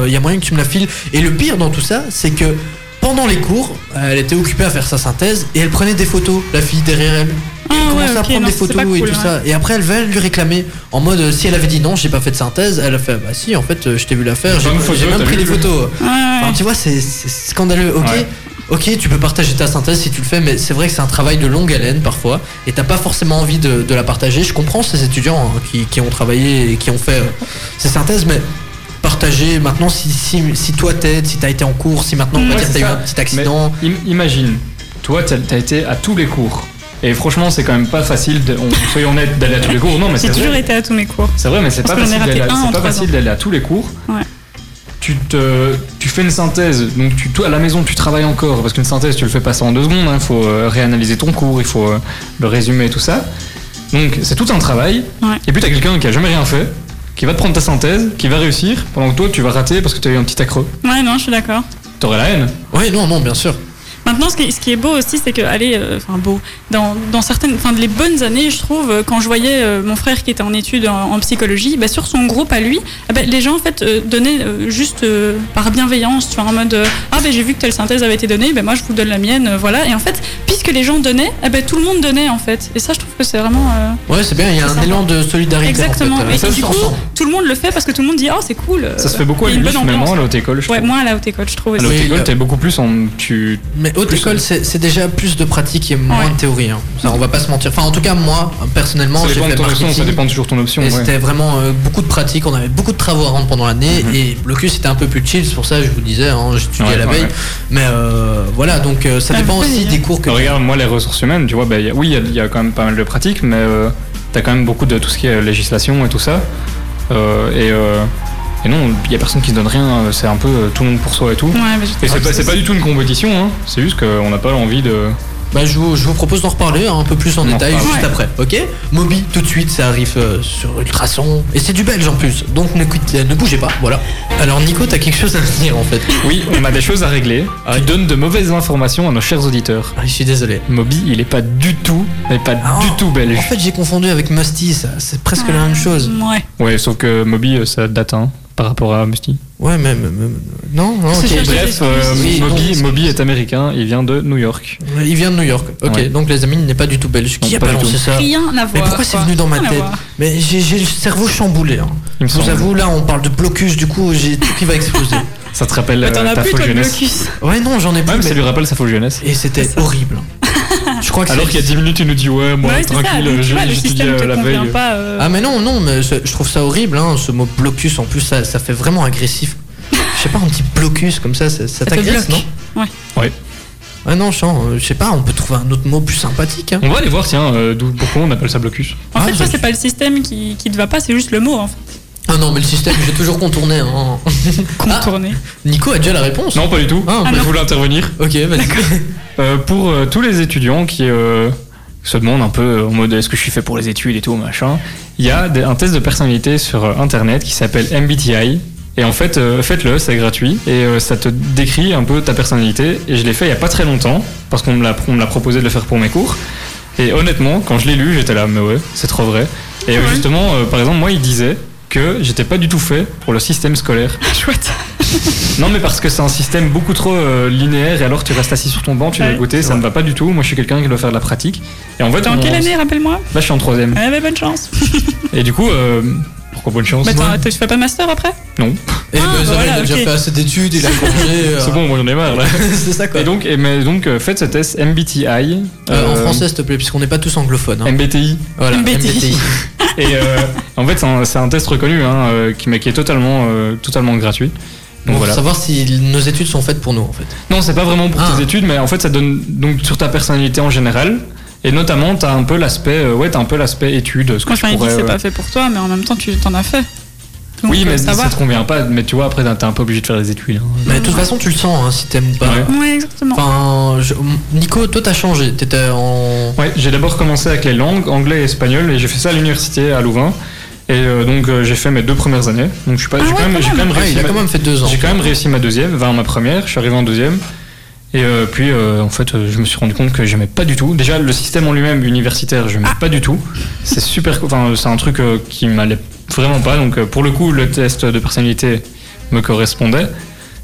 [SPEAKER 1] Il y a moyen que tu me la files. Et le pire dans tout ça, c'est que pendant les cours, elle était occupée à faire sa synthèse et elle prenait des photos, la fille derrière elle.
[SPEAKER 2] Ah
[SPEAKER 1] elle
[SPEAKER 2] ouais,
[SPEAKER 1] commençait à
[SPEAKER 2] ok,
[SPEAKER 1] prendre
[SPEAKER 2] non,
[SPEAKER 1] des
[SPEAKER 2] c'est pas
[SPEAKER 1] photos et
[SPEAKER 2] cool, hein.
[SPEAKER 1] tout
[SPEAKER 2] ouais.
[SPEAKER 1] ça. Et après, elle va lui réclamer en mode euh, si elle avait dit non, j'ai pas fait de synthèse, elle a fait bah si, en fait, euh, je t'ai vu la faire,
[SPEAKER 5] J'ai
[SPEAKER 1] j'ai
[SPEAKER 5] pas de photos,
[SPEAKER 1] j'ai même
[SPEAKER 5] t'as
[SPEAKER 1] pris
[SPEAKER 5] vu
[SPEAKER 1] des photos.
[SPEAKER 2] Ouais, ouais, ouais.
[SPEAKER 1] Enfin, tu vois, c'est c'est scandaleux. Ok,
[SPEAKER 5] Ouais.
[SPEAKER 1] ok, tu peux partager ta synthèse si tu le fais, mais c'est vrai que c'est un travail de longue haleine parfois, et t'as pas forcément envie de, de la partager. Je comprends ces étudiants hein, qui, qui ont travaillé et qui ont fait euh, ces synthèses, mais partager maintenant si, si, si toi t'aides, si t'as été en cours, si maintenant on va
[SPEAKER 5] Ouais,
[SPEAKER 1] dire
[SPEAKER 5] c'est
[SPEAKER 1] t'as eu
[SPEAKER 5] ça.
[SPEAKER 1] un petit accident.
[SPEAKER 5] Mais im- imagine, toi, t'as t'as été à tous les cours. Et franchement, c'est quand même pas facile, de, on, soyons honnêtes, d'aller à tous les cours. Non, mais c'est
[SPEAKER 2] J'ai toujours
[SPEAKER 5] vrai.
[SPEAKER 2] été à tous mes cours.
[SPEAKER 5] C'est vrai, mais c'est
[SPEAKER 2] Je
[SPEAKER 5] pas
[SPEAKER 2] pense que j'en ai
[SPEAKER 5] facile d'aller
[SPEAKER 2] raté
[SPEAKER 5] à-
[SPEAKER 2] un en
[SPEAKER 5] c'est pas
[SPEAKER 2] trois ans.
[SPEAKER 5] facile d'aller à tous les cours.
[SPEAKER 2] Ouais.
[SPEAKER 5] Tu, te, tu fais une synthèse, donc tu, toi à la maison tu travailles encore, parce qu'une synthèse tu le fais passer en deux secondes, il faut euh, réanalyser ton cours, il faut euh, le résumer et tout ça. Donc c'est tout un travail,
[SPEAKER 2] Ouais.
[SPEAKER 5] et puis t'as quelqu'un qui a jamais rien fait, qui va te prendre ta synthèse, qui va réussir, pendant que toi tu vas rater parce que t'as eu un petit accro.
[SPEAKER 2] Ouais, non, je suis d'accord.
[SPEAKER 5] T'aurais la haine
[SPEAKER 1] Oui, non, non, bien sûr.
[SPEAKER 2] Maintenant, ce qui, ce qui est beau aussi, c'est que, allez, euh, enfin beau, dans, dans certaines, enfin les bonnes années, je trouve, euh, quand je voyais euh, mon frère qui était en études en, en psychologie, bah, sur son groupe à lui, ah bah, les gens en fait euh, donnaient euh, juste euh, par bienveillance, tu vois, en mode euh, ah ben j'ai vu que telle synthèse avait été donnée, ben moi je vous donne la mienne, euh, voilà. Et en fait, puisque les gens donnaient, ah bah, tout le monde donnait en fait. Et ça, je trouve que c'est vraiment. euh,
[SPEAKER 1] Ouais, c'est bien, il y a
[SPEAKER 2] c'est
[SPEAKER 1] un
[SPEAKER 2] sympa.
[SPEAKER 1] élan de solidarité.
[SPEAKER 2] Exactement.
[SPEAKER 1] En fait,
[SPEAKER 2] Et,
[SPEAKER 1] euh, ça,
[SPEAKER 2] et
[SPEAKER 1] se
[SPEAKER 2] du
[SPEAKER 1] sent
[SPEAKER 2] coup,
[SPEAKER 1] ensemble.
[SPEAKER 2] tout le monde le fait parce que tout le monde dit oh c'est cool. euh,
[SPEAKER 5] Ça se fait beaucoup à
[SPEAKER 2] il y a une
[SPEAKER 5] l'ULIS,
[SPEAKER 2] bonne
[SPEAKER 5] même
[SPEAKER 2] ambiance.
[SPEAKER 5] à l'autre école, je
[SPEAKER 2] Ouais,
[SPEAKER 5] trouve.
[SPEAKER 2] moi à la haute école, je trouve.
[SPEAKER 5] À
[SPEAKER 2] aussi.
[SPEAKER 5] l'autre école,
[SPEAKER 1] là-
[SPEAKER 5] t'es beaucoup plus en. Tu...
[SPEAKER 1] Mais haute
[SPEAKER 5] plus-
[SPEAKER 1] école, c'est c'est déjà plus de pratique et moins de théorie. hein. Ça, on va pas se mentir. Enfin, en tout cas, moi, personnellement,
[SPEAKER 5] Ça
[SPEAKER 1] j'ai
[SPEAKER 5] dépend de
[SPEAKER 1] fait
[SPEAKER 5] ton option,
[SPEAKER 1] marketing.
[SPEAKER 5] ça dépend toujours de ton option.
[SPEAKER 1] Et
[SPEAKER 5] ouais. Mhm.
[SPEAKER 1] C'était vraiment euh, beaucoup de pratique, on avait beaucoup de travaux à rendre pendant l'année et Blocus était un peu plus chill, c'est pour ça que je vous disais, hein, j'étudiais
[SPEAKER 5] Ouais,
[SPEAKER 1] la
[SPEAKER 5] ouais,
[SPEAKER 1] veille.
[SPEAKER 5] ouais.
[SPEAKER 1] Mais euh, voilà, donc euh,
[SPEAKER 2] Ah,
[SPEAKER 1] ça dépend aussi des cours que.
[SPEAKER 5] Euh, Regarde, moi, les ressources humaines, tu vois, bah, y a- oui, il y a- il y, a quand même pas mal de pratiques, mais euh, t'as quand même beaucoup de tout ce qui est législation et tout ça. Euh, et euh, Et non, il y a personne qui se donne rien, euh, c'est un peu tout le monde pour soi et tout. Ouais,
[SPEAKER 2] mais
[SPEAKER 5] et
[SPEAKER 1] Ah,
[SPEAKER 5] c'est pas, c'est pas du tout une compétition, hein. c'est juste qu'on n'a pas l'envie de.
[SPEAKER 1] Bah, je, vous, je vous propose d'en reparler hein, un peu plus en
[SPEAKER 5] On en
[SPEAKER 1] détail
[SPEAKER 5] reparle.
[SPEAKER 1] juste
[SPEAKER 5] Ouais.
[SPEAKER 1] après, ok Moby, tout de suite, ça arrive euh, sur Ultrason. Et c'est du belge en plus, donc ne, quitte- euh, ne bougez pas, voilà. Alors Nico, t'as quelque chose à dire en fait
[SPEAKER 5] Oui, on a des choses à régler.
[SPEAKER 1] Ah,
[SPEAKER 5] Tu donnes de mauvaises informations à nos chers auditeurs.
[SPEAKER 1] je suis désolé.
[SPEAKER 5] Moby, il est pas du tout, mais pas
[SPEAKER 1] Ah.
[SPEAKER 5] du tout belge.
[SPEAKER 1] En fait, j'ai confondu avec Musty, ça. C'est presque la
[SPEAKER 2] Ah.
[SPEAKER 1] même chose.
[SPEAKER 2] Ouais.
[SPEAKER 5] Ouais, sauf que Moby, euh, ça date hein, par rapport à Musty.
[SPEAKER 1] Ouais, mais. mais- mais- non, non, ok.
[SPEAKER 5] Bref, euh,
[SPEAKER 1] Oui,
[SPEAKER 5] Moby,
[SPEAKER 1] non,
[SPEAKER 5] Moby est américain, il vient de New York.
[SPEAKER 1] Il vient de New York. Ok,
[SPEAKER 5] Ouais.
[SPEAKER 1] donc les amis, il n'est pas du tout belge. Qui
[SPEAKER 5] Non,
[SPEAKER 1] a
[SPEAKER 5] pas du
[SPEAKER 1] balancé
[SPEAKER 5] tout.
[SPEAKER 1] ça
[SPEAKER 2] Rien à voir.
[SPEAKER 1] Ah. Mais pourquoi c'est
[SPEAKER 2] quoi.
[SPEAKER 1] venu dans ma
[SPEAKER 2] Rien à
[SPEAKER 1] tête
[SPEAKER 2] voir.
[SPEAKER 1] Mais j'ai j'ai le cerveau chamboulé. hein.
[SPEAKER 5] Il me
[SPEAKER 1] Je vous
[SPEAKER 5] semble.
[SPEAKER 1] avoue, là, on parle de blocus, du coup, j'ai tout qui va exploser.
[SPEAKER 5] Ça te rappelle
[SPEAKER 2] Mais t'en
[SPEAKER 5] euh,
[SPEAKER 2] as
[SPEAKER 5] ta
[SPEAKER 2] plus,
[SPEAKER 5] fausse
[SPEAKER 2] toi, de
[SPEAKER 5] jeunesse
[SPEAKER 2] blocus.
[SPEAKER 1] Ouais, non, j'en ai plus.
[SPEAKER 5] Ouais, mais ça
[SPEAKER 1] mais-
[SPEAKER 5] lui rappelle sa fausse jeunesse.
[SPEAKER 1] Et c'était horrible. Je crois que
[SPEAKER 5] Alors
[SPEAKER 1] c'est-
[SPEAKER 5] qu'il y a 10 minutes, il nous dit Ouais, moi,
[SPEAKER 2] Ouais, c'est ça,
[SPEAKER 5] tranquille,
[SPEAKER 2] donc, tu
[SPEAKER 5] j'ai
[SPEAKER 2] vois, le
[SPEAKER 5] j'étudiais
[SPEAKER 2] système
[SPEAKER 5] euh,
[SPEAKER 2] te
[SPEAKER 5] la
[SPEAKER 2] convient
[SPEAKER 5] veille.
[SPEAKER 2] pas. euh,
[SPEAKER 1] Ah mais non, non, mais c'est- je trouve ça horrible, hein, ce mot blocus, en plus, ça, ça fait vraiment agressif. Je sais pas, un petit blocus comme ça, ça, ça
[SPEAKER 2] ça te
[SPEAKER 1] t'agresse,
[SPEAKER 2] bloque.
[SPEAKER 1] non
[SPEAKER 2] Ouais.
[SPEAKER 5] Ouais.
[SPEAKER 1] Ah non, je sens, euh, je sais pas, on peut trouver un autre mot plus sympathique. hein.
[SPEAKER 5] On va aller voir, tiens, euh, d'où- pourquoi on appelle ça blocus.
[SPEAKER 1] Ah,
[SPEAKER 2] En fait, toi,
[SPEAKER 1] ça-
[SPEAKER 2] c'est pas le système qui, qui te va pas, c'est juste le mot, en fait,
[SPEAKER 1] Ah non, mais le système, j'ai toujours contourné. hein.
[SPEAKER 2] contourné.
[SPEAKER 1] Nico a déjà la réponse.
[SPEAKER 5] Non, pas du tout.
[SPEAKER 1] Ah,
[SPEAKER 5] mais
[SPEAKER 2] non.
[SPEAKER 5] je voulais intervenir.
[SPEAKER 1] Ok, vas-y. Eh,
[SPEAKER 5] Euh, pour euh, tous les étudiants qui euh, se demandent un peu euh, en mode est-ce que je suis fait pour les études et tout, machin, il y a des- un test de personnalité sur euh, internet qui s'appelle MBTI. Et en fait, euh, faites-le, c'est gratuit. Et euh, ça te décrit un peu ta personnalité. Et je l'ai fait il y a pas très longtemps, parce qu'on me l'a on me l'a proposé de le faire pour mes cours. Et honnêtement, quand je l'ai lu, j'étais là, mais ouais, c'est trop vrai. Et euh, justement, euh, par exemple, moi, il disait que j'étais pas du tout fait pour le système scolaire.
[SPEAKER 1] Ah.
[SPEAKER 2] Chouette.
[SPEAKER 5] Non, mais parce que c'est un système beaucoup trop euh, linéaire et alors tu restes assis sur ton banc, tu vas
[SPEAKER 2] Ouais.
[SPEAKER 5] écouter, ça ne va pas du tout. Moi, je suis quelqu'un qui doit faire de la pratique. Et en fait,
[SPEAKER 2] T'es en
[SPEAKER 5] on-
[SPEAKER 2] quelle année, rappelle-moi
[SPEAKER 5] Là, je suis en troisième.
[SPEAKER 2] Ah, bah, bonne chance.
[SPEAKER 5] Et du coup, euh, pourquoi bonne chance
[SPEAKER 2] Bah, t'as- t'as- tu fais pas de master après
[SPEAKER 5] Non.
[SPEAKER 1] Et
[SPEAKER 2] Ah,
[SPEAKER 1] ben,
[SPEAKER 2] bah
[SPEAKER 1] ça va, il a
[SPEAKER 2] voilà,
[SPEAKER 1] déjà
[SPEAKER 2] ok.
[SPEAKER 1] fait assez d'études, il a changé. euh,
[SPEAKER 5] C'est bon, moi, j'en ai marre là.
[SPEAKER 1] c'est ça quoi.
[SPEAKER 5] Et donc, et mais donc, euh, faites ce test MBTI.
[SPEAKER 1] Euh, en
[SPEAKER 5] euh,
[SPEAKER 1] français, s'il te plaît, puisqu'on n'est pas tous anglophones. hein.
[SPEAKER 5] MBTI.
[SPEAKER 1] Voilà,
[SPEAKER 2] MBTI.
[SPEAKER 1] MBTI.
[SPEAKER 5] Et euh, en fait, c'est un, c'est un test reconnu, hein, euh, qui, mais qui est totalement, euh, totalement gratuit.
[SPEAKER 1] Bon,
[SPEAKER 5] Donc
[SPEAKER 1] faut
[SPEAKER 5] voilà.
[SPEAKER 1] savoir si nos études sont faites pour nous en fait.
[SPEAKER 5] Non, c'est pas vraiment pour
[SPEAKER 1] Ah.
[SPEAKER 5] tes études, mais en fait, ça donne donc sur ta personnalité en général. Et notamment, t'as un peu l'aspect, euh, ouais, t'as un peu l'aspect études, ce que tu
[SPEAKER 2] Enfin, il dit
[SPEAKER 5] pourrais,
[SPEAKER 2] que c'est
[SPEAKER 5] euh,
[SPEAKER 2] pas fait pour toi, mais en même temps, tu t'en as fait. Donc,
[SPEAKER 5] Oui,
[SPEAKER 2] euh,
[SPEAKER 5] mais
[SPEAKER 2] ça
[SPEAKER 5] ça,
[SPEAKER 2] va.
[SPEAKER 5] te convient pas. Mais tu vois, après, t'es un peu obligé de faire des études. hein.
[SPEAKER 1] Mais de toute façon, tu le sens hein, si t'aimes ou pas.
[SPEAKER 5] Ouais.
[SPEAKER 2] Ouais, exactement.
[SPEAKER 1] Enfin, je- Nico, toi t'as changé, t'étais en.
[SPEAKER 5] Ouais, j'ai d'abord commencé avec les langues, anglais et espagnol, et j'ai fait ça à l'université à Louvain. Et euh, donc, euh, j'ai fait mes deux premières années. Donc, je suis pas.
[SPEAKER 2] Ah
[SPEAKER 5] j'ai
[SPEAKER 2] ouais,
[SPEAKER 5] quand même,
[SPEAKER 2] quand
[SPEAKER 5] j'ai quand
[SPEAKER 2] même.
[SPEAKER 5] même
[SPEAKER 1] Ouais,
[SPEAKER 5] réussi
[SPEAKER 1] il a
[SPEAKER 5] ma-
[SPEAKER 1] quand même fait deux ans.
[SPEAKER 5] J'ai quand même réussi ma deuxième, vers ma première, je suis arrivé en deuxième. Et euh, puis, euh, en fait, euh, je me suis rendu compte que j'aimais pas du tout. Déjà, le système en lui-même universitaire, je pas du tout. C'est super, enfin, c'est un truc euh, qui m'allait vraiment pas. Donc, euh, pour le coup, le test de personnalité me correspondait.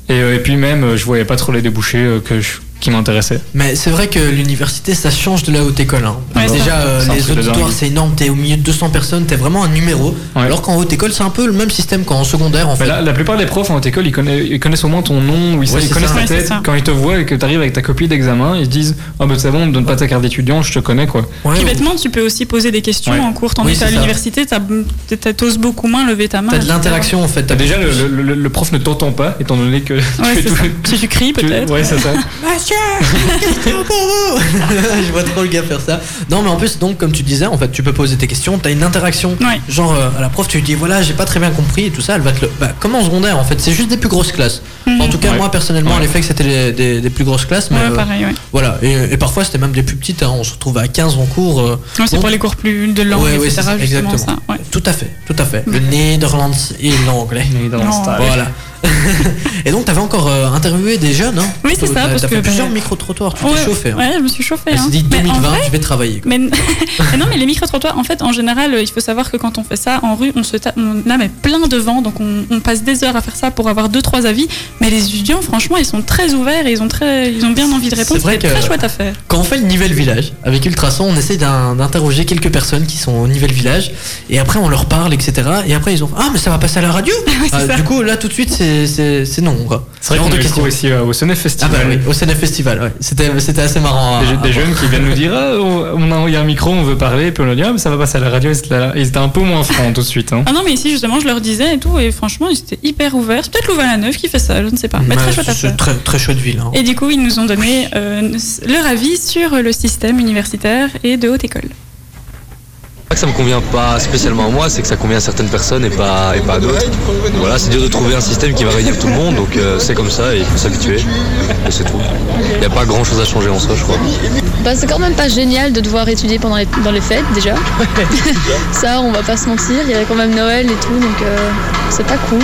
[SPEAKER 5] Et, euh, et puis même, euh, je voyais pas trop les débouchés euh, que je- qui m'intéressaient.
[SPEAKER 1] Mais c'est vrai que l'université ça change de la haute école. hein.
[SPEAKER 2] Ouais, c'est
[SPEAKER 1] Déjà, euh,
[SPEAKER 5] C'est un
[SPEAKER 1] les
[SPEAKER 5] truc de
[SPEAKER 1] auditoires
[SPEAKER 5] dingue.
[SPEAKER 1] c'est énorme, t'es au milieu de 200 personnes, t'es vraiment un numéro.
[SPEAKER 5] Ouais.
[SPEAKER 1] Alors qu'en haute école c'est un peu le même système qu'en secondaire en
[SPEAKER 5] Mais
[SPEAKER 1] fait.
[SPEAKER 5] là, la plupart des profs en haute école, ils connaissent, ils connaissent au moins ton nom, ou ils,
[SPEAKER 1] Ouais,
[SPEAKER 5] ils
[SPEAKER 1] c'est
[SPEAKER 5] connaissent
[SPEAKER 1] ça.
[SPEAKER 5] ta
[SPEAKER 2] Ouais, c'est
[SPEAKER 5] tête.
[SPEAKER 2] ça.
[SPEAKER 5] Quand ils te voient et que tu arrives avec ta copie d'examen, ils se disent Ah, bah c'est bon, me donne pas ta carte d'étudiant, je te connais quoi.
[SPEAKER 1] Ouais,
[SPEAKER 2] Puis
[SPEAKER 1] ou-
[SPEAKER 2] bêtement, tu peux aussi poser des questions
[SPEAKER 5] Ouais.
[SPEAKER 2] en cours.
[SPEAKER 1] Oui,
[SPEAKER 2] Tandis
[SPEAKER 1] c'est
[SPEAKER 2] qu'à
[SPEAKER 1] ça.
[SPEAKER 2] l'université, t'as- t'as- t'oses beaucoup moins lever ta main.
[SPEAKER 1] T'as de
[SPEAKER 2] etc.
[SPEAKER 1] l'interaction en fait.
[SPEAKER 5] T'as Bah déjà le, le- le- le prof ne t'entend pas, étant donné que
[SPEAKER 2] Ouais,
[SPEAKER 5] tu fais
[SPEAKER 2] c'est
[SPEAKER 5] tout.
[SPEAKER 2] ça. Si tu cries,
[SPEAKER 5] tu-
[SPEAKER 2] peut-être.
[SPEAKER 5] ouais, c'est ça.
[SPEAKER 1] Je vois trop le gars faire ça. Non, mais en plus, donc, comme tu disais, en fait, tu peux poser tes questions, t'as une interaction.
[SPEAKER 2] Ouais.
[SPEAKER 1] Genre, euh, à la prof, tu lui dis, voilà, j'ai pas très bien compris et tout ça, elle va te le. Bah, comme en secondaire, en fait, c'est juste des plus grosses classes. En tout cas,
[SPEAKER 5] Ouais.
[SPEAKER 1] moi, personnellement,
[SPEAKER 5] Ouais.
[SPEAKER 1] à l'effet que c'était les- des, des plus grosses classes, mais.
[SPEAKER 2] Hmm. Ouais,
[SPEAKER 1] euh,
[SPEAKER 2] pareil, ouais.
[SPEAKER 1] voilà, et, et parfois, c'était même des plus petites, hein. on se retrouvait à 15 en cours. euh,
[SPEAKER 2] Ouais, c'est
[SPEAKER 1] bon.
[SPEAKER 2] pour les cours plus de langue,
[SPEAKER 1] Ouais, ouais,
[SPEAKER 2] etc.
[SPEAKER 1] c'est ça,
[SPEAKER 2] justement,
[SPEAKER 1] exactement.
[SPEAKER 2] ça, ouais.
[SPEAKER 1] Tout à fait, tout à fait. Le néerlandais et l'anglais.
[SPEAKER 5] Dans
[SPEAKER 2] Non.
[SPEAKER 5] Insta.
[SPEAKER 1] Voilà. et donc, t'avais encore euh, interviewé des jeunes, hein
[SPEAKER 2] Oui, c'est ça,
[SPEAKER 1] T'as-
[SPEAKER 2] parce
[SPEAKER 1] T'as fait
[SPEAKER 2] que- ben,
[SPEAKER 1] plusieurs micro-trottoirs, tu t'es
[SPEAKER 2] Ouais,
[SPEAKER 1] chauffé. hein.
[SPEAKER 2] Ouais, je me suis chauffée.
[SPEAKER 1] Elle
[SPEAKER 2] hein.
[SPEAKER 1] s'est dit
[SPEAKER 2] Mais en
[SPEAKER 1] 2020,
[SPEAKER 2] vrai,
[SPEAKER 1] je vais travailler.
[SPEAKER 2] Mais, mais non, mais les micro-trottoirs, en fait, en général, euh, il faut savoir que quand on fait ça en rue, on se ta- on a mais plein de vent, donc on, on passe des heures à faire ça pour avoir deux trois avis. Mais les étudiants, franchement, ils sont très ouverts, et ils ont très, ils ont bien envie de répondre.
[SPEAKER 1] C'est vrai
[SPEAKER 2] C'est
[SPEAKER 1] que-
[SPEAKER 2] très chouette à faire.
[SPEAKER 1] Quand on fait le Nivelle Village, avec Ultrason, on essaie d'in- d'interroger quelques personnes qui sont au Nivelle Village, et après on leur parle, etc. Et après ils ont Ah, mais ça va passer à la radio
[SPEAKER 2] c'est
[SPEAKER 1] Ah,
[SPEAKER 2] ça.
[SPEAKER 1] Du coup, là tout de suite, c'est- c'est c'est non, quoi.
[SPEAKER 5] C'est vrai
[SPEAKER 1] Hors
[SPEAKER 5] qu'on
[SPEAKER 1] de
[SPEAKER 5] a eu le
[SPEAKER 1] question.
[SPEAKER 5] cours ici euh, au Senef
[SPEAKER 1] Ah,
[SPEAKER 5] Festival.
[SPEAKER 1] bah oui, au CNF Festival, ouais. C'était c'était assez marrant. hein. à-
[SPEAKER 5] Des,
[SPEAKER 1] à
[SPEAKER 5] je- des
[SPEAKER 1] voir.
[SPEAKER 5] jeunes qui viennent nous dire Ah, on a, il y a un micro, on veut parler, puis on leur dit Ah, mais ça va passer à la radio. Ils étaient là- ils étaient un peu moins francs tout de suite. hein.
[SPEAKER 2] Ah non, mais ici, justement, je leur disais et tout, et franchement, ils étaient hyper ouverts. C'est peut-être Louvain-la-Neuve qui fait ça, je ne sais pas. Mais Bah, très
[SPEAKER 1] Ouais,
[SPEAKER 2] chouette à faire.
[SPEAKER 1] C'est très, très chouette ville. hein.
[SPEAKER 2] Et du coup, ils nous ont donné euh, leur avis sur le système universitaire et de haute école.
[SPEAKER 10] pas que ça me convient pas spécialement à moi, c'est que ça convient à certaines personnes et pas, et pas à d'autres. Donc Voilà, c'est dur de trouver un système qui va réunir tout le monde, donc euh, c'est comme ça et il faut s'habituer. Et c'est tout. Il n'y a pas grand chose à changer en soi, je crois.
[SPEAKER 13] Bah, c'est quand même pas génial de devoir étudier pendant les, dans les fêtes déjà. ça, on va pas se mentir, il y a quand même Noël et tout, donc euh, c'est pas cool.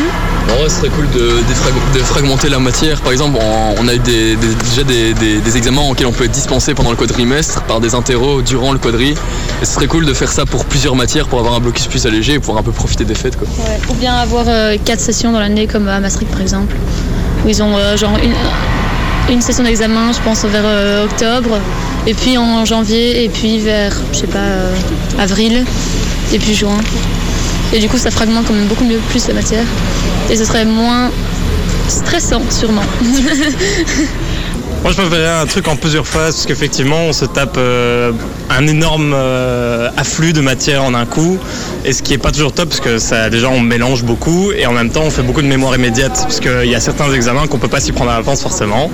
[SPEAKER 12] En vrai, ce serait cool de, défrag- de fragmenter la matière. Par exemple, en- on a eu des- des- déjà des, des- des examens auxquels on peut être dispensé pendant le quadrimestre par des interros durant le quadri. Et ce serait cool de faire ça pour plusieurs matières pour avoir un blocus plus allégé et pouvoir un peu profiter des fêtes. Quoi.
[SPEAKER 13] Ouais. Ou bien avoir euh, quatre sessions dans l'année comme euh, à Maastricht par exemple, où ils ont euh, genre une, une session d'examen je pense vers euh, octobre, et puis en janvier, et puis vers je sais pas euh, avril, et puis juin. Et du coup ça fragmente quand même beaucoup mieux plus la matière. Et ce serait moins stressant sûrement.
[SPEAKER 14] Moi, je me verrais un truc en plusieurs phases, parce qu'effectivement, on se tape euh, un énorme euh, afflux de matière en un coup, et ce qui est pas toujours top, parce que ça, déjà, on mélange beaucoup, et en même temps, on fait beaucoup de mémoire immédiate, parce qu'il y a certains examens qu'on peut pas s'y prendre à l'avance forcément,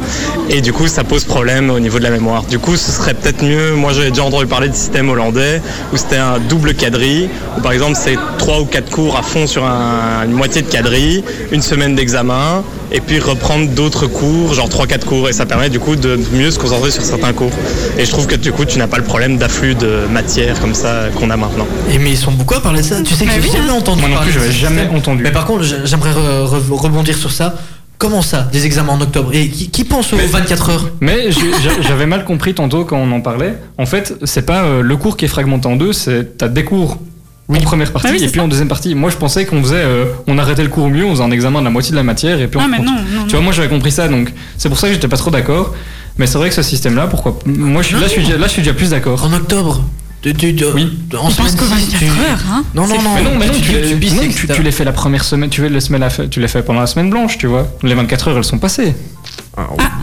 [SPEAKER 14] et du coup, ça pose problème au niveau de la mémoire. Du coup, ce serait peut-être mieux, moi, j'avais déjà entendu parler du système hollandais, où c'était un double quadrille, où par exemple, c'est trois ou quatre cours à fond sur un- une moitié de quadrille, une semaine d'examen, et puis reprendre d'autres cours, genre 3-4 cours, et ça permet du coup de mieux se concentrer sur certains cours. Et je trouve que du coup tu n'as pas le problème d'afflux de matière comme ça qu'on a maintenant.
[SPEAKER 1] Et mais ils sont beaucoup à parler de ça. Tu sais que
[SPEAKER 2] Bah
[SPEAKER 14] Mais
[SPEAKER 1] j'ai
[SPEAKER 14] oui,
[SPEAKER 1] jamais
[SPEAKER 14] hein.
[SPEAKER 1] entendu
[SPEAKER 14] Moi non
[SPEAKER 1] parler
[SPEAKER 14] plus,
[SPEAKER 1] de
[SPEAKER 14] j'avais
[SPEAKER 1] ce
[SPEAKER 14] jamais
[SPEAKER 1] système.
[SPEAKER 14] entendu.
[SPEAKER 1] Mais par contre, je- j'aimerais re- re- rebondir sur ça. Comment ça, des examens en octobre Et qui, qui pense aux 24 heures
[SPEAKER 5] Mais j'ai- j'a- j'avais mal compris tantôt quand on en parlait. En fait, c'est pas euh, le cours qui est fragmenté en deux, c'est t'as des cours. en première partie
[SPEAKER 2] Ah oui,
[SPEAKER 5] et
[SPEAKER 2] c'est
[SPEAKER 5] puis en deuxième partie. Moi je pensais qu'on faisait, euh, on arrêtait le cours au milieu, on faisait un examen de la moitié de la matière et puis on.
[SPEAKER 2] Ah, mais
[SPEAKER 5] reprend
[SPEAKER 2] non,
[SPEAKER 5] tout.
[SPEAKER 2] non,
[SPEAKER 5] tu
[SPEAKER 2] non.
[SPEAKER 5] vois, moi j'avais compris ça donc c'est pour ça que j'étais pas trop d'accord. Mais c'est vrai que ce système-là, pourquoi Moi je suis là, je suis déjà- là, je suis déjà plus d'accord.
[SPEAKER 1] En octobre. Tu, tu, oui. En
[SPEAKER 5] Je pense
[SPEAKER 1] semaine
[SPEAKER 5] qu'au
[SPEAKER 1] six, tu-
[SPEAKER 5] 24 heures,
[SPEAKER 2] hein.
[SPEAKER 1] Non, non, non.
[SPEAKER 5] Mais non, mais non, tu,
[SPEAKER 1] tu-
[SPEAKER 5] les-
[SPEAKER 1] tu
[SPEAKER 5] non,
[SPEAKER 1] bisextes.
[SPEAKER 5] tu- tu les fais la première semaine, tu les, la semaine, la fe- tu les fais pendant la semaine blanche, tu vois. Les 24 heures, elles sont passées.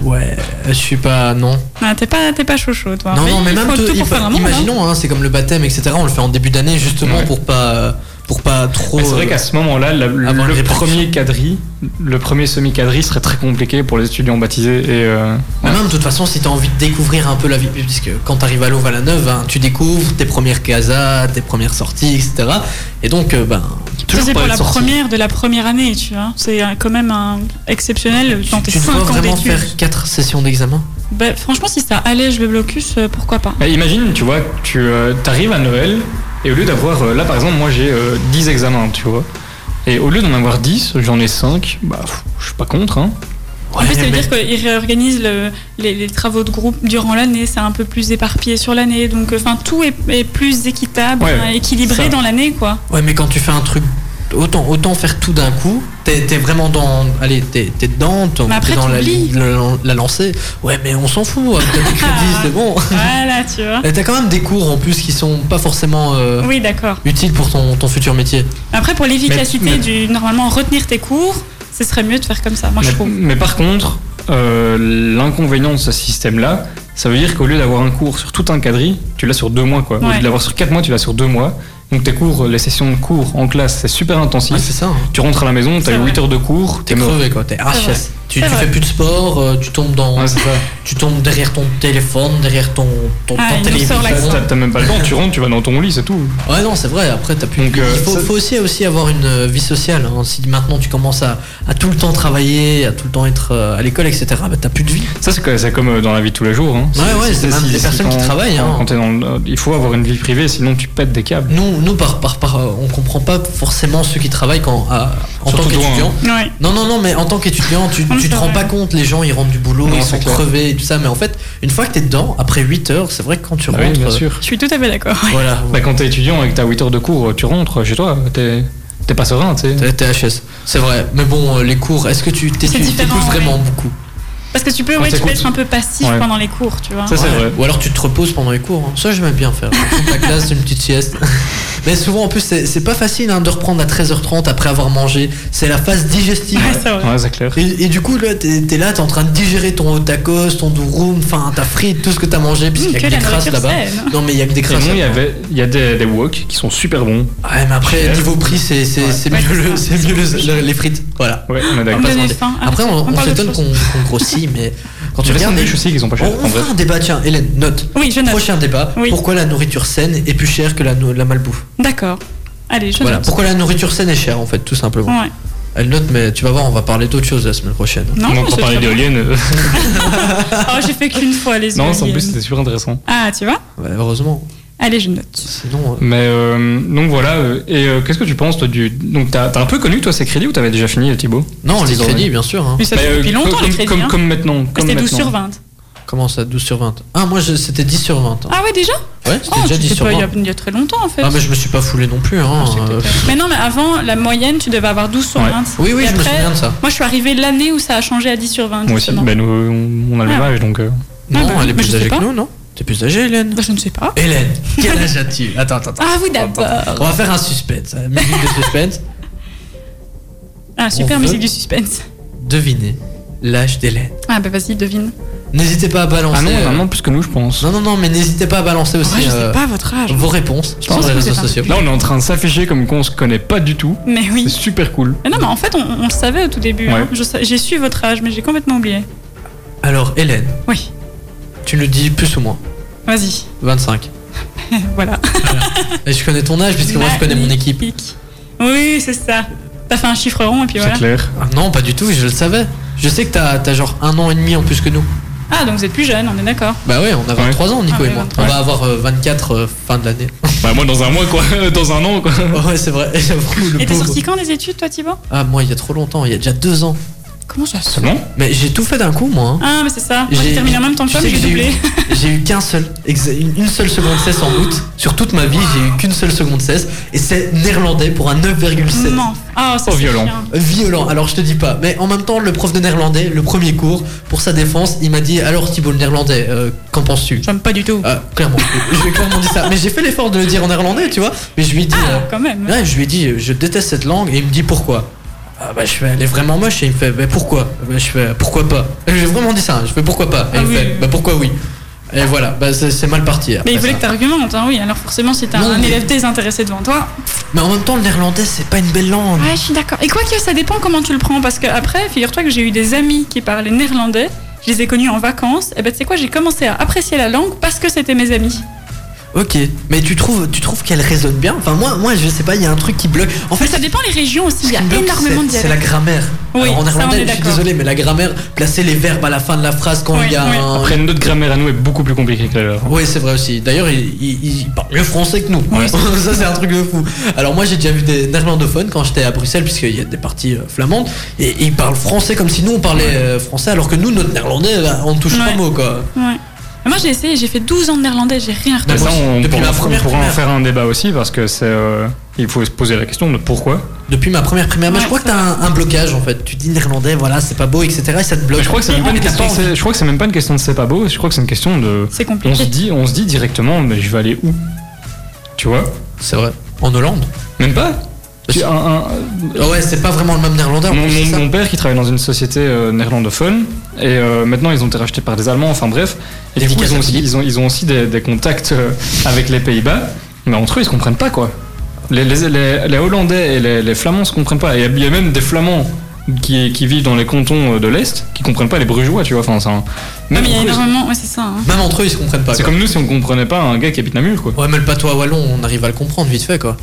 [SPEAKER 1] Ouais, euh, je suis pas. Non.
[SPEAKER 2] Ah, t'es pas, t'es pas chaud chaud, toi.
[SPEAKER 1] Non, non, mais
[SPEAKER 2] il
[SPEAKER 1] même
[SPEAKER 2] faut
[SPEAKER 1] te-
[SPEAKER 2] tout pour
[SPEAKER 1] il-
[SPEAKER 2] faire un monde, hein.
[SPEAKER 1] imaginons, hein, c'est comme le baptême, etc. On le fait en début d'année justement pour pas euh, pour pas trop.
[SPEAKER 5] Mais c'est vrai
[SPEAKER 1] euh,
[SPEAKER 5] qu'à ce moment-là, la- le,
[SPEAKER 1] avoir une répercussion.
[SPEAKER 5] premier quadri, le premier semi-quadri serait très compliqué pour les étudiants baptisés. Et euh,
[SPEAKER 1] Mais même de toute façon, si t'as envie de découvrir un peu la vie, puisque quand t'arrives à Louvain la Neuve, hein, tu découvres tes premières casas, tes premières sorties, etc. Et donc, euh, ben,
[SPEAKER 2] Ça,
[SPEAKER 1] toujours
[SPEAKER 2] hein. c'est
[SPEAKER 1] pas
[SPEAKER 2] pour
[SPEAKER 1] être
[SPEAKER 2] la
[SPEAKER 1] sorti.
[SPEAKER 2] première de la première année, tu vois. C'est euh, quand même un exceptionnel dans tes
[SPEAKER 1] Tu dois
[SPEAKER 2] 5 ans
[SPEAKER 1] vraiment
[SPEAKER 2] d'études.
[SPEAKER 1] faire 4 sessions d'examen.
[SPEAKER 2] Bah, franchement, si ça allège le blocus, euh, pourquoi pas
[SPEAKER 5] bah, imagine, tu vois, tu arrives à Noël et au lieu d'avoir. euh, là, par exemple, moi j'ai euh, 10 examens, tu vois. Et au lieu d'en avoir 10, j'en ai 5. Bah, pff, je suis pas contre, hein.
[SPEAKER 2] En plus, ça veut dire qu'ils réorganisent le- les, les travaux de groupe durant l'année, c'est un peu plus éparpillé sur l'année, donc euh, enfin tout est, est plus équitable,
[SPEAKER 1] Ouais,
[SPEAKER 2] hein, équilibré
[SPEAKER 1] ça.
[SPEAKER 2] dans l'année, quoi.
[SPEAKER 1] Ouais, mais quand tu fais un truc, autant, autant faire tout d'un coup. T'es t'es vraiment dans. Allez, t'es t'es dedans, t'es
[SPEAKER 2] Mais après,
[SPEAKER 1] t'es dans la,
[SPEAKER 2] t'oublies.
[SPEAKER 1] la, la lancée. Ouais, mais on s'en fout. hein, avec des crédits, c'est bon.
[SPEAKER 2] Voilà, tu vois.
[SPEAKER 1] Et T'as quand même des cours en plus qui sont pas forcément euh,
[SPEAKER 2] Oui, d'accord.
[SPEAKER 1] utiles pour ton, ton futur métier.
[SPEAKER 2] Après, pour l'efficacité
[SPEAKER 1] Mais-
[SPEAKER 2] du normalement retenir tes cours, ce serait mieux de faire comme ça, moi je
[SPEAKER 5] mais,
[SPEAKER 2] trouve.
[SPEAKER 5] mais par contre, euh, l'inconvénient de ce système-là, ça veut dire qu'au lieu d'avoir un cours sur tout un quadri, tu l'as sur deux mois, quoi. Au
[SPEAKER 2] Ouais.
[SPEAKER 5] lieu de l'avoir sur quatre mois, tu l'as sur deux mois. Donc tes cours, les sessions de cours en classe, c'est super intensif.
[SPEAKER 1] Ouais, c'est ça.
[SPEAKER 5] Tu rentres à la maison, t'as
[SPEAKER 1] C'est
[SPEAKER 5] eu
[SPEAKER 1] vrai.
[SPEAKER 5] 8 heures de cours,
[SPEAKER 1] T'es crevé quoi, t'es HS. Tu, tu fais plus de sport, euh, tu tombes dans. Tu tombes derrière ton téléphone, derrière ton, ton, ton télévision.
[SPEAKER 5] T'as- T'as même pas le temps, tu rentres, tu vas dans ton lit, c'est tout.
[SPEAKER 1] Ouais, non, c'est vrai, après t'as plus.
[SPEAKER 5] Donc, euh,
[SPEAKER 1] Il faut,
[SPEAKER 5] ça-
[SPEAKER 1] faut aussi, aussi avoir une euh, vie sociale. hein. Si maintenant tu commences à, à tout le temps travailler, à tout le temps être euh, à l'école, etc., bah t'as plus de vie.
[SPEAKER 5] Ça, c'est quoi- c'est comme euh, dans la vie de tous les jours. Hein.
[SPEAKER 1] Ouais, ouais, c'est même des personnes qui travaillent,
[SPEAKER 5] quand-
[SPEAKER 1] hein.
[SPEAKER 5] quand t'es dans le- euh, il faut avoir une vie privée, sinon tu pètes des câbles.
[SPEAKER 1] Nous, nous par, par, par, euh, on comprend pas forcément ceux qui travaillent quand, à- en
[SPEAKER 5] Surtout
[SPEAKER 1] tant
[SPEAKER 5] toi,
[SPEAKER 1] qu'étudiant.
[SPEAKER 5] hein.
[SPEAKER 1] Non, non, non, mais en tant qu'étudiant, tu, tu te rends pas compte, les gens ils rentrent du boulot,
[SPEAKER 5] Non,
[SPEAKER 1] ils
[SPEAKER 5] c'est
[SPEAKER 1] sont
[SPEAKER 5] clair.
[SPEAKER 1] crevés et tout ça, mais en fait, une fois que t'es dedans, après 8 heures, c'est vrai que quand tu
[SPEAKER 5] Ah
[SPEAKER 1] rentres.
[SPEAKER 5] oui, bien
[SPEAKER 1] euh,
[SPEAKER 5] sûr.
[SPEAKER 2] Je suis tout à fait d'accord. ouais.
[SPEAKER 1] Voilà.
[SPEAKER 5] Bah, quand t'es étudiant et que t'as 8 heures de cours, tu rentres chez toi, t'es t'es pas serein, tu sais.
[SPEAKER 1] T'es HS, c'est vrai. Mais bon, euh, les cours, est-ce que tu t'étudies
[SPEAKER 2] différent,
[SPEAKER 1] t'écoutes vraiment beaucoup
[SPEAKER 2] Parce que tu peux,
[SPEAKER 1] Quand
[SPEAKER 2] ouais, tu peux
[SPEAKER 1] t'écoutes-
[SPEAKER 2] être un peu passif
[SPEAKER 1] Ouais.
[SPEAKER 2] pendant les cours, tu vois.
[SPEAKER 1] Ouais. Ou alors tu te reposes pendant les cours. hein. Ça, j'aime bien faire. Dans ta classe, une petite sieste. Mais souvent, en plus, c'est c'est pas facile hein, de reprendre à 13h30 après avoir mangé. C'est la phase digestive.
[SPEAKER 5] Ouais, c'est clair.
[SPEAKER 1] Et, et du coup, là, t'es t'es là, t'es en train de digérer ton tacos, ton durum, enfin ta frite, tout ce que t'as mangé, puisqu'il y a
[SPEAKER 5] que
[SPEAKER 1] que
[SPEAKER 5] la
[SPEAKER 1] des crasses
[SPEAKER 5] nourriture
[SPEAKER 1] là-bas.
[SPEAKER 5] Mmh, saine.
[SPEAKER 1] Non, mais il y a que des crasses.
[SPEAKER 5] Sinon, il y
[SPEAKER 1] là-bas.
[SPEAKER 5] avait- il y a des, des wok qui sont super bons.
[SPEAKER 1] Ouais, mais après, niveau prix, c'est c'est- c'est mieux, le- c'est mieux le- le- les frites. Voilà.
[SPEAKER 5] Ouais, on est
[SPEAKER 1] On
[SPEAKER 5] d'accord.
[SPEAKER 1] va pas se mentir. Après, on, on s'étonne qu'on qu'on grossit, mais
[SPEAKER 2] Ah,
[SPEAKER 1] quand tu
[SPEAKER 5] Mais les
[SPEAKER 1] regardes.
[SPEAKER 5] sandwichs aussi, ils sont pas chers,
[SPEAKER 2] Oh,
[SPEAKER 1] On,
[SPEAKER 5] en
[SPEAKER 1] on fera
[SPEAKER 5] vrai.
[SPEAKER 1] un débat, tiens, Hélène, note. Oui, je note. Prochain débat. Pourquoi la nourriture saine est plus chère que la, no- la malbouffe
[SPEAKER 2] D'accord. Allez, je
[SPEAKER 1] Voilà.
[SPEAKER 2] note.
[SPEAKER 1] Pourquoi la nourriture saine est chère, en fait, tout simplement.
[SPEAKER 2] Ouais.
[SPEAKER 1] Elle note, mais tu vas voir, on va parler d'autre chose la semaine prochaine.
[SPEAKER 2] Non, On va mais encore c'est parler très
[SPEAKER 5] d'éoliennes.
[SPEAKER 2] Oh, j'ai fait qu'une fois les
[SPEAKER 5] Non, en
[SPEAKER 2] éoliennes.
[SPEAKER 5] plus, c'était super intéressant.
[SPEAKER 2] Ah, tu vois
[SPEAKER 1] heureusement.
[SPEAKER 2] Allez, je note.
[SPEAKER 5] Mais euh, donc voilà, euh, et euh, qu'est-ce que tu penses toi du. Donc t'as t'as un peu connu toi ces crédits ou t'avais déjà fini euh, Thibaut
[SPEAKER 1] Non, les crédits, bien sûr. hein.
[SPEAKER 2] Mais ça fait depuis longtemps,
[SPEAKER 5] euh, comme,
[SPEAKER 2] les crédits,
[SPEAKER 5] Comme,
[SPEAKER 2] hein.
[SPEAKER 5] comme maintenant.
[SPEAKER 2] Ah,
[SPEAKER 5] comme
[SPEAKER 2] C'était 12
[SPEAKER 5] maintenant.
[SPEAKER 2] sur 20.
[SPEAKER 1] Comment ça, 12 sur 20 Ah, moi, je- c'était 10 sur 20. hein.
[SPEAKER 2] Ah ouais, déjà
[SPEAKER 1] Ouais, c'était
[SPEAKER 2] Oh,
[SPEAKER 1] déjà 10
[SPEAKER 2] c'était
[SPEAKER 1] sur
[SPEAKER 2] pas il
[SPEAKER 1] 20.
[SPEAKER 2] y a- il y a très longtemps, en fait.
[SPEAKER 1] Ah, mais je me suis pas foulé non plus.
[SPEAKER 2] Ah,
[SPEAKER 1] Hein. euh,
[SPEAKER 2] Mais non, mais avant, la moyenne, tu devais avoir 12 sur
[SPEAKER 1] Ouais.
[SPEAKER 2] 20.
[SPEAKER 1] Oui, oui,
[SPEAKER 2] Et
[SPEAKER 1] je me
[SPEAKER 2] après,
[SPEAKER 1] souviens de ça.
[SPEAKER 2] Moi, je suis arrivée l'année où ça a changé à 10 sur 20.
[SPEAKER 5] Moi aussi,
[SPEAKER 2] justement.
[SPEAKER 5] ben, nous, on on a le
[SPEAKER 2] Ah.
[SPEAKER 5] même âge donc. euh.
[SPEAKER 1] Non,
[SPEAKER 2] Ah, bah,
[SPEAKER 1] elle est
[SPEAKER 2] mais
[SPEAKER 1] plus
[SPEAKER 2] je sais
[SPEAKER 1] âgée
[SPEAKER 2] pas.
[SPEAKER 1] que nous, non T'es plus âgée, Hélène
[SPEAKER 2] Bah, je ne sais pas.
[SPEAKER 1] Hélène, quel âge as-tu Attends, attends, attends.
[SPEAKER 2] Ah, vous d'abord.
[SPEAKER 1] On va faire un suspense. hein, Musique de suspense.
[SPEAKER 2] Ah, super
[SPEAKER 1] On
[SPEAKER 2] musique
[SPEAKER 1] veut-
[SPEAKER 2] du suspense.
[SPEAKER 1] Devinez l'âge d'Hélène.
[SPEAKER 2] Ah, bah vas-y, devine.
[SPEAKER 1] N'hésitez pas à balancer.
[SPEAKER 5] Ah non,
[SPEAKER 1] euh,
[SPEAKER 5] vraiment plus que nous, je pense.
[SPEAKER 1] Non, non, non, mais n'hésitez pas à balancer aussi
[SPEAKER 2] Ouais, je sais
[SPEAKER 1] euh,
[SPEAKER 2] pas votre âge.
[SPEAKER 1] vos réponses
[SPEAKER 2] Je
[SPEAKER 1] sur
[SPEAKER 2] pense
[SPEAKER 1] les
[SPEAKER 2] que
[SPEAKER 1] réseaux
[SPEAKER 2] c'est un-
[SPEAKER 1] sociaux.
[SPEAKER 5] Là, on est en train de s'afficher comme qu'on se connaît pas du tout.
[SPEAKER 2] Mais oui.
[SPEAKER 5] C'est super cool.
[SPEAKER 2] Mais non, mais en fait, on, on le savait au tout début.
[SPEAKER 5] Ouais.
[SPEAKER 2] hein. Je sais- J'ai su votre âge, mais j'ai complètement oublié.
[SPEAKER 1] Alors, Hélène.
[SPEAKER 2] Oui.
[SPEAKER 1] Tu le dis plus ou moins
[SPEAKER 2] Vas-y.
[SPEAKER 1] 25.
[SPEAKER 2] voilà.
[SPEAKER 1] Et je connais ton âge puisque moi je
[SPEAKER 2] Bah,
[SPEAKER 1] connais mon équipe.
[SPEAKER 2] Oui, c'est ça. T'as fait un chiffre rond et puis voilà.
[SPEAKER 1] Ah non, pas du tout, je le savais. Je sais que t'as as genre un an et demi en plus que nous.
[SPEAKER 2] Ah, donc vous êtes plus jeune, on est d'accord.
[SPEAKER 1] Bah ouais, on a 23 ans, Nico
[SPEAKER 2] Ah
[SPEAKER 1] et
[SPEAKER 2] ouais,
[SPEAKER 1] moi.
[SPEAKER 2] 23.
[SPEAKER 1] On va avoir euh, 24 euh, fin de l'année.
[SPEAKER 5] Bah, moi, dans un mois, quoi. Dans un an, quoi.
[SPEAKER 1] ouais, c'est vrai. J'avoue, le
[SPEAKER 2] Et t'es
[SPEAKER 1] pauvre.
[SPEAKER 2] sorti quand les études, toi, Thibaut
[SPEAKER 1] Ah, moi, il y a trop longtemps, il y a déjà deux ans.
[SPEAKER 2] Comment ça se
[SPEAKER 5] Seulement
[SPEAKER 1] Mais j'ai tout fait d'un coup, moi. hein.
[SPEAKER 2] Ah, mais c'est ça. Moi, j'ai terminé en même temps que
[SPEAKER 1] tu
[SPEAKER 2] toi,
[SPEAKER 1] sais
[SPEAKER 2] mais j'ai
[SPEAKER 1] que
[SPEAKER 2] doublé.
[SPEAKER 1] eu- J'ai eu qu'un seul, exa- une une seule seconde 16 en août. Sur toute ma vie, j'ai eu qu'une seule seconde 16. Et c'est néerlandais pour un 9,7.
[SPEAKER 2] Non. Ah, ça, c'est chiant.
[SPEAKER 1] Oh, Violent, alors je te dis pas. Mais en même temps, le prof de néerlandais, le premier cours, pour sa défense, il m'a dit Alors Thibault, le néerlandais, euh, qu'en penses-tu Ah,
[SPEAKER 2] J'aime pas du tout.
[SPEAKER 1] clairement, je lui ai clairement dit ça. Mais j'ai fait l'effort de le dire en néerlandais, tu vois. Mais je lui ai dit. euh,
[SPEAKER 2] Quand même.
[SPEAKER 1] Ouais, je lui ai dit, euh, je déteste cette langue, et il me dit pourquoi. Ah bah je fais, elle est vraiment moche, et il me fait, bah pourquoi Bah, Je fais, pourquoi pas J'ai vraiment dit ça, hein, je fais pourquoi pas Et il me fait, bah pourquoi oui Et voilà, bah c'est c'est mal parti. après
[SPEAKER 2] Ah Mais il voulait
[SPEAKER 1] ça.
[SPEAKER 2] que t'argumentes, hein, oui. Alors forcément, si t'as
[SPEAKER 1] Non,
[SPEAKER 2] un
[SPEAKER 1] mais-
[SPEAKER 2] élève désintéressé devant toi.
[SPEAKER 1] Mais en même temps, le néerlandais, c'est pas une belle langue.
[SPEAKER 2] Ouais, je suis d'accord. Et quoique, ça dépend comment tu le prends, parce que après, figure-toi que j'ai eu des amis qui parlaient néerlandais. Je les ai connus en vacances. Et ben, tu sais quoi, j'ai commencé à apprécier la langue parce que c'était mes amis.
[SPEAKER 1] Ok, mais tu trouves, tu trouves qu'elle résonne bien Enfin, moi, moi, je sais pas, il y a un truc qui bloque. En fait,
[SPEAKER 2] Mais ça dépend les régions aussi. Il y a
[SPEAKER 1] qui me bloque,
[SPEAKER 2] énormément de
[SPEAKER 1] c'est- C'est la
[SPEAKER 2] dialectes.
[SPEAKER 1] grammaire.
[SPEAKER 2] Oui,
[SPEAKER 1] Alors, en
[SPEAKER 2] ça, on est
[SPEAKER 1] néerlandais, je suis
[SPEAKER 2] d'accord.
[SPEAKER 1] désolé, mais la grammaire, placer les verbes à la fin de la phrase quand il y a un.
[SPEAKER 5] Après, notre grammaire à nous est beaucoup plus compliquée que la leur.
[SPEAKER 1] Oui, c'est vrai aussi. D'ailleurs, il, il- il parle mieux français que nous. ça, c'est un truc de fou. Alors, moi, j'ai déjà vu des néerlandophones quand j'étais à Bruxelles, puisqu'il y a des parties euh, flamandes, et ils parlent français comme si nous, on parlait euh, français, alors que nous, notre néerlandais, là, on ne touche pas
[SPEAKER 2] Ouais.
[SPEAKER 1] le mot, quoi.
[SPEAKER 2] Ouais. Mais Moi, j'ai essayé, j'ai fait 12 ans de néerlandais, j'ai rien
[SPEAKER 5] Mais
[SPEAKER 2] retenu.
[SPEAKER 5] Bah, ça, on
[SPEAKER 1] Depuis
[SPEAKER 5] pourra,
[SPEAKER 1] ma première
[SPEAKER 5] on pourra en
[SPEAKER 1] primaire.
[SPEAKER 5] faire un débat aussi parce que c'est. euh, il faut se poser la question de pourquoi.
[SPEAKER 1] Depuis ma première primaire, mais je crois que t'as un, un blocage, en fait. Tu dis néerlandais, voilà, c'est pas beau, etc., et ça te bloque. Ah,
[SPEAKER 5] Mais je crois que c'est même pas une
[SPEAKER 1] Et t'as
[SPEAKER 5] question.
[SPEAKER 1] pas
[SPEAKER 5] de c'est- Je crois que c'est même pas une question de c'est pas beau. Je crois que c'est une question de.
[SPEAKER 2] C'est
[SPEAKER 5] On
[SPEAKER 2] compliqué.
[SPEAKER 5] se dit, on se dit directement, mais je vais aller où Tu vois
[SPEAKER 1] C'est vrai. En Hollande
[SPEAKER 5] Même pas. Tu- un- un-
[SPEAKER 1] envie- Ouais, c'est pas vraiment le même néerlandais, en
[SPEAKER 5] mon,
[SPEAKER 1] plus,
[SPEAKER 5] mon-
[SPEAKER 1] c'est ça.
[SPEAKER 5] mon père qui travaille dans une société euh, néerlandophone et euh, maintenant ils ont été rachetés par des Allemands. Enfin bref, et du coup ils ont aussi, ils ont, ils ont aussi des, des contacts euh, avec les Pays-Bas, mais entre eux ils se comprennent pas quoi. Les, les- les- les Hollandais et les, les Flamands se comprennent pas. Il y a- il y a même des Flamands qui, qui vivent dans les cantons euh, de l'Est qui comprennent pas les Brugeois, tu vois. Enfin, c'est un-
[SPEAKER 2] Ouais, mais il y a
[SPEAKER 5] entre eux,
[SPEAKER 2] énormément, ouais, c'est ça. hein.
[SPEAKER 1] Même entre eux, ils se comprennent pas.
[SPEAKER 5] C'est
[SPEAKER 1] quoi.
[SPEAKER 5] comme nous si on comprenait pas un gars qui habite Namur quoi.
[SPEAKER 1] Ouais, mais le patois wallon, on arrive à le comprendre vite fait, quoi.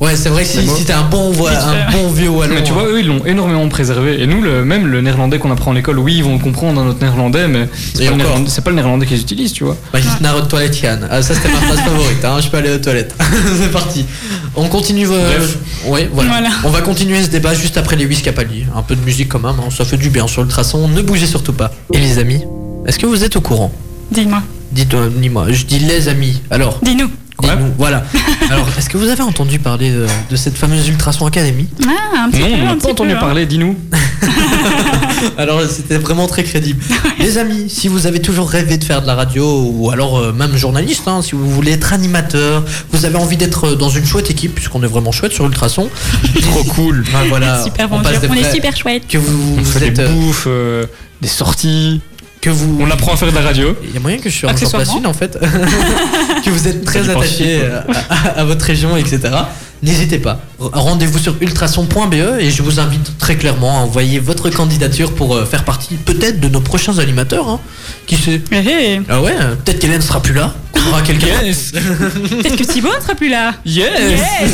[SPEAKER 1] Ouais, c'est vrai que
[SPEAKER 5] C'est
[SPEAKER 1] si,
[SPEAKER 5] beau.
[SPEAKER 1] si t'es un bon, voilà, un bon vieux wallon.
[SPEAKER 5] Mais tu vois, eux, ils l'ont énormément préservé. Et nous, le, même le néerlandais qu'on apprend à l'école, oui, ils vont comprendre notre néerlandais, mais
[SPEAKER 1] Et
[SPEAKER 5] c'est pas, le
[SPEAKER 1] encore.
[SPEAKER 5] néerlandais- c'est pas le néerlandais qu'ils utilisent, tu vois.
[SPEAKER 1] Bah, juste Naro de toilette, Yann. Ah, ça, c'était ma phrase favorite. Hein. Je peux aller aux toilettes. c'est parti. On continue. euh, ouais, voilà.
[SPEAKER 2] Voilà.
[SPEAKER 1] On va continuer ce débat juste après les Whiskapali. Un peu de musique quand même. hein. Ça fait du bien sur le traçon. Ne bougez surtout pas. Et les amis, est-ce que vous êtes au courant
[SPEAKER 2] Dis-moi.
[SPEAKER 1] Dites-moi, dis-moi. Je dis les amis. Alors.
[SPEAKER 2] Dis-nous.
[SPEAKER 1] Dis-nous. Voilà. Alors, est-ce que vous avez entendu parler de, de cette fameuse Ultrason Academy
[SPEAKER 2] Ah, un petit
[SPEAKER 5] Non,
[SPEAKER 2] peu,
[SPEAKER 5] on
[SPEAKER 2] un
[SPEAKER 5] n'a
[SPEAKER 2] petit
[SPEAKER 5] pas entendu
[SPEAKER 2] peu, hein.
[SPEAKER 5] parler, dis-nous.
[SPEAKER 1] Alors c'était vraiment très crédible. Les amis, si vous avez toujours rêvé de faire de la radio ou alors euh, même journaliste, hein, si vous voulez être animateur, vous avez envie d'être euh, dans une chouette équipe, puisqu'on est vraiment chouette sur Ultrason.
[SPEAKER 5] Trop cool.
[SPEAKER 1] Ben voilà,
[SPEAKER 2] Super bon
[SPEAKER 1] on passe
[SPEAKER 2] job,
[SPEAKER 1] des
[SPEAKER 2] on est
[SPEAKER 1] vrais-
[SPEAKER 2] super chouette.
[SPEAKER 1] Que vous,
[SPEAKER 5] On
[SPEAKER 1] vous
[SPEAKER 5] fait
[SPEAKER 1] êtes
[SPEAKER 5] des
[SPEAKER 1] euh,
[SPEAKER 5] bouffes, euh, des sorties.
[SPEAKER 1] Que vous...
[SPEAKER 5] On apprend à faire de la radio.
[SPEAKER 1] Il y a moyen que je suis en
[SPEAKER 5] Accessoirement.
[SPEAKER 1] Jean Placine, en fait. que vous êtes très
[SPEAKER 5] Ça dépend qui,
[SPEAKER 1] attaché euh, à, à- à votre région, etc. N'hésitez pas. R- Rendez-vous sur ultrason.be E, et je vous invite très clairement à envoyer votre candidature pour euh, faire partie peut-être de nos prochains animateurs. hein. Qui sait
[SPEAKER 5] Eh,
[SPEAKER 1] Ah ouais, euh, peut-être qu'Hélène sera plus là. qu'on aura quelqu'un.
[SPEAKER 2] Peut-être que Thibaut ne sera plus là.
[SPEAKER 1] Yes.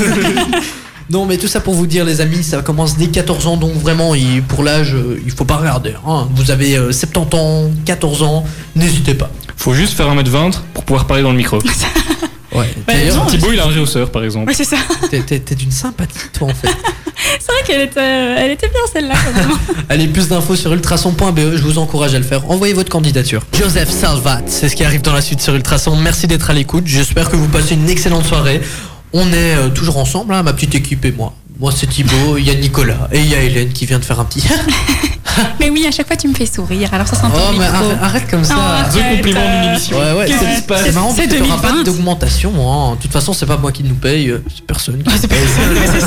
[SPEAKER 1] Non mais tout ça pour vous dire les amis, ça commence dès 14 ans donc vraiment il- pour l'âge euh, il faut pas regarder. hein. Vous avez euh, 70 ans, 14 ans, n'hésitez pas.
[SPEAKER 5] Faut juste faire 1m20 pour pouvoir parler dans le micro.
[SPEAKER 1] ouais.
[SPEAKER 5] D'ailleurs, Thibaut, il a un réhausseur, par exemple.
[SPEAKER 2] Oui, c'est ça.
[SPEAKER 1] T'es- T'es t'es d'une sympathie toi en fait.
[SPEAKER 2] C'est vrai qu'elle était, euh, elle était bien celle-là. quand même.
[SPEAKER 1] Allez, plus d'infos sur ultrason.be, E, je vous encourage à le faire. Envoyez votre candidature. Joseph Salvat, c'est ce qui arrive dans la suite sur Ultrason. Merci d'être à l'écoute. J'espère que vous passez une excellente soirée. On est euh, toujours ensemble, hein, ma petite équipe et moi. Moi, c'est Thibaut, il y a Nicolas et il y a Hélène qui vient de faire un petit.
[SPEAKER 2] mais oui, à chaque fois tu me fais sourire. Alors ça, c'est un peu
[SPEAKER 1] Oh, mais
[SPEAKER 2] micro.
[SPEAKER 1] arrête, arrête comme ça.
[SPEAKER 2] Non, arrête,
[SPEAKER 1] Deux compliments
[SPEAKER 2] euh,
[SPEAKER 1] d'une émission. Ouais, ouais,
[SPEAKER 2] Qu'est-ce
[SPEAKER 1] c'est-
[SPEAKER 2] qui se passe
[SPEAKER 1] C'est marrant
[SPEAKER 2] C'est
[SPEAKER 1] parce que t'auras pas
[SPEAKER 2] 2020.
[SPEAKER 1] d'augmentation. hein. De toute façon, c'est pas moi qui nous paye, euh, c'est personne.
[SPEAKER 2] Ah,
[SPEAKER 1] Qui paye.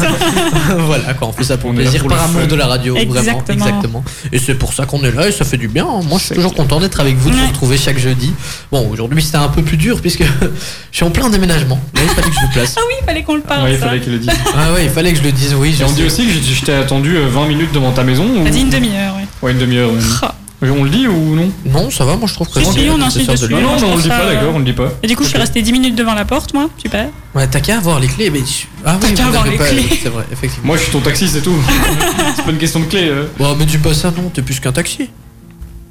[SPEAKER 1] voilà, quoi, on fait ça pour
[SPEAKER 5] est là
[SPEAKER 1] plaisir,
[SPEAKER 5] pour
[SPEAKER 1] par
[SPEAKER 5] le
[SPEAKER 1] amour
[SPEAKER 5] fun.
[SPEAKER 1] de la radio, vraiment.
[SPEAKER 5] Exactement.
[SPEAKER 1] Exactement. Et c'est pour ça qu'on est là et ça fait du bien. hein. Moi, je suis toujours content d'être avec vous, de vous retrouver chaque jeudi. Bon, aujourd'hui, c'était un peu plus dur puisque je suis en plein déménagement. Mais il fallait que je me place.
[SPEAKER 2] Ah oui, il fallait qu'on le parle.
[SPEAKER 5] Ouais, il
[SPEAKER 2] ça.
[SPEAKER 5] fallait qu'il le dise.
[SPEAKER 1] Ah ouais, il fallait que je le dise, oui.
[SPEAKER 5] Et
[SPEAKER 1] je
[SPEAKER 5] on dit
[SPEAKER 1] sais.
[SPEAKER 5] aussi que je- je t'ai attendu euh, 20 minutes devant ta maison. ou-
[SPEAKER 2] T'as dit une demi-heure, ouais. Oh.
[SPEAKER 5] Ouais, une demi-heure. oui. On le dit ou non
[SPEAKER 1] Non, ça va, moi je trouve que
[SPEAKER 2] Si, si, on insiste dessus.
[SPEAKER 5] Non, non,
[SPEAKER 2] Je
[SPEAKER 5] on le
[SPEAKER 2] trouve
[SPEAKER 5] dit
[SPEAKER 2] ça,
[SPEAKER 5] pas,
[SPEAKER 2] euh,
[SPEAKER 5] d'accord, on le dit pas.
[SPEAKER 2] Et du coup, je suis restée 10 minutes devant la porte, moi. Super.
[SPEAKER 1] Ouais, t'as qu'à avoir les clés, mais tu- Ah
[SPEAKER 2] T'as
[SPEAKER 1] oui,
[SPEAKER 2] qu'à
[SPEAKER 1] vous
[SPEAKER 2] avoir
[SPEAKER 1] n'avez
[SPEAKER 2] les
[SPEAKER 1] pas-
[SPEAKER 2] clés.
[SPEAKER 1] C'est vrai, effectivement.
[SPEAKER 5] Moi, je suis ton taxi, c'est tout. c'est pas une question de clé. euh.
[SPEAKER 1] Bon, mais dis pas ça, non, t'es plus qu'un taxi.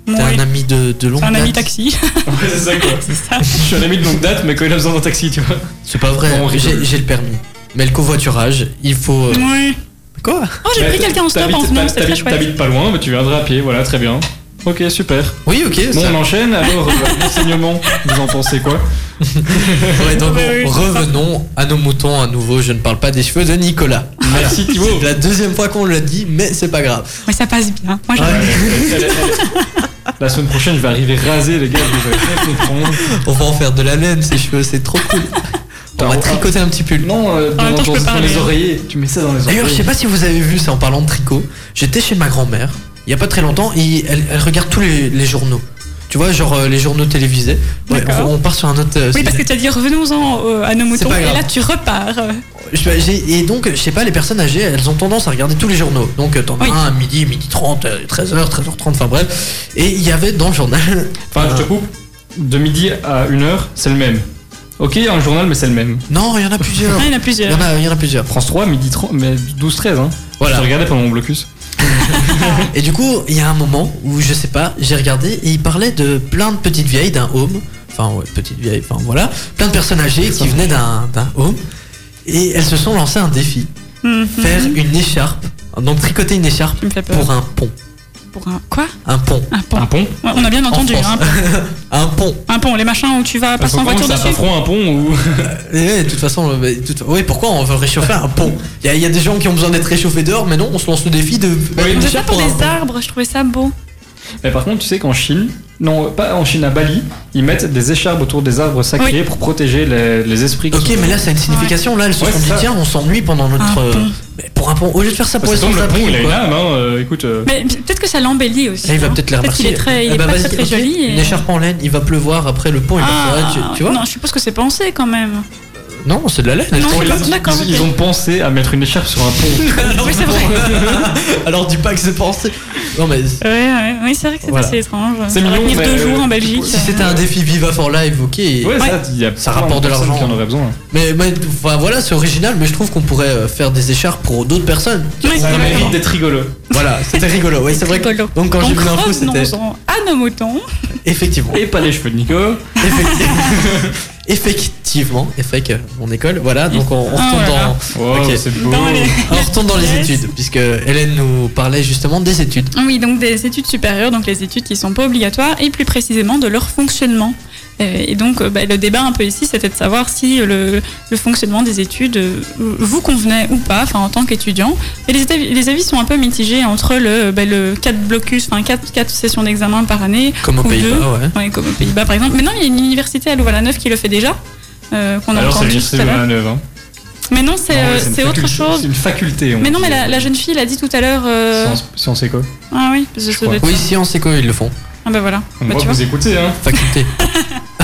[SPEAKER 1] T'es
[SPEAKER 5] Oui.
[SPEAKER 1] un ami de, de longue
[SPEAKER 5] T'es un
[SPEAKER 1] date.
[SPEAKER 5] ami
[SPEAKER 2] taxi.
[SPEAKER 5] Ouais, c'est ça quoi.
[SPEAKER 2] ça.
[SPEAKER 5] Je suis un ami de longue date, mais quand il a besoin d'un taxi, tu vois.
[SPEAKER 1] C'est pas vrai,
[SPEAKER 5] On rigole.
[SPEAKER 1] j'ai j'ai le permis. Mais le covoiturage, il faut. euh,
[SPEAKER 2] Oui.
[SPEAKER 1] Quoi
[SPEAKER 2] Oh, j'ai pris quelqu'un en stop en venant, c'était très chouette.
[SPEAKER 5] T'habites pas loin, mais tu viendras à pied, voilà, très bien. Ok, super.
[SPEAKER 1] Oui, ok.
[SPEAKER 5] Bon,
[SPEAKER 1] ça-
[SPEAKER 5] on enchaîne alors, euh, l'enseignement, vous en pensez quoi
[SPEAKER 1] Ouais, donc,
[SPEAKER 5] Oui, oui,
[SPEAKER 1] revenons à nos moutons à nouveau. Je ne parle pas des cheveux de Nicolas.
[SPEAKER 5] Merci, Thibaut.
[SPEAKER 1] C'est la deuxième fois qu'on le dit, mais c'est pas grave.
[SPEAKER 2] Mais ça passe bien. Moi, j'aime
[SPEAKER 5] La semaine prochaine, je vais arriver rasé, les gars, vous allez rien comprendre.
[SPEAKER 1] On va en faire de la laine, ces cheveux, c'est trop cool. On va tricoter un petit pull.
[SPEAKER 5] Non,
[SPEAKER 1] En même temps, je peux
[SPEAKER 5] dans
[SPEAKER 1] parler.
[SPEAKER 5] les oreillers, tu mets ça dans les oreillers.
[SPEAKER 1] D'ailleurs, je sais pas si vous avez vu ça en parlant de tricot. J'étais chez ma grand-mère il y a pas très longtemps et elle, elle regarde tous les, les journaux. Tu vois, genre euh, les journaux télévisés. Ouais,
[SPEAKER 2] D'accord.
[SPEAKER 1] on, on part sur un autre. euh,
[SPEAKER 2] Oui,
[SPEAKER 1] sujet.
[SPEAKER 2] parce que tu as dit revenons-en euh, à nos moutons,
[SPEAKER 1] pas
[SPEAKER 2] et
[SPEAKER 1] grave.
[SPEAKER 2] là tu repars. euh.
[SPEAKER 1] Je sais pas, j'ai- Et donc, je sais pas, les personnes âgées, elles ont tendance à regarder tous les journaux. Donc, euh, t'en as un à midi, midi euh, 30, 13h, 13h30, enfin bref. Et il y avait dans le journal.
[SPEAKER 5] Enfin, je te coupe, de midi à 1h, c'est le même. Ok, il y a un journal, mais c'est le même.
[SPEAKER 1] Non, il y en a plusieurs.
[SPEAKER 2] Ah, il y en a plusieurs.
[SPEAKER 1] Il y en a, il y en a plusieurs.
[SPEAKER 5] France 3, midi 30, mais 12-13, hein.
[SPEAKER 1] Voilà.
[SPEAKER 5] Je regardais pendant mon blocus.
[SPEAKER 1] Et du coup, il y a un moment où je sais pas, j'ai regardé et il parlait de plein de petites vieilles d'un home, enfin ouais, petites vieilles, enfin voilà, plein de personnes âgées qui venaient d'un d'un home et elles se sont lancées un défi,
[SPEAKER 2] Mm, Mhm.
[SPEAKER 1] faire une écharpe, donc tricoter une écharpe pour
[SPEAKER 2] Euh.
[SPEAKER 1] un pont,
[SPEAKER 2] Pour un. Quoi
[SPEAKER 1] un pont,
[SPEAKER 2] Un pont.
[SPEAKER 5] Un pont.
[SPEAKER 2] Ouais, On a bien
[SPEAKER 1] En
[SPEAKER 2] entendu.
[SPEAKER 1] France.
[SPEAKER 2] Un pont.
[SPEAKER 1] un pont.
[SPEAKER 2] Un pont, les machins où tu vas passer en voiture dessus.
[SPEAKER 5] un pont ou
[SPEAKER 1] De toute façon, euh, de toute- oui, pourquoi on veut réchauffer un pont Il y, a- il y a des gens qui ont besoin d'être réchauffés dehors, mais non, on se lance le défi de.
[SPEAKER 2] On
[SPEAKER 1] une
[SPEAKER 2] faisait ça
[SPEAKER 1] écharpe
[SPEAKER 2] pour
[SPEAKER 1] un
[SPEAKER 2] des
[SPEAKER 1] pont.
[SPEAKER 2] arbres, je trouvais ça beau.
[SPEAKER 5] Mais par contre, tu sais qu'en Chine, non, pas en Chine, à Bali, ils mettent des écharpes autour des arbres sacrés pour protéger les, les esprits. qui
[SPEAKER 1] Ok,
[SPEAKER 5] sont-
[SPEAKER 1] mais là, ça a une signification. Là, elles se
[SPEAKER 5] Ouais,
[SPEAKER 1] sont
[SPEAKER 5] c'est
[SPEAKER 1] dit,
[SPEAKER 5] ça.
[SPEAKER 1] tiens, on s'ennuie pendant notre.
[SPEAKER 5] Un
[SPEAKER 1] euh,
[SPEAKER 5] pont.
[SPEAKER 1] mais pour un pont, au lieu de faire ça pour
[SPEAKER 5] Parce
[SPEAKER 1] les
[SPEAKER 5] que donc, Bah, le
[SPEAKER 1] sans-abri,
[SPEAKER 5] pont, il a une
[SPEAKER 1] quoi.
[SPEAKER 5] âme, hein, euh, écoute. euh,
[SPEAKER 2] Mais peut-être que ça l'embellit aussi.
[SPEAKER 1] Là, Eh, il va
[SPEAKER 2] hein.
[SPEAKER 1] peut-être les remercier.
[SPEAKER 2] qu'il est très, il
[SPEAKER 1] Eh
[SPEAKER 2] est
[SPEAKER 1] ben,
[SPEAKER 2] pas
[SPEAKER 1] vas-y,
[SPEAKER 2] très, très
[SPEAKER 1] ok,
[SPEAKER 2] joli. et-
[SPEAKER 1] Une écharpe en laine, il va pleuvoir après le pont, il va
[SPEAKER 2] Ah,
[SPEAKER 1] faire, ah, tu, tu vois
[SPEAKER 2] Non, je suppose que c'est pensé quand même.
[SPEAKER 1] Non, c'est de la laine.
[SPEAKER 2] Non,
[SPEAKER 5] ils,
[SPEAKER 2] d'accord,
[SPEAKER 5] ils-
[SPEAKER 2] d'accord,
[SPEAKER 5] ils
[SPEAKER 2] ok.
[SPEAKER 5] ont pensé à mettre une écharpe sur un pont.
[SPEAKER 2] oui, c'est vrai.
[SPEAKER 1] Alors dis pas que c'est pensé. Non, mais.
[SPEAKER 2] Ouais, ouais, oui, c'est vrai que c'est
[SPEAKER 1] Voilà.
[SPEAKER 2] assez étrange.
[SPEAKER 5] C'est
[SPEAKER 2] Ça va
[SPEAKER 5] mignon,
[SPEAKER 2] venir
[SPEAKER 5] mais,
[SPEAKER 2] deux
[SPEAKER 5] euh,
[SPEAKER 2] jours en Belgique.
[SPEAKER 1] Si c'était un défi Viva for Live, ok.
[SPEAKER 5] Ouais, ça, il y a
[SPEAKER 1] Ça
[SPEAKER 5] plein
[SPEAKER 1] rapporte de
[SPEAKER 5] personnes
[SPEAKER 1] l'argent.
[SPEAKER 5] qui en aurait besoin.
[SPEAKER 1] Mais, mais, enfin, voilà, c'est original, mais je trouve qu'on pourrait euh, faire des écharpes pour d'autres personnes.
[SPEAKER 5] Ça mérite d'être rigolo.
[SPEAKER 1] Voilà, c'était rigolo. Ouais, c'est vrai. que- Donc quand j'ai
[SPEAKER 2] Donc
[SPEAKER 1] vu l'info, c'était
[SPEAKER 2] revenons-en à nos moutons.
[SPEAKER 1] effectivement.
[SPEAKER 5] Et pas les cheveux de Nico.
[SPEAKER 1] Effectivement, effec, euh, mon école, voilà, donc on, on
[SPEAKER 2] Ah,
[SPEAKER 1] retourne
[SPEAKER 2] voilà.
[SPEAKER 1] dans,
[SPEAKER 5] Wow,
[SPEAKER 1] ok.
[SPEAKER 5] c'est beau.
[SPEAKER 2] Dans les-
[SPEAKER 1] On retourne dans les
[SPEAKER 2] Yes.
[SPEAKER 1] études, puisque Hélène nous parlait justement des études.
[SPEAKER 2] Oui, donc des études supérieures, donc les études qui ne sont pas obligatoires, et plus précisément de leur fonctionnement. Et donc, bah, le débat un peu ici, c'était de savoir si le, le fonctionnement des études euh, vous convenait ou pas, enfin en tant qu'étudiant. Et les, étav- les avis sont un peu mitigés entre le, bah, le 4 blocus, enfin 4, sessions d'examen par année.
[SPEAKER 1] Comme aux
[SPEAKER 2] ou
[SPEAKER 1] Pays-Bas,
[SPEAKER 2] deux.
[SPEAKER 1] ouais.
[SPEAKER 2] Comme aux Pays-Bas, par exemple. Maintenant, il y a une université à Louvain-la-Neuve qui le fait déjà. euh, qu'on a
[SPEAKER 5] Alors, c'est
[SPEAKER 2] entendu
[SPEAKER 5] l'université
[SPEAKER 2] tout à l'heure.
[SPEAKER 5] de 9
[SPEAKER 2] Mais non, c'est euh, c'est autre chose.
[SPEAKER 5] C'est une faculté. on
[SPEAKER 2] Mais non,
[SPEAKER 5] dit.
[SPEAKER 2] mais la, la jeune fille l'a dit tout à l'heure. euh,
[SPEAKER 5] Sciences- Sciences éco.
[SPEAKER 2] Ah oui, je
[SPEAKER 5] crois.
[SPEAKER 1] Oui, si on sait quoi, ils le font.
[SPEAKER 2] Ah bah voilà.
[SPEAKER 5] On
[SPEAKER 2] Bah,
[SPEAKER 5] voit
[SPEAKER 2] tu
[SPEAKER 5] que vous
[SPEAKER 2] vois. Bah
[SPEAKER 5] écoutez, hein.
[SPEAKER 1] Faculté.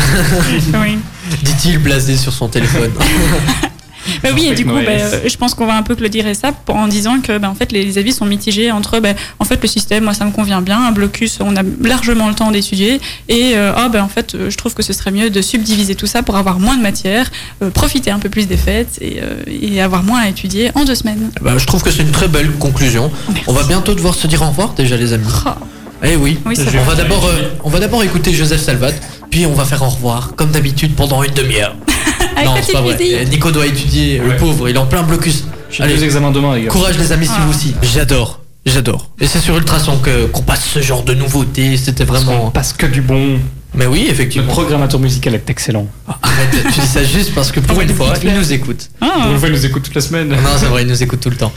[SPEAKER 2] Oui.
[SPEAKER 1] Dit-il blasé sur son téléphone.
[SPEAKER 2] Bah oui, et du coup,
[SPEAKER 1] Noël.
[SPEAKER 2] bah, euh, je pense qu'on va un peu clôturer ça pour- en disant que bah, en fait, les avis sont mitigés entre bah, en fait, le système, moi ça me convient bien, un blocus, on a largement le temps d'étudier, et euh, ah, bah, en fait, euh, je trouve que ce serait mieux de subdiviser tout ça pour avoir moins de matière, euh, profiter un peu plus des fêtes et, euh, et avoir moins à étudier en deux semaines.
[SPEAKER 1] Bah, je trouve que c'est une très belle conclusion. On va bientôt devoir se dire au revoir déjà les amis. Eh oui,
[SPEAKER 2] Oui, c'est
[SPEAKER 1] on,
[SPEAKER 2] vrai.
[SPEAKER 1] va d'abord, euh, on va d'abord écouter Joseph Salvat, puis on va faire au revoir, comme d'habitude, pendant une demi-heure.
[SPEAKER 2] Avec
[SPEAKER 1] non,
[SPEAKER 2] la
[SPEAKER 1] c'est pas vrai.
[SPEAKER 2] petite musique.
[SPEAKER 1] Eh, Nico doit étudier, le pauvre, il est en plein blocus. Allez,
[SPEAKER 5] deux examens demain, les gars.
[SPEAKER 1] Courage les amis, si
[SPEAKER 5] Ah.
[SPEAKER 1] vous aussi. J'adore, j'adore. Et c'est sur Ultrason que, qu'on passe ce genre de nouveautés, c'était vraiment...
[SPEAKER 5] Parce que du bon.
[SPEAKER 1] Mais oui, effectivement.
[SPEAKER 5] Le programmateur musical est excellent.
[SPEAKER 1] Arrête, tu dis ça juste parce que pour une fois, il nous écoute.
[SPEAKER 2] Ah,
[SPEAKER 5] Pour une fois,
[SPEAKER 2] Hmm.
[SPEAKER 5] il nous écoute toute la semaine. Non,
[SPEAKER 1] c'est vrai, il nous écoute tout le temps.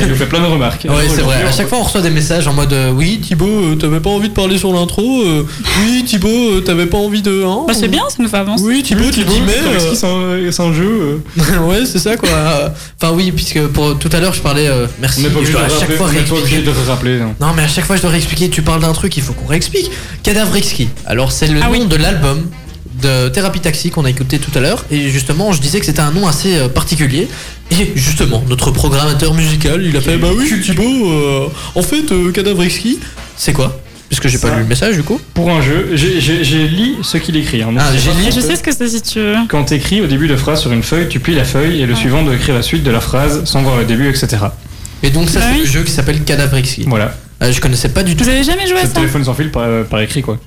[SPEAKER 5] Il nous fait plein de remarques.
[SPEAKER 1] Ouais, c'est vrai. À chaque fois, on reçoit des messages en mode euh, Oui, Thibaut, euh, t'avais pas envie de parler sur l'intro euh, Oui, Thibaut, euh, t'avais pas envie de. hein,
[SPEAKER 2] Bah, c'est
[SPEAKER 1] euh,
[SPEAKER 2] bien, ça nous fait avancer.
[SPEAKER 1] Oui, Thibaut, tu dis mais. euh,
[SPEAKER 5] C'est un jeu.
[SPEAKER 1] ouais, c'est ça quoi. Euh, Enfin, oui, puisque pour, tout à l'heure, je parlais. euh, merci.
[SPEAKER 5] On n'est pas
[SPEAKER 1] je
[SPEAKER 5] obligé de
[SPEAKER 1] dois à
[SPEAKER 5] rappeler-
[SPEAKER 1] chaque fois
[SPEAKER 5] on n'est pas
[SPEAKER 1] réexpliquer.
[SPEAKER 5] obligé de rappeler. non.
[SPEAKER 1] Non, mais à chaque fois, je dois réexpliquer. Tu parles d'un truc, il faut qu'on réexplique. Cadavre Exquis. Alors, c'est le
[SPEAKER 2] Ah
[SPEAKER 1] nom de l'album de Thérapie Taxi qu'on a écouté tout à l'heure. Et justement, je disais que c'était un nom assez euh, particulier. Et justement, notre programmateur musical, il a fait Bah oui, Thibaut, euh, en fait, euh, Cadavre Exquis, c'est quoi Puisque j'ai pas lu le message du coup.
[SPEAKER 5] Pour un jeu, j'ai- j'ai j'ai lu ce qu'il écrit. hein. Donc,
[SPEAKER 1] Ah,
[SPEAKER 5] c'est
[SPEAKER 1] j'ai
[SPEAKER 5] pas
[SPEAKER 1] lu.
[SPEAKER 5] trop
[SPEAKER 2] Je
[SPEAKER 5] peu.
[SPEAKER 2] sais ce que c'est si tu veux.
[SPEAKER 5] Quand t'écris au début de phrase sur une feuille, tu plies la feuille et le suivant doit écrire la suite de la phrase sans voir le début, etc.
[SPEAKER 1] Et donc, ça,
[SPEAKER 2] Bah
[SPEAKER 1] c'est
[SPEAKER 2] oui.
[SPEAKER 1] le jeu qui s'appelle Cadavre Exquis. Euh,
[SPEAKER 5] Voilà.
[SPEAKER 1] je connaissais pas du tout.
[SPEAKER 2] Vous avez jamais joué à
[SPEAKER 5] C'est
[SPEAKER 2] ça
[SPEAKER 5] le téléphone sans fil par, euh, par écrit, quoi.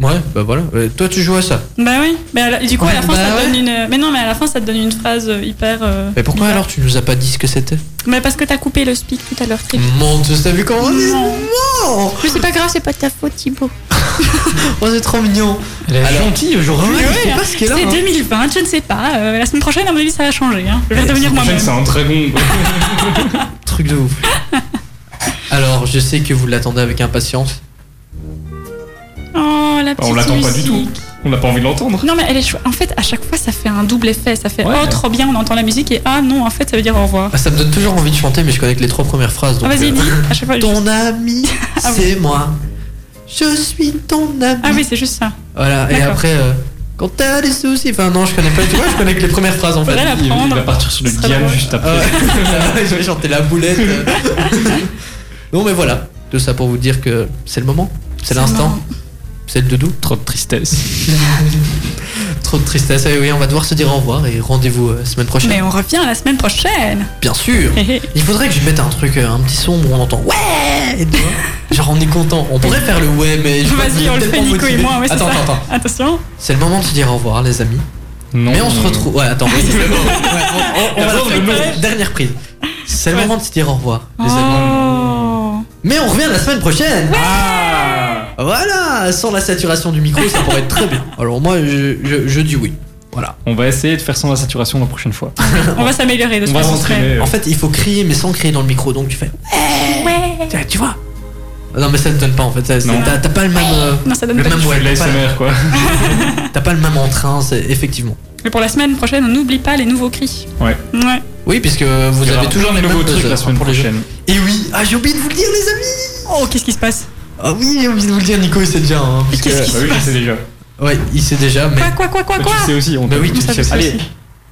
[SPEAKER 1] Ouais, bah voilà. Euh, toi, tu joues à ça.
[SPEAKER 2] Bah oui. Mais à la- du coup, à la
[SPEAKER 1] Ouais,
[SPEAKER 2] fin,
[SPEAKER 1] bah
[SPEAKER 2] ça te
[SPEAKER 1] ouais.
[SPEAKER 2] donne une. Mais non, mais à la fin, ça te donne une phrase euh, hyper. euh,
[SPEAKER 1] Mais pourquoi alors tu nous as pas dit ce que c'était
[SPEAKER 2] Mais parce que t'as coupé le speak tout à l'heure, Trip.
[SPEAKER 1] Mon dieu, t'as vu comment on dit
[SPEAKER 2] Mais c'est pas grave, c'est pas de ta faute, Thibaut.
[SPEAKER 1] Oh, c'est trop mignon.
[SPEAKER 5] Elle est
[SPEAKER 1] Alors-
[SPEAKER 5] gentille aujourd'hui.
[SPEAKER 1] Ouais, je sais
[SPEAKER 2] Ouais,
[SPEAKER 1] pas ce qu'elle a,
[SPEAKER 2] c'est
[SPEAKER 1] hein.
[SPEAKER 2] 2020, je ne sais pas. Euh, la semaine prochaine, à mon avis, ça va changer. hein. Je vais
[SPEAKER 5] Ouais,
[SPEAKER 2] devenir
[SPEAKER 5] c'est-
[SPEAKER 2] moi-même.
[SPEAKER 5] C'est un très bon.
[SPEAKER 1] Truc de ouf. Alors, je sais que vous l'attendez avec impatience.
[SPEAKER 2] Oh, la petite
[SPEAKER 5] On l'attend pas
[SPEAKER 2] musique.
[SPEAKER 5] du tout. On n'a pas envie de l'entendre.
[SPEAKER 2] Non, mais elle est chou- En fait, à chaque fois, ça fait un double effet. Ça fait
[SPEAKER 5] Ouais.
[SPEAKER 2] oh, trop bien, on entend la musique et ah non, en fait, ça veut dire au revoir.
[SPEAKER 1] Ah, ça me donne toujours envie de chanter, mais je connais que les trois premières phrases.
[SPEAKER 2] Ah,
[SPEAKER 1] donc,
[SPEAKER 2] vas-y,
[SPEAKER 1] euh,
[SPEAKER 2] dis. À chaque fois, je-
[SPEAKER 1] Ton ami,
[SPEAKER 2] Ah oui.
[SPEAKER 1] c'est moi. Je suis ton ami.
[SPEAKER 2] Ah oui, c'est juste ça.
[SPEAKER 1] Voilà, et
[SPEAKER 2] D'accord.
[SPEAKER 1] après, euh, quand t'as des soucis. Enfin, non, je connais pas. Tu vois, je connais que les premières phrases en fait.
[SPEAKER 2] Faudrait
[SPEAKER 5] Il il
[SPEAKER 2] l'apprendre.
[SPEAKER 5] va partir sur le
[SPEAKER 2] Ce serait
[SPEAKER 5] diam
[SPEAKER 2] drôle.
[SPEAKER 5] juste
[SPEAKER 1] Ah
[SPEAKER 5] après.
[SPEAKER 1] ouais. je vais chanter la boulette. non, mais voilà. Tout ça pour vous dire que c'est le moment. C'est
[SPEAKER 2] le
[SPEAKER 1] l'instant.
[SPEAKER 2] moment.
[SPEAKER 1] C'est le doudou.
[SPEAKER 5] Trop de tristesse.
[SPEAKER 1] Trop de tristesse. Eh oui, on va devoir se dire au revoir et rendez-vous euh, semaine prochaine.
[SPEAKER 2] Mais on revient la semaine prochaine.
[SPEAKER 1] Bien sûr.
[SPEAKER 2] Hé, hé.
[SPEAKER 1] Il faudrait que je mette un truc, euh, un petit son où on entend ouais. tu vois. Genre on est content. On pourrait faire le ouais, mais je vois que vous
[SPEAKER 2] Vas-y,
[SPEAKER 1] êtes
[SPEAKER 2] on le fait,
[SPEAKER 1] tellement
[SPEAKER 2] Nico et
[SPEAKER 1] motivés.
[SPEAKER 2] moi. ouais, c'est
[SPEAKER 1] attends,
[SPEAKER 2] ça.
[SPEAKER 1] attends, attends.
[SPEAKER 2] Attention.
[SPEAKER 1] C'est le moment de se dire au revoir, les amis.
[SPEAKER 5] Non.
[SPEAKER 1] Mais on se retrouve. Ouais, attends. oui, c'est le moment. Ouais, on, on- on va
[SPEAKER 5] D'abord,
[SPEAKER 1] la
[SPEAKER 5] le
[SPEAKER 1] faire. Dernière prise. C'est le moment de se dire au revoir, les amis.
[SPEAKER 2] Oh.
[SPEAKER 1] Mais on revient la semaine prochaine.
[SPEAKER 5] Ah
[SPEAKER 1] Voilà, sans la saturation du micro, ça pourrait être très bien. Alors moi, je, je- je dis oui. Voilà.
[SPEAKER 5] On va essayer de faire sans la saturation la prochaine fois.
[SPEAKER 2] On va s'améliorer de
[SPEAKER 5] On
[SPEAKER 2] ce
[SPEAKER 5] va
[SPEAKER 2] qu'on fait.
[SPEAKER 5] s'entraîner. euh.
[SPEAKER 1] En fait, il faut crier, mais sans crier dans le micro. Donc tu fais.
[SPEAKER 2] Ouais.
[SPEAKER 1] Tu- Tu vois Ah Non, mais ça ne donne pas en fait. ça-
[SPEAKER 5] Non.
[SPEAKER 1] c'est- T'as t'as pas le même. euh,
[SPEAKER 2] Non, ça donne
[SPEAKER 1] Le
[SPEAKER 2] pas.
[SPEAKER 1] même
[SPEAKER 5] Tu fais
[SPEAKER 1] ouais,
[SPEAKER 5] de
[SPEAKER 1] t'as pas,
[SPEAKER 5] l'ASMR, quoi.
[SPEAKER 1] t'as pas le même entrain, c'est effectivement.
[SPEAKER 2] Mais pour la semaine prochaine, on n'oublie pas les nouveaux cris.
[SPEAKER 5] Ouais.
[SPEAKER 2] Ouais.
[SPEAKER 1] Oui, puisque vous
[SPEAKER 5] Il y aura
[SPEAKER 1] avez toujours
[SPEAKER 5] plein
[SPEAKER 1] les
[SPEAKER 5] de
[SPEAKER 1] mêmes
[SPEAKER 5] nouveaux trucs
[SPEAKER 1] buzz,
[SPEAKER 5] la semaine
[SPEAKER 1] hein, pour les jeux.
[SPEAKER 5] prochaine.
[SPEAKER 1] Et oui, ah j'ai oublié de vous le dire les amis.
[SPEAKER 2] Oh, qu'est-ce qui se passe
[SPEAKER 1] Ah oui, j'ai oublié de vous le dire Nico, il sait déjà. hein, parce
[SPEAKER 2] Qu'est-ce qui
[SPEAKER 5] Bah
[SPEAKER 2] se
[SPEAKER 5] oui, je
[SPEAKER 2] passe
[SPEAKER 5] sais déjà.
[SPEAKER 1] Ouais, il sait déjà, mais
[SPEAKER 2] Quoi, quoi, quoi, quoi,
[SPEAKER 5] Bah,
[SPEAKER 2] quoi
[SPEAKER 5] tu sais aussi, on
[SPEAKER 1] Bah
[SPEAKER 5] t'a-
[SPEAKER 1] oui, tu
[SPEAKER 2] le sais
[SPEAKER 5] Allez,
[SPEAKER 2] aussi.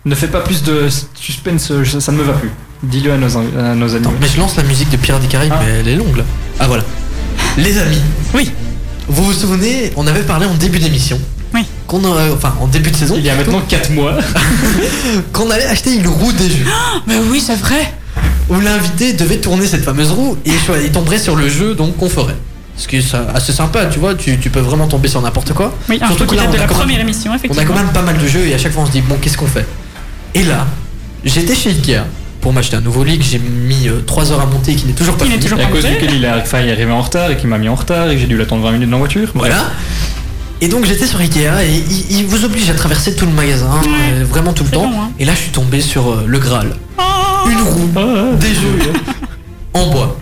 [SPEAKER 5] ne fais pas plus de suspense, je- ça ne me va plus. Dis-le à nos, à nos amis.
[SPEAKER 1] Attends, mais je lance la musique de Pirates des Caraïbes,
[SPEAKER 5] Ah.
[SPEAKER 1] mais elle est longue là. Ah voilà. Les amis. Oui. Vous vous souvenez, on avait parlé en début d'émission.
[SPEAKER 2] Oui.
[SPEAKER 1] Qu'on aurait- enfin en début de saison.
[SPEAKER 5] Il y a
[SPEAKER 1] plutôt,
[SPEAKER 5] maintenant 4 mois.
[SPEAKER 1] Qu'on allait acheter une roue des jeux.
[SPEAKER 2] Mais oui, c'est vrai.
[SPEAKER 1] Où l'invité devait tourner cette fameuse roue et cho- et tomberait sur le jeu donc qu'on ferait. Ce qui est ça- assez sympa, tu vois, tu, tu peux vraiment tomber sur n'importe quoi.
[SPEAKER 2] Oui, un
[SPEAKER 1] Surtout
[SPEAKER 2] peu
[SPEAKER 1] que
[SPEAKER 2] qui
[SPEAKER 1] là,
[SPEAKER 2] date
[SPEAKER 1] on
[SPEAKER 2] de
[SPEAKER 1] a
[SPEAKER 2] la
[SPEAKER 1] quand même-
[SPEAKER 2] première émission,
[SPEAKER 1] On a quand
[SPEAKER 2] effectivement.
[SPEAKER 1] même pas mal de jeux et à chaque fois on se dit bon qu'est-ce qu'on fait Et là, j'étais chez Ikea pour m'acheter un nouveau lit que j'ai mis 3 heures à monter et qui n'est toujours pas
[SPEAKER 2] Il est
[SPEAKER 1] fini.
[SPEAKER 2] toujours
[SPEAKER 5] Et
[SPEAKER 2] pas
[SPEAKER 5] à cause
[SPEAKER 2] monté.
[SPEAKER 5] duquel il a failli arriver en retard et qu'il m'a mis en retard et que j'ai dû l'attendre 20 minutes dans la voiture.
[SPEAKER 1] Voilà. Et donc j'étais sur Ikea et il, il vous oblige à traverser tout le magasin, euh, vraiment tout le temps.
[SPEAKER 2] long, hein.
[SPEAKER 1] Et là je suis tombé sur euh, le Graal. Une roue,
[SPEAKER 5] Ah,
[SPEAKER 1] des jeux
[SPEAKER 2] Oh.
[SPEAKER 1] en bois.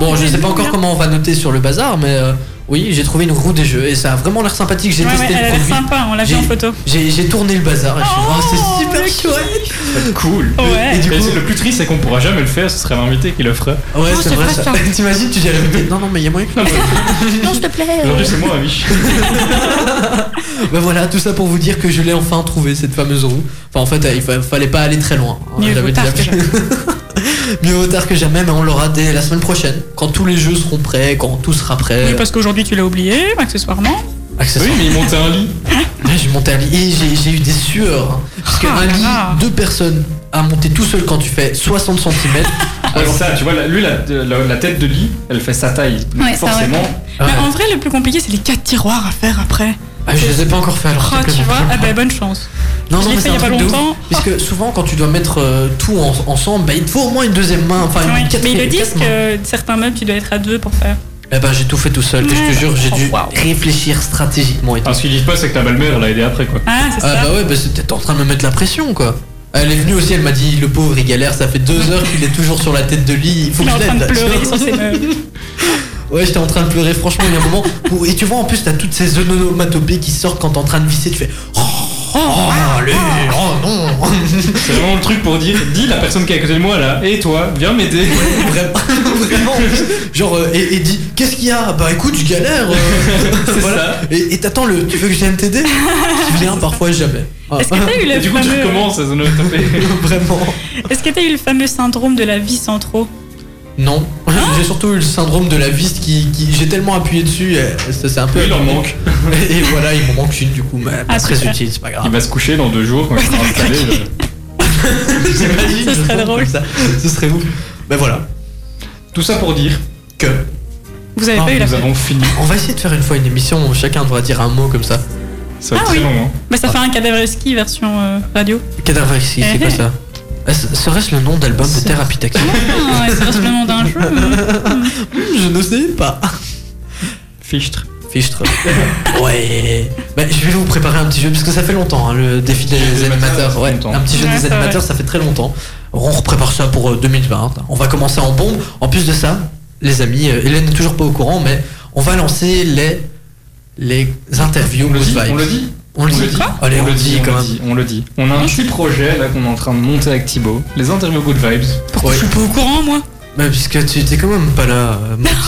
[SPEAKER 1] Bon, je sais pas encore comment on va noter sur le bazar, mais euh, oui, j'ai trouvé une roue des jeux et ça a vraiment l'air sympathique. J'ai
[SPEAKER 2] Ouais,
[SPEAKER 1] testé
[SPEAKER 2] ouais, elle
[SPEAKER 1] le
[SPEAKER 2] a l'air
[SPEAKER 1] produit.
[SPEAKER 2] sympa, on l'a vu
[SPEAKER 1] J'ai-
[SPEAKER 2] en photo.
[SPEAKER 1] J'ai j'ai tourné le bazar et je suis vraiment c'est super
[SPEAKER 5] Cool.
[SPEAKER 2] Ouais.
[SPEAKER 5] Et,
[SPEAKER 2] Et du
[SPEAKER 5] c'est le plus triste, c'est qu'on pourra jamais le faire, ce serait l'invité qui le ferait.
[SPEAKER 1] Ouais, c'est vrai ça. T'imagines, tu dis à la meuf, non, non, mais il y a moyen que
[SPEAKER 6] Non, s'il te plaît.
[SPEAKER 5] Aujourd'hui, c'est moi, Amish.
[SPEAKER 1] Ben voilà, tout ça pour vous dire que je l'ai enfin trouvé cette fameuse roue. Enfin, en fait, il fa- fallait pas aller très loin. hein,
[SPEAKER 2] Mieux vaut
[SPEAKER 1] j'avais
[SPEAKER 2] tard
[SPEAKER 1] déjà- Mieux vaut tard que jamais, mais on l'aura dès la semaine prochaine, quand tous les jeux seront prêts, quand tout sera prêt.
[SPEAKER 2] Oui, parce qu'aujourd'hui tu l'as oublié, accessoirement.
[SPEAKER 1] Accessoire.
[SPEAKER 5] Oui, mais il montait un lit.
[SPEAKER 1] Là, j'ai monté un lit et j'ai- j'ai eu des sueurs. hein. Parce qu'un
[SPEAKER 2] Ah là
[SPEAKER 1] lit,
[SPEAKER 2] là.
[SPEAKER 1] deux personnes à monter tout seul quand tu fais 60 cm.
[SPEAKER 5] Ouais, c'est ça, tu vois, la- lui, la, la- la tête de lit, elle fait sa taille. Donc
[SPEAKER 2] Ouais, ça, ouais.
[SPEAKER 5] forcément.
[SPEAKER 1] Ah
[SPEAKER 2] Mais en vrai, le plus compliqué, c'est les quatre tiroirs à faire après.
[SPEAKER 1] je les ai pas encore fait alors.
[SPEAKER 2] Ah,
[SPEAKER 1] c'est
[SPEAKER 2] tu
[SPEAKER 1] plaisant.
[SPEAKER 2] vois, ah bah bonne chance.
[SPEAKER 1] Non,
[SPEAKER 2] Je
[SPEAKER 1] non,
[SPEAKER 2] l'ai
[SPEAKER 1] mais
[SPEAKER 2] fait
[SPEAKER 1] c'est un
[SPEAKER 2] il y a pas
[SPEAKER 1] truc de ouf,
[SPEAKER 2] longtemps.
[SPEAKER 1] Parce que souvent, quand tu dois mettre euh, tout en- ensemble, bah, il te faut au moins une deuxième main. Enfin,
[SPEAKER 2] Ouais,
[SPEAKER 1] une quatrième.
[SPEAKER 2] Mais ils le disent
[SPEAKER 1] Ah, quatre mains.
[SPEAKER 2] que certains meubles, tu dois être à deux pour faire.
[SPEAKER 1] Eh ben, j'ai tout fait tout seul. Et je te
[SPEAKER 2] Ouais.
[SPEAKER 1] jure, j'ai dû
[SPEAKER 2] Oh, wow.
[SPEAKER 1] réfléchir stratégiquement. Et tout.
[SPEAKER 5] Ah, ce qu'ils disent pas, c'est que la belle-mère l'a aidé après, quoi.
[SPEAKER 2] Ah, c'est
[SPEAKER 1] Ah
[SPEAKER 2] ça.
[SPEAKER 1] bah ouais, bah c'était en train de me mettre la pression quoi. Elle est venue aussi, elle m'a dit le pauvre il galère, ça fait deux heures qu'il est toujours sur la tête de lit, il faut
[SPEAKER 2] Il
[SPEAKER 1] que
[SPEAKER 2] est en
[SPEAKER 1] je
[SPEAKER 2] train de
[SPEAKER 1] l'aide.
[SPEAKER 2] pleurer sur ses meubles.
[SPEAKER 1] Ouais, j'étais en train de pleurer, franchement, il y a un moment. Où... Et tu vois, en plus, t'as toutes ces onomatopées qui sortent quand t'es en train de visser, tu fais. Oh, oh, allez, oh non
[SPEAKER 5] C'est vraiment le truc pour dire dis la personne qui est à côté de moi là, et toi, viens m'aider.
[SPEAKER 1] Vraiment, vraiment. Genre, euh, et, et dit Qu'est-ce qu'il y a Bah écoute, je galère. euh.
[SPEAKER 5] C'est
[SPEAKER 1] Voilà.
[SPEAKER 5] ça.
[SPEAKER 1] Et et t'attends le. Tu veux que je vienne t'aider Tu viens parfois jamais. Ah.
[SPEAKER 2] Est-ce que t'as eu
[SPEAKER 5] Et
[SPEAKER 2] le
[SPEAKER 5] du coup, tu
[SPEAKER 2] fameux-
[SPEAKER 5] recommences à zonotopée.
[SPEAKER 1] Vraiment.
[SPEAKER 2] Est-ce que t'as eu le fameux syndrome de la vie sans trop
[SPEAKER 1] Non,
[SPEAKER 2] Ah.
[SPEAKER 1] j'ai surtout eu le syndrome de la vis qui, qui- j'ai tellement appuyé dessus, euh, ça c'est un peu.
[SPEAKER 5] Il en manque.
[SPEAKER 1] Et voilà, il me manque une du coup, mais pas
[SPEAKER 2] Ah,
[SPEAKER 1] très
[SPEAKER 2] super.
[SPEAKER 1] utile, c'est pas
[SPEAKER 5] Il
[SPEAKER 1] grave.
[SPEAKER 5] va se coucher dans deux jours quand il sera installé. je-
[SPEAKER 1] J'imagine,
[SPEAKER 2] Ce
[SPEAKER 1] je
[SPEAKER 2] serait
[SPEAKER 1] tombe
[SPEAKER 2] drôle.
[SPEAKER 1] comme ça, ce serait vous. Ben voilà,
[SPEAKER 5] Tout ça pour dire
[SPEAKER 1] que
[SPEAKER 2] Vous avez
[SPEAKER 1] Ah,
[SPEAKER 2] pas eu la
[SPEAKER 5] nous avons fini.
[SPEAKER 1] on va essayer de faire une fois une émission où chacun devra dire un mot comme ça.
[SPEAKER 5] Ça va être
[SPEAKER 2] Ah
[SPEAKER 5] très
[SPEAKER 2] oui.
[SPEAKER 5] long. Hein.
[SPEAKER 2] Bah ça fait un cadavre ski version euh, radio.
[SPEAKER 1] Cadavre ici, c'est quoi
[SPEAKER 2] Eh.
[SPEAKER 1] ça Ah, c- Serait-ce le nom d'album de Thérapie Tactile
[SPEAKER 2] Ah, ouais, ça reste le nom d'un jeu. euh.
[SPEAKER 1] Je ne sais pas.
[SPEAKER 5] Fichtre.
[SPEAKER 1] Fichtre. Ouais. Bah, je vais vous préparer un petit jeu parce que ça fait longtemps hein, le défi des,
[SPEAKER 5] des
[SPEAKER 1] animateurs.
[SPEAKER 5] animateurs,
[SPEAKER 1] Ouais,
[SPEAKER 5] longtemps.
[SPEAKER 1] un petit jeu
[SPEAKER 2] Ouais,
[SPEAKER 1] des
[SPEAKER 2] c'est
[SPEAKER 1] animateurs,
[SPEAKER 2] vrai.
[SPEAKER 1] ça fait très longtemps. On reprépare ça pour euh, 2020. On va commencer en bombe. En plus de ça, les amis, euh, Hélène n'est toujours pas au courant, mais on va lancer les les interviews.
[SPEAKER 5] On le
[SPEAKER 1] good
[SPEAKER 5] dit,
[SPEAKER 1] vibes.
[SPEAKER 5] on le dit.
[SPEAKER 1] On le dit. Allez, on, le dit
[SPEAKER 5] on
[SPEAKER 1] quand
[SPEAKER 5] le
[SPEAKER 1] même.
[SPEAKER 5] dit, on le dit. On a un petit projet là qu'on est en train de monter avec Thibaut. Les interviews Good Vibes.
[SPEAKER 2] Je suis pas au courant moi.
[SPEAKER 1] Bah, puisque tu t'es quand même pas là, euh, motivé.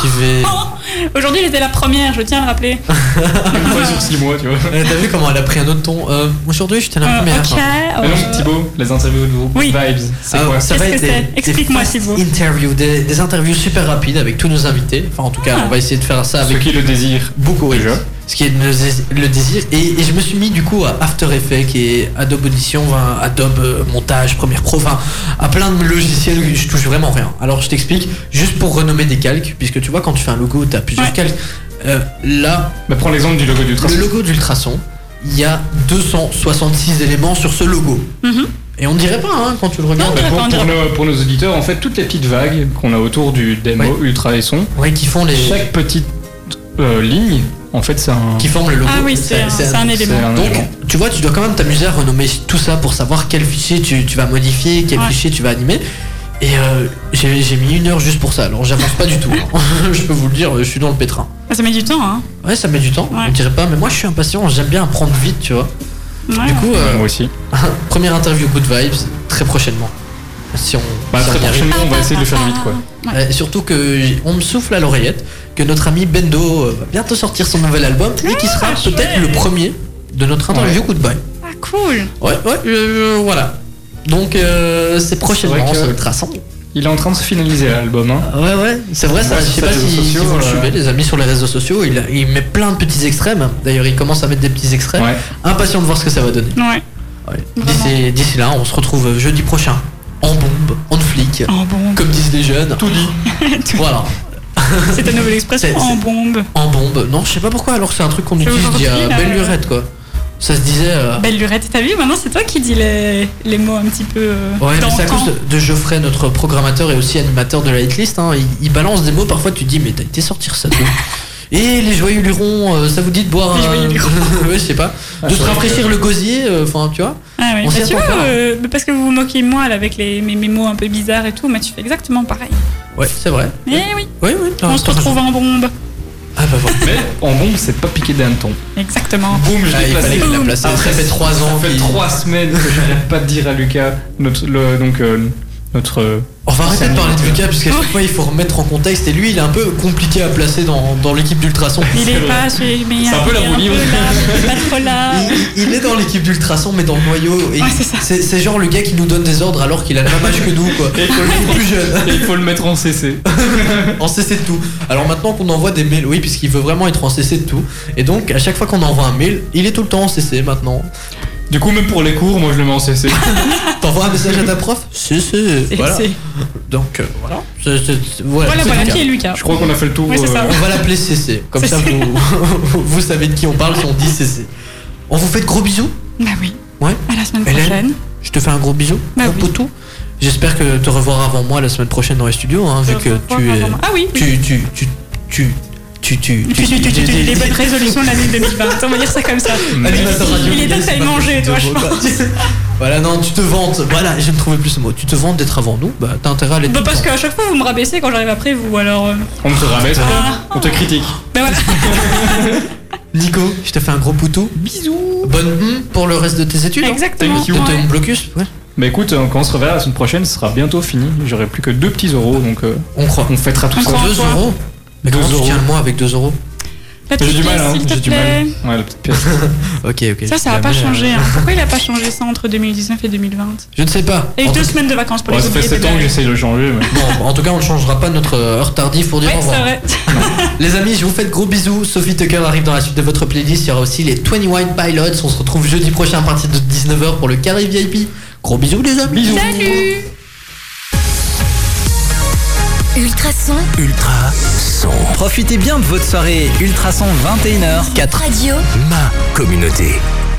[SPEAKER 1] Euh,
[SPEAKER 2] Aujourd'hui j'étais la première, je tiens à le rappeler.
[SPEAKER 5] Une
[SPEAKER 1] Ah.
[SPEAKER 5] fois sur six mois, tu vois.
[SPEAKER 1] Euh, T'as vu comment elle a pris un autre ton Euh, Aujourd'hui, j'étais la
[SPEAKER 2] Euh,
[SPEAKER 1] première.
[SPEAKER 2] ok.
[SPEAKER 5] Mais
[SPEAKER 2] euh,
[SPEAKER 5] non, Thibaut, les interviews Good
[SPEAKER 2] Oui.
[SPEAKER 5] Vibes, c'est
[SPEAKER 1] Ah,
[SPEAKER 5] quoi
[SPEAKER 1] ça
[SPEAKER 2] Qu'est-ce
[SPEAKER 1] va
[SPEAKER 2] que
[SPEAKER 1] être
[SPEAKER 2] c'est
[SPEAKER 1] des- des
[SPEAKER 2] Explique-moi,
[SPEAKER 1] fast
[SPEAKER 2] s'il vous plaît.
[SPEAKER 1] interviews, des, des interviews super rapides avec tous nos invités. Enfin, en tout
[SPEAKER 2] Ah.
[SPEAKER 1] cas, on va essayer de faire ça
[SPEAKER 5] Ceux
[SPEAKER 1] avec
[SPEAKER 5] qui le désirent.
[SPEAKER 1] beaucoup, oui.
[SPEAKER 5] Déjà.
[SPEAKER 1] Ce qui est le, dés- le désir. Et, et je me suis mis du coup à After Effects et Adobe Audition, enfin, Adobe euh, Montage, Premiere Pro, enfin, à plein de logiciels où je touche vraiment rien. Alors je t'explique, juste pour renommer des calques, puisque tu vois, quand tu fais un logo, tu as plusieurs
[SPEAKER 2] Ouais.
[SPEAKER 1] calques. Euh, là,
[SPEAKER 5] Bah, prends l'exemple du logo du train.
[SPEAKER 1] le logo d'Ultrason, il y a 266 éléments sur ce logo.
[SPEAKER 2] Mhm.
[SPEAKER 1] Et on dirait pas hein, quand tu le regardes.
[SPEAKER 2] Non,
[SPEAKER 5] Bah, pour,
[SPEAKER 2] Attends,
[SPEAKER 5] pour
[SPEAKER 2] dire-
[SPEAKER 5] nos, pour nos auditeurs, en fait, toutes les petites vagues qu'on a autour du démo
[SPEAKER 1] Ouais.
[SPEAKER 5] Ultra et Son,
[SPEAKER 1] Ouais, qui font les.
[SPEAKER 5] chaque petite euh, ligne, en fait, c'est un.
[SPEAKER 1] qui forment le logo.
[SPEAKER 2] Ah oui, c'est un, c'est un
[SPEAKER 5] c'est
[SPEAKER 2] élément.
[SPEAKER 5] un
[SPEAKER 1] Donc,
[SPEAKER 5] élément.
[SPEAKER 1] tu vois, tu dois quand même t'amuser à renommer tout ça pour savoir quel fichier tu, tu vas modifier, quel
[SPEAKER 2] Ouais.
[SPEAKER 1] fichier tu vas animer. Et euh, j'ai j'ai mis une heure juste pour ça, alors j'avance pas du tout. hein. je peux vous le dire, je suis dans le pétrin.
[SPEAKER 2] Ah, Ça met du temps, hein.
[SPEAKER 1] Ouais, ça met du temps,
[SPEAKER 2] Ouais.
[SPEAKER 1] on dirait pas, mais moi je suis impatient, j'aime bien apprendre vite, tu vois.
[SPEAKER 2] Ouais.
[SPEAKER 1] Du coup,
[SPEAKER 5] Ouais,
[SPEAKER 1] euh,
[SPEAKER 5] moi aussi.
[SPEAKER 1] première interview Good Vibes, très prochainement. Si on,
[SPEAKER 5] Bah,
[SPEAKER 1] si on
[SPEAKER 5] très
[SPEAKER 1] y arrive.
[SPEAKER 5] prochainement, on va essayer de le faire vite, quoi.
[SPEAKER 1] Euh, surtout que j- on me souffle à l'oreillette que notre ami Bendo euh, va bientôt sortir son nouvel album et qui sera peut-être le premier de notre interview Good Vibes.
[SPEAKER 2] Ah, cool.
[SPEAKER 1] Ouais, ouais, euh, voilà. Donc euh, c'est prochainement
[SPEAKER 5] C'est vrai que-
[SPEAKER 1] sur Ultrason.
[SPEAKER 5] Il est en train de se finaliser là, l'album, hein.
[SPEAKER 1] Ouais, ouais, c'est vrai ça.
[SPEAKER 5] Ouais,
[SPEAKER 1] je sais
[SPEAKER 5] sur
[SPEAKER 1] pas
[SPEAKER 5] les
[SPEAKER 1] si,
[SPEAKER 5] réseaux
[SPEAKER 1] si
[SPEAKER 5] sociaux,
[SPEAKER 1] vous le
[SPEAKER 5] euh,
[SPEAKER 1] suivez, les amis, sur les réseaux sociaux. Il, a- il met plein de petits extraits. même. D'ailleurs, il commence à mettre des petits extraits.
[SPEAKER 5] Ouais.
[SPEAKER 1] Impatient de voir ce que ça va donner.
[SPEAKER 2] Ouais.
[SPEAKER 1] Ouais.
[SPEAKER 2] Vraiment.
[SPEAKER 1] D'ici- D'ici là, on se retrouve jeudi prochain. En bombe, en flic,
[SPEAKER 2] En bombe.
[SPEAKER 1] comme disent les jeunes. Tout dit. voilà.
[SPEAKER 2] C'est ta nouvelle expression.
[SPEAKER 1] C'est-
[SPEAKER 2] En
[SPEAKER 1] c'est-
[SPEAKER 2] bombe.
[SPEAKER 1] En bombe. Non, je sais pas pourquoi, alors que c'est un truc qu'on
[SPEAKER 2] C'est
[SPEAKER 1] utilise il y a
[SPEAKER 2] aujourd'hui, là.
[SPEAKER 1] belle lurette, quoi. Ça se disait. euh,
[SPEAKER 2] Belle lurette, t'as vu Maintenant, c'est toi qui dis les, les mots un petit peu. euh,
[SPEAKER 1] Ouais, mais c'est à
[SPEAKER 2] d'antan.
[SPEAKER 1] cause de, de Geoffrey, notre programmateur et aussi animateur de la hitlist. Hein, il, il balance des mots, parfois tu te dis, mais t'as été sortir ça d'où Et les joyeux lurons, euh, ça vous dit de boire
[SPEAKER 2] Les joyeux lurons.
[SPEAKER 1] Ouais, je sais pas.
[SPEAKER 2] Ah,
[SPEAKER 1] de se
[SPEAKER 2] ça,
[SPEAKER 1] rafraîchir le gosier, euh, enfin, tu vois.
[SPEAKER 2] Ah oui,
[SPEAKER 1] On
[SPEAKER 2] bah
[SPEAKER 1] s'y
[SPEAKER 2] tu
[SPEAKER 1] attend
[SPEAKER 2] vois,
[SPEAKER 1] pas.
[SPEAKER 2] euh, bah parce que vous vous moquez de moi là, avec les, mes, mes mots un peu bizarres et tout, mais tu fais exactement pareil.
[SPEAKER 1] Ouais, c'est vrai. Ah,
[SPEAKER 2] Mais oui,
[SPEAKER 1] Oui, oui.
[SPEAKER 2] on se retrouve en bombe.
[SPEAKER 1] bah,
[SPEAKER 5] Mais en bombe, c'est pas piqué d'un ton.
[SPEAKER 2] Exactement.
[SPEAKER 5] Boum, je
[SPEAKER 1] Ah,
[SPEAKER 5] l'ai
[SPEAKER 1] il
[SPEAKER 5] placé.
[SPEAKER 1] fallait qu'il la place. Ça fait trois ans
[SPEAKER 5] Ça fait
[SPEAKER 1] qu'il-
[SPEAKER 5] trois semaines que je n'arrête pas de dire à Lucas, notre, le- donc, euh, notre. euh,
[SPEAKER 1] On va arrêter de
[SPEAKER 5] ancien
[SPEAKER 1] parler de
[SPEAKER 5] manager.
[SPEAKER 1] Lucas, parce qu'à chaque fois, il faut remettre en contexte. Et lui, il est un peu compliqué à placer dans, dans l'équipe d'Ultrason.
[SPEAKER 2] Il est pas chez mais il est
[SPEAKER 1] C'est un peu la roue libre.
[SPEAKER 2] peu là, il est pas trop là.
[SPEAKER 1] Il, il est dans l'équipe d'Ultrason, mais dans le noyau. Et
[SPEAKER 2] Ouais,
[SPEAKER 1] il-
[SPEAKER 2] c'est ça.
[SPEAKER 1] c'est c'est genre le gars qui nous donne des ordres alors qu'il a le même âge que nous, quoi.
[SPEAKER 5] Et il faut
[SPEAKER 1] Il est plus jeune.
[SPEAKER 5] le- et il faut le mettre en CC.
[SPEAKER 1] en CC de tout. Alors maintenant qu'on envoie des mails, oui, puisqu'il veut vraiment être en CC de tout. Et donc, à chaque fois qu'on envoie un mail, il est tout le temps en CC maintenant.
[SPEAKER 5] Du coup, même pour les cours, moi je le mets en CC.
[SPEAKER 1] T'envoies un message à ta prof CC. Voilà. Donc, euh, voilà. C'est- c'est- c'est-
[SPEAKER 2] Voilà,
[SPEAKER 1] c'est
[SPEAKER 2] voilà,
[SPEAKER 1] Lucas.
[SPEAKER 2] qui est Lucas. Je crois qu'on a fait le tour, Oui, c'est ça. euh,
[SPEAKER 1] On va l'appeler CC. Comme ça,
[SPEAKER 2] CC.
[SPEAKER 1] vous, vous savez de qui on parle si on dit CC. On vous fait de gros bisous.
[SPEAKER 2] Bah oui.
[SPEAKER 1] Ouais.
[SPEAKER 2] À la semaine
[SPEAKER 1] Hélène,
[SPEAKER 2] prochaine.
[SPEAKER 1] Je te fais un gros bisou.
[SPEAKER 2] Bah
[SPEAKER 1] mon
[SPEAKER 2] oui.
[SPEAKER 1] potou. J'espère que te revoir avant moi la semaine prochaine dans les studios, hein, vu que tu es.
[SPEAKER 2] Ah oui.
[SPEAKER 1] Tu, tu, tu, tu, tu, tu,
[SPEAKER 2] Tu, tu, tu, tu, tu, les bonnes résolutions de l'année 2020. On va dire ça comme ça.
[SPEAKER 1] Animateur radio,
[SPEAKER 2] Il est temps
[SPEAKER 1] gars,
[SPEAKER 2] que
[SPEAKER 1] c'est
[SPEAKER 2] t'ailles
[SPEAKER 1] pas
[SPEAKER 2] manger, toi, je
[SPEAKER 1] possible.
[SPEAKER 2] pense.
[SPEAKER 1] Voilà, non, tu te vantes. Voilà, j'ai trouvé plus ce mot. Tu te vantes d'être avant nous. Bah, t'as intérêt à l'être.
[SPEAKER 2] Bah
[SPEAKER 1] tout le
[SPEAKER 2] parce
[SPEAKER 1] temps.
[SPEAKER 2] qu'à chaque fois, vous me rabaissez quand j'arrive après vous, alors. euh,
[SPEAKER 5] On te rabaisse,
[SPEAKER 2] Ah.
[SPEAKER 5] on te critique.
[SPEAKER 2] Ben voilà.
[SPEAKER 1] Nico, je te fais un gros poutou. Bisous. Bonne hum pour le reste de tes études. hein.
[SPEAKER 2] Exactement,
[SPEAKER 1] De ton
[SPEAKER 2] ouais.
[SPEAKER 1] blocus. Ouais.
[SPEAKER 5] Bah écoute, euh, quand on se reverra la semaine prochaine, ce sera bientôt fini. J'aurai plus que deux petits euros, donc euh,
[SPEAKER 1] on croit.
[SPEAKER 5] On fêtera tout
[SPEAKER 2] On
[SPEAKER 5] ça.
[SPEAKER 2] croit en Deux toi. euros
[SPEAKER 1] Mais
[SPEAKER 5] Deux
[SPEAKER 1] comment tu
[SPEAKER 5] euros.
[SPEAKER 1] tiens le mois avec 2 euros
[SPEAKER 2] La petite pièce,
[SPEAKER 5] hein.
[SPEAKER 1] hein,
[SPEAKER 2] s'il te plaît.
[SPEAKER 5] Ouais, la petite pièce.
[SPEAKER 1] ok, ok.
[SPEAKER 2] Ça, ça n'a
[SPEAKER 1] La
[SPEAKER 2] pas
[SPEAKER 1] mère.
[SPEAKER 2] changé.
[SPEAKER 5] euh,
[SPEAKER 2] hein. Pourquoi il a pas changé ça entre 2019 et 2020
[SPEAKER 1] Je ne sais pas.
[SPEAKER 2] Il y a eu
[SPEAKER 1] En
[SPEAKER 2] deux
[SPEAKER 1] tout-
[SPEAKER 2] semaines de vacances pour
[SPEAKER 5] Ouais,
[SPEAKER 2] les
[SPEAKER 5] ça fait
[SPEAKER 2] oublier,
[SPEAKER 5] 7
[SPEAKER 2] t'es
[SPEAKER 5] ans que
[SPEAKER 2] dingue.
[SPEAKER 5] j'essaye de le changer, mais.
[SPEAKER 1] Bon, en tout cas, on ne changera pas notre euh, heure tardive pour dire
[SPEAKER 2] Ouais,
[SPEAKER 1] au revoir.
[SPEAKER 2] c'est vrai.
[SPEAKER 1] Les amis, je vous fais de gros bisous. Sophie Tucker arrive dans la suite de votre playlist. Il y aura aussi les 20 White Pilots. On se retrouve jeudi prochain à partir de 19h pour le carré VIP. Gros bisous, les amis.
[SPEAKER 8] Salut Ultrason,
[SPEAKER 4] Ultra son. Profitez bien de votre soirée Ultrason 21h4.
[SPEAKER 8] Radio.
[SPEAKER 4] Ma communauté.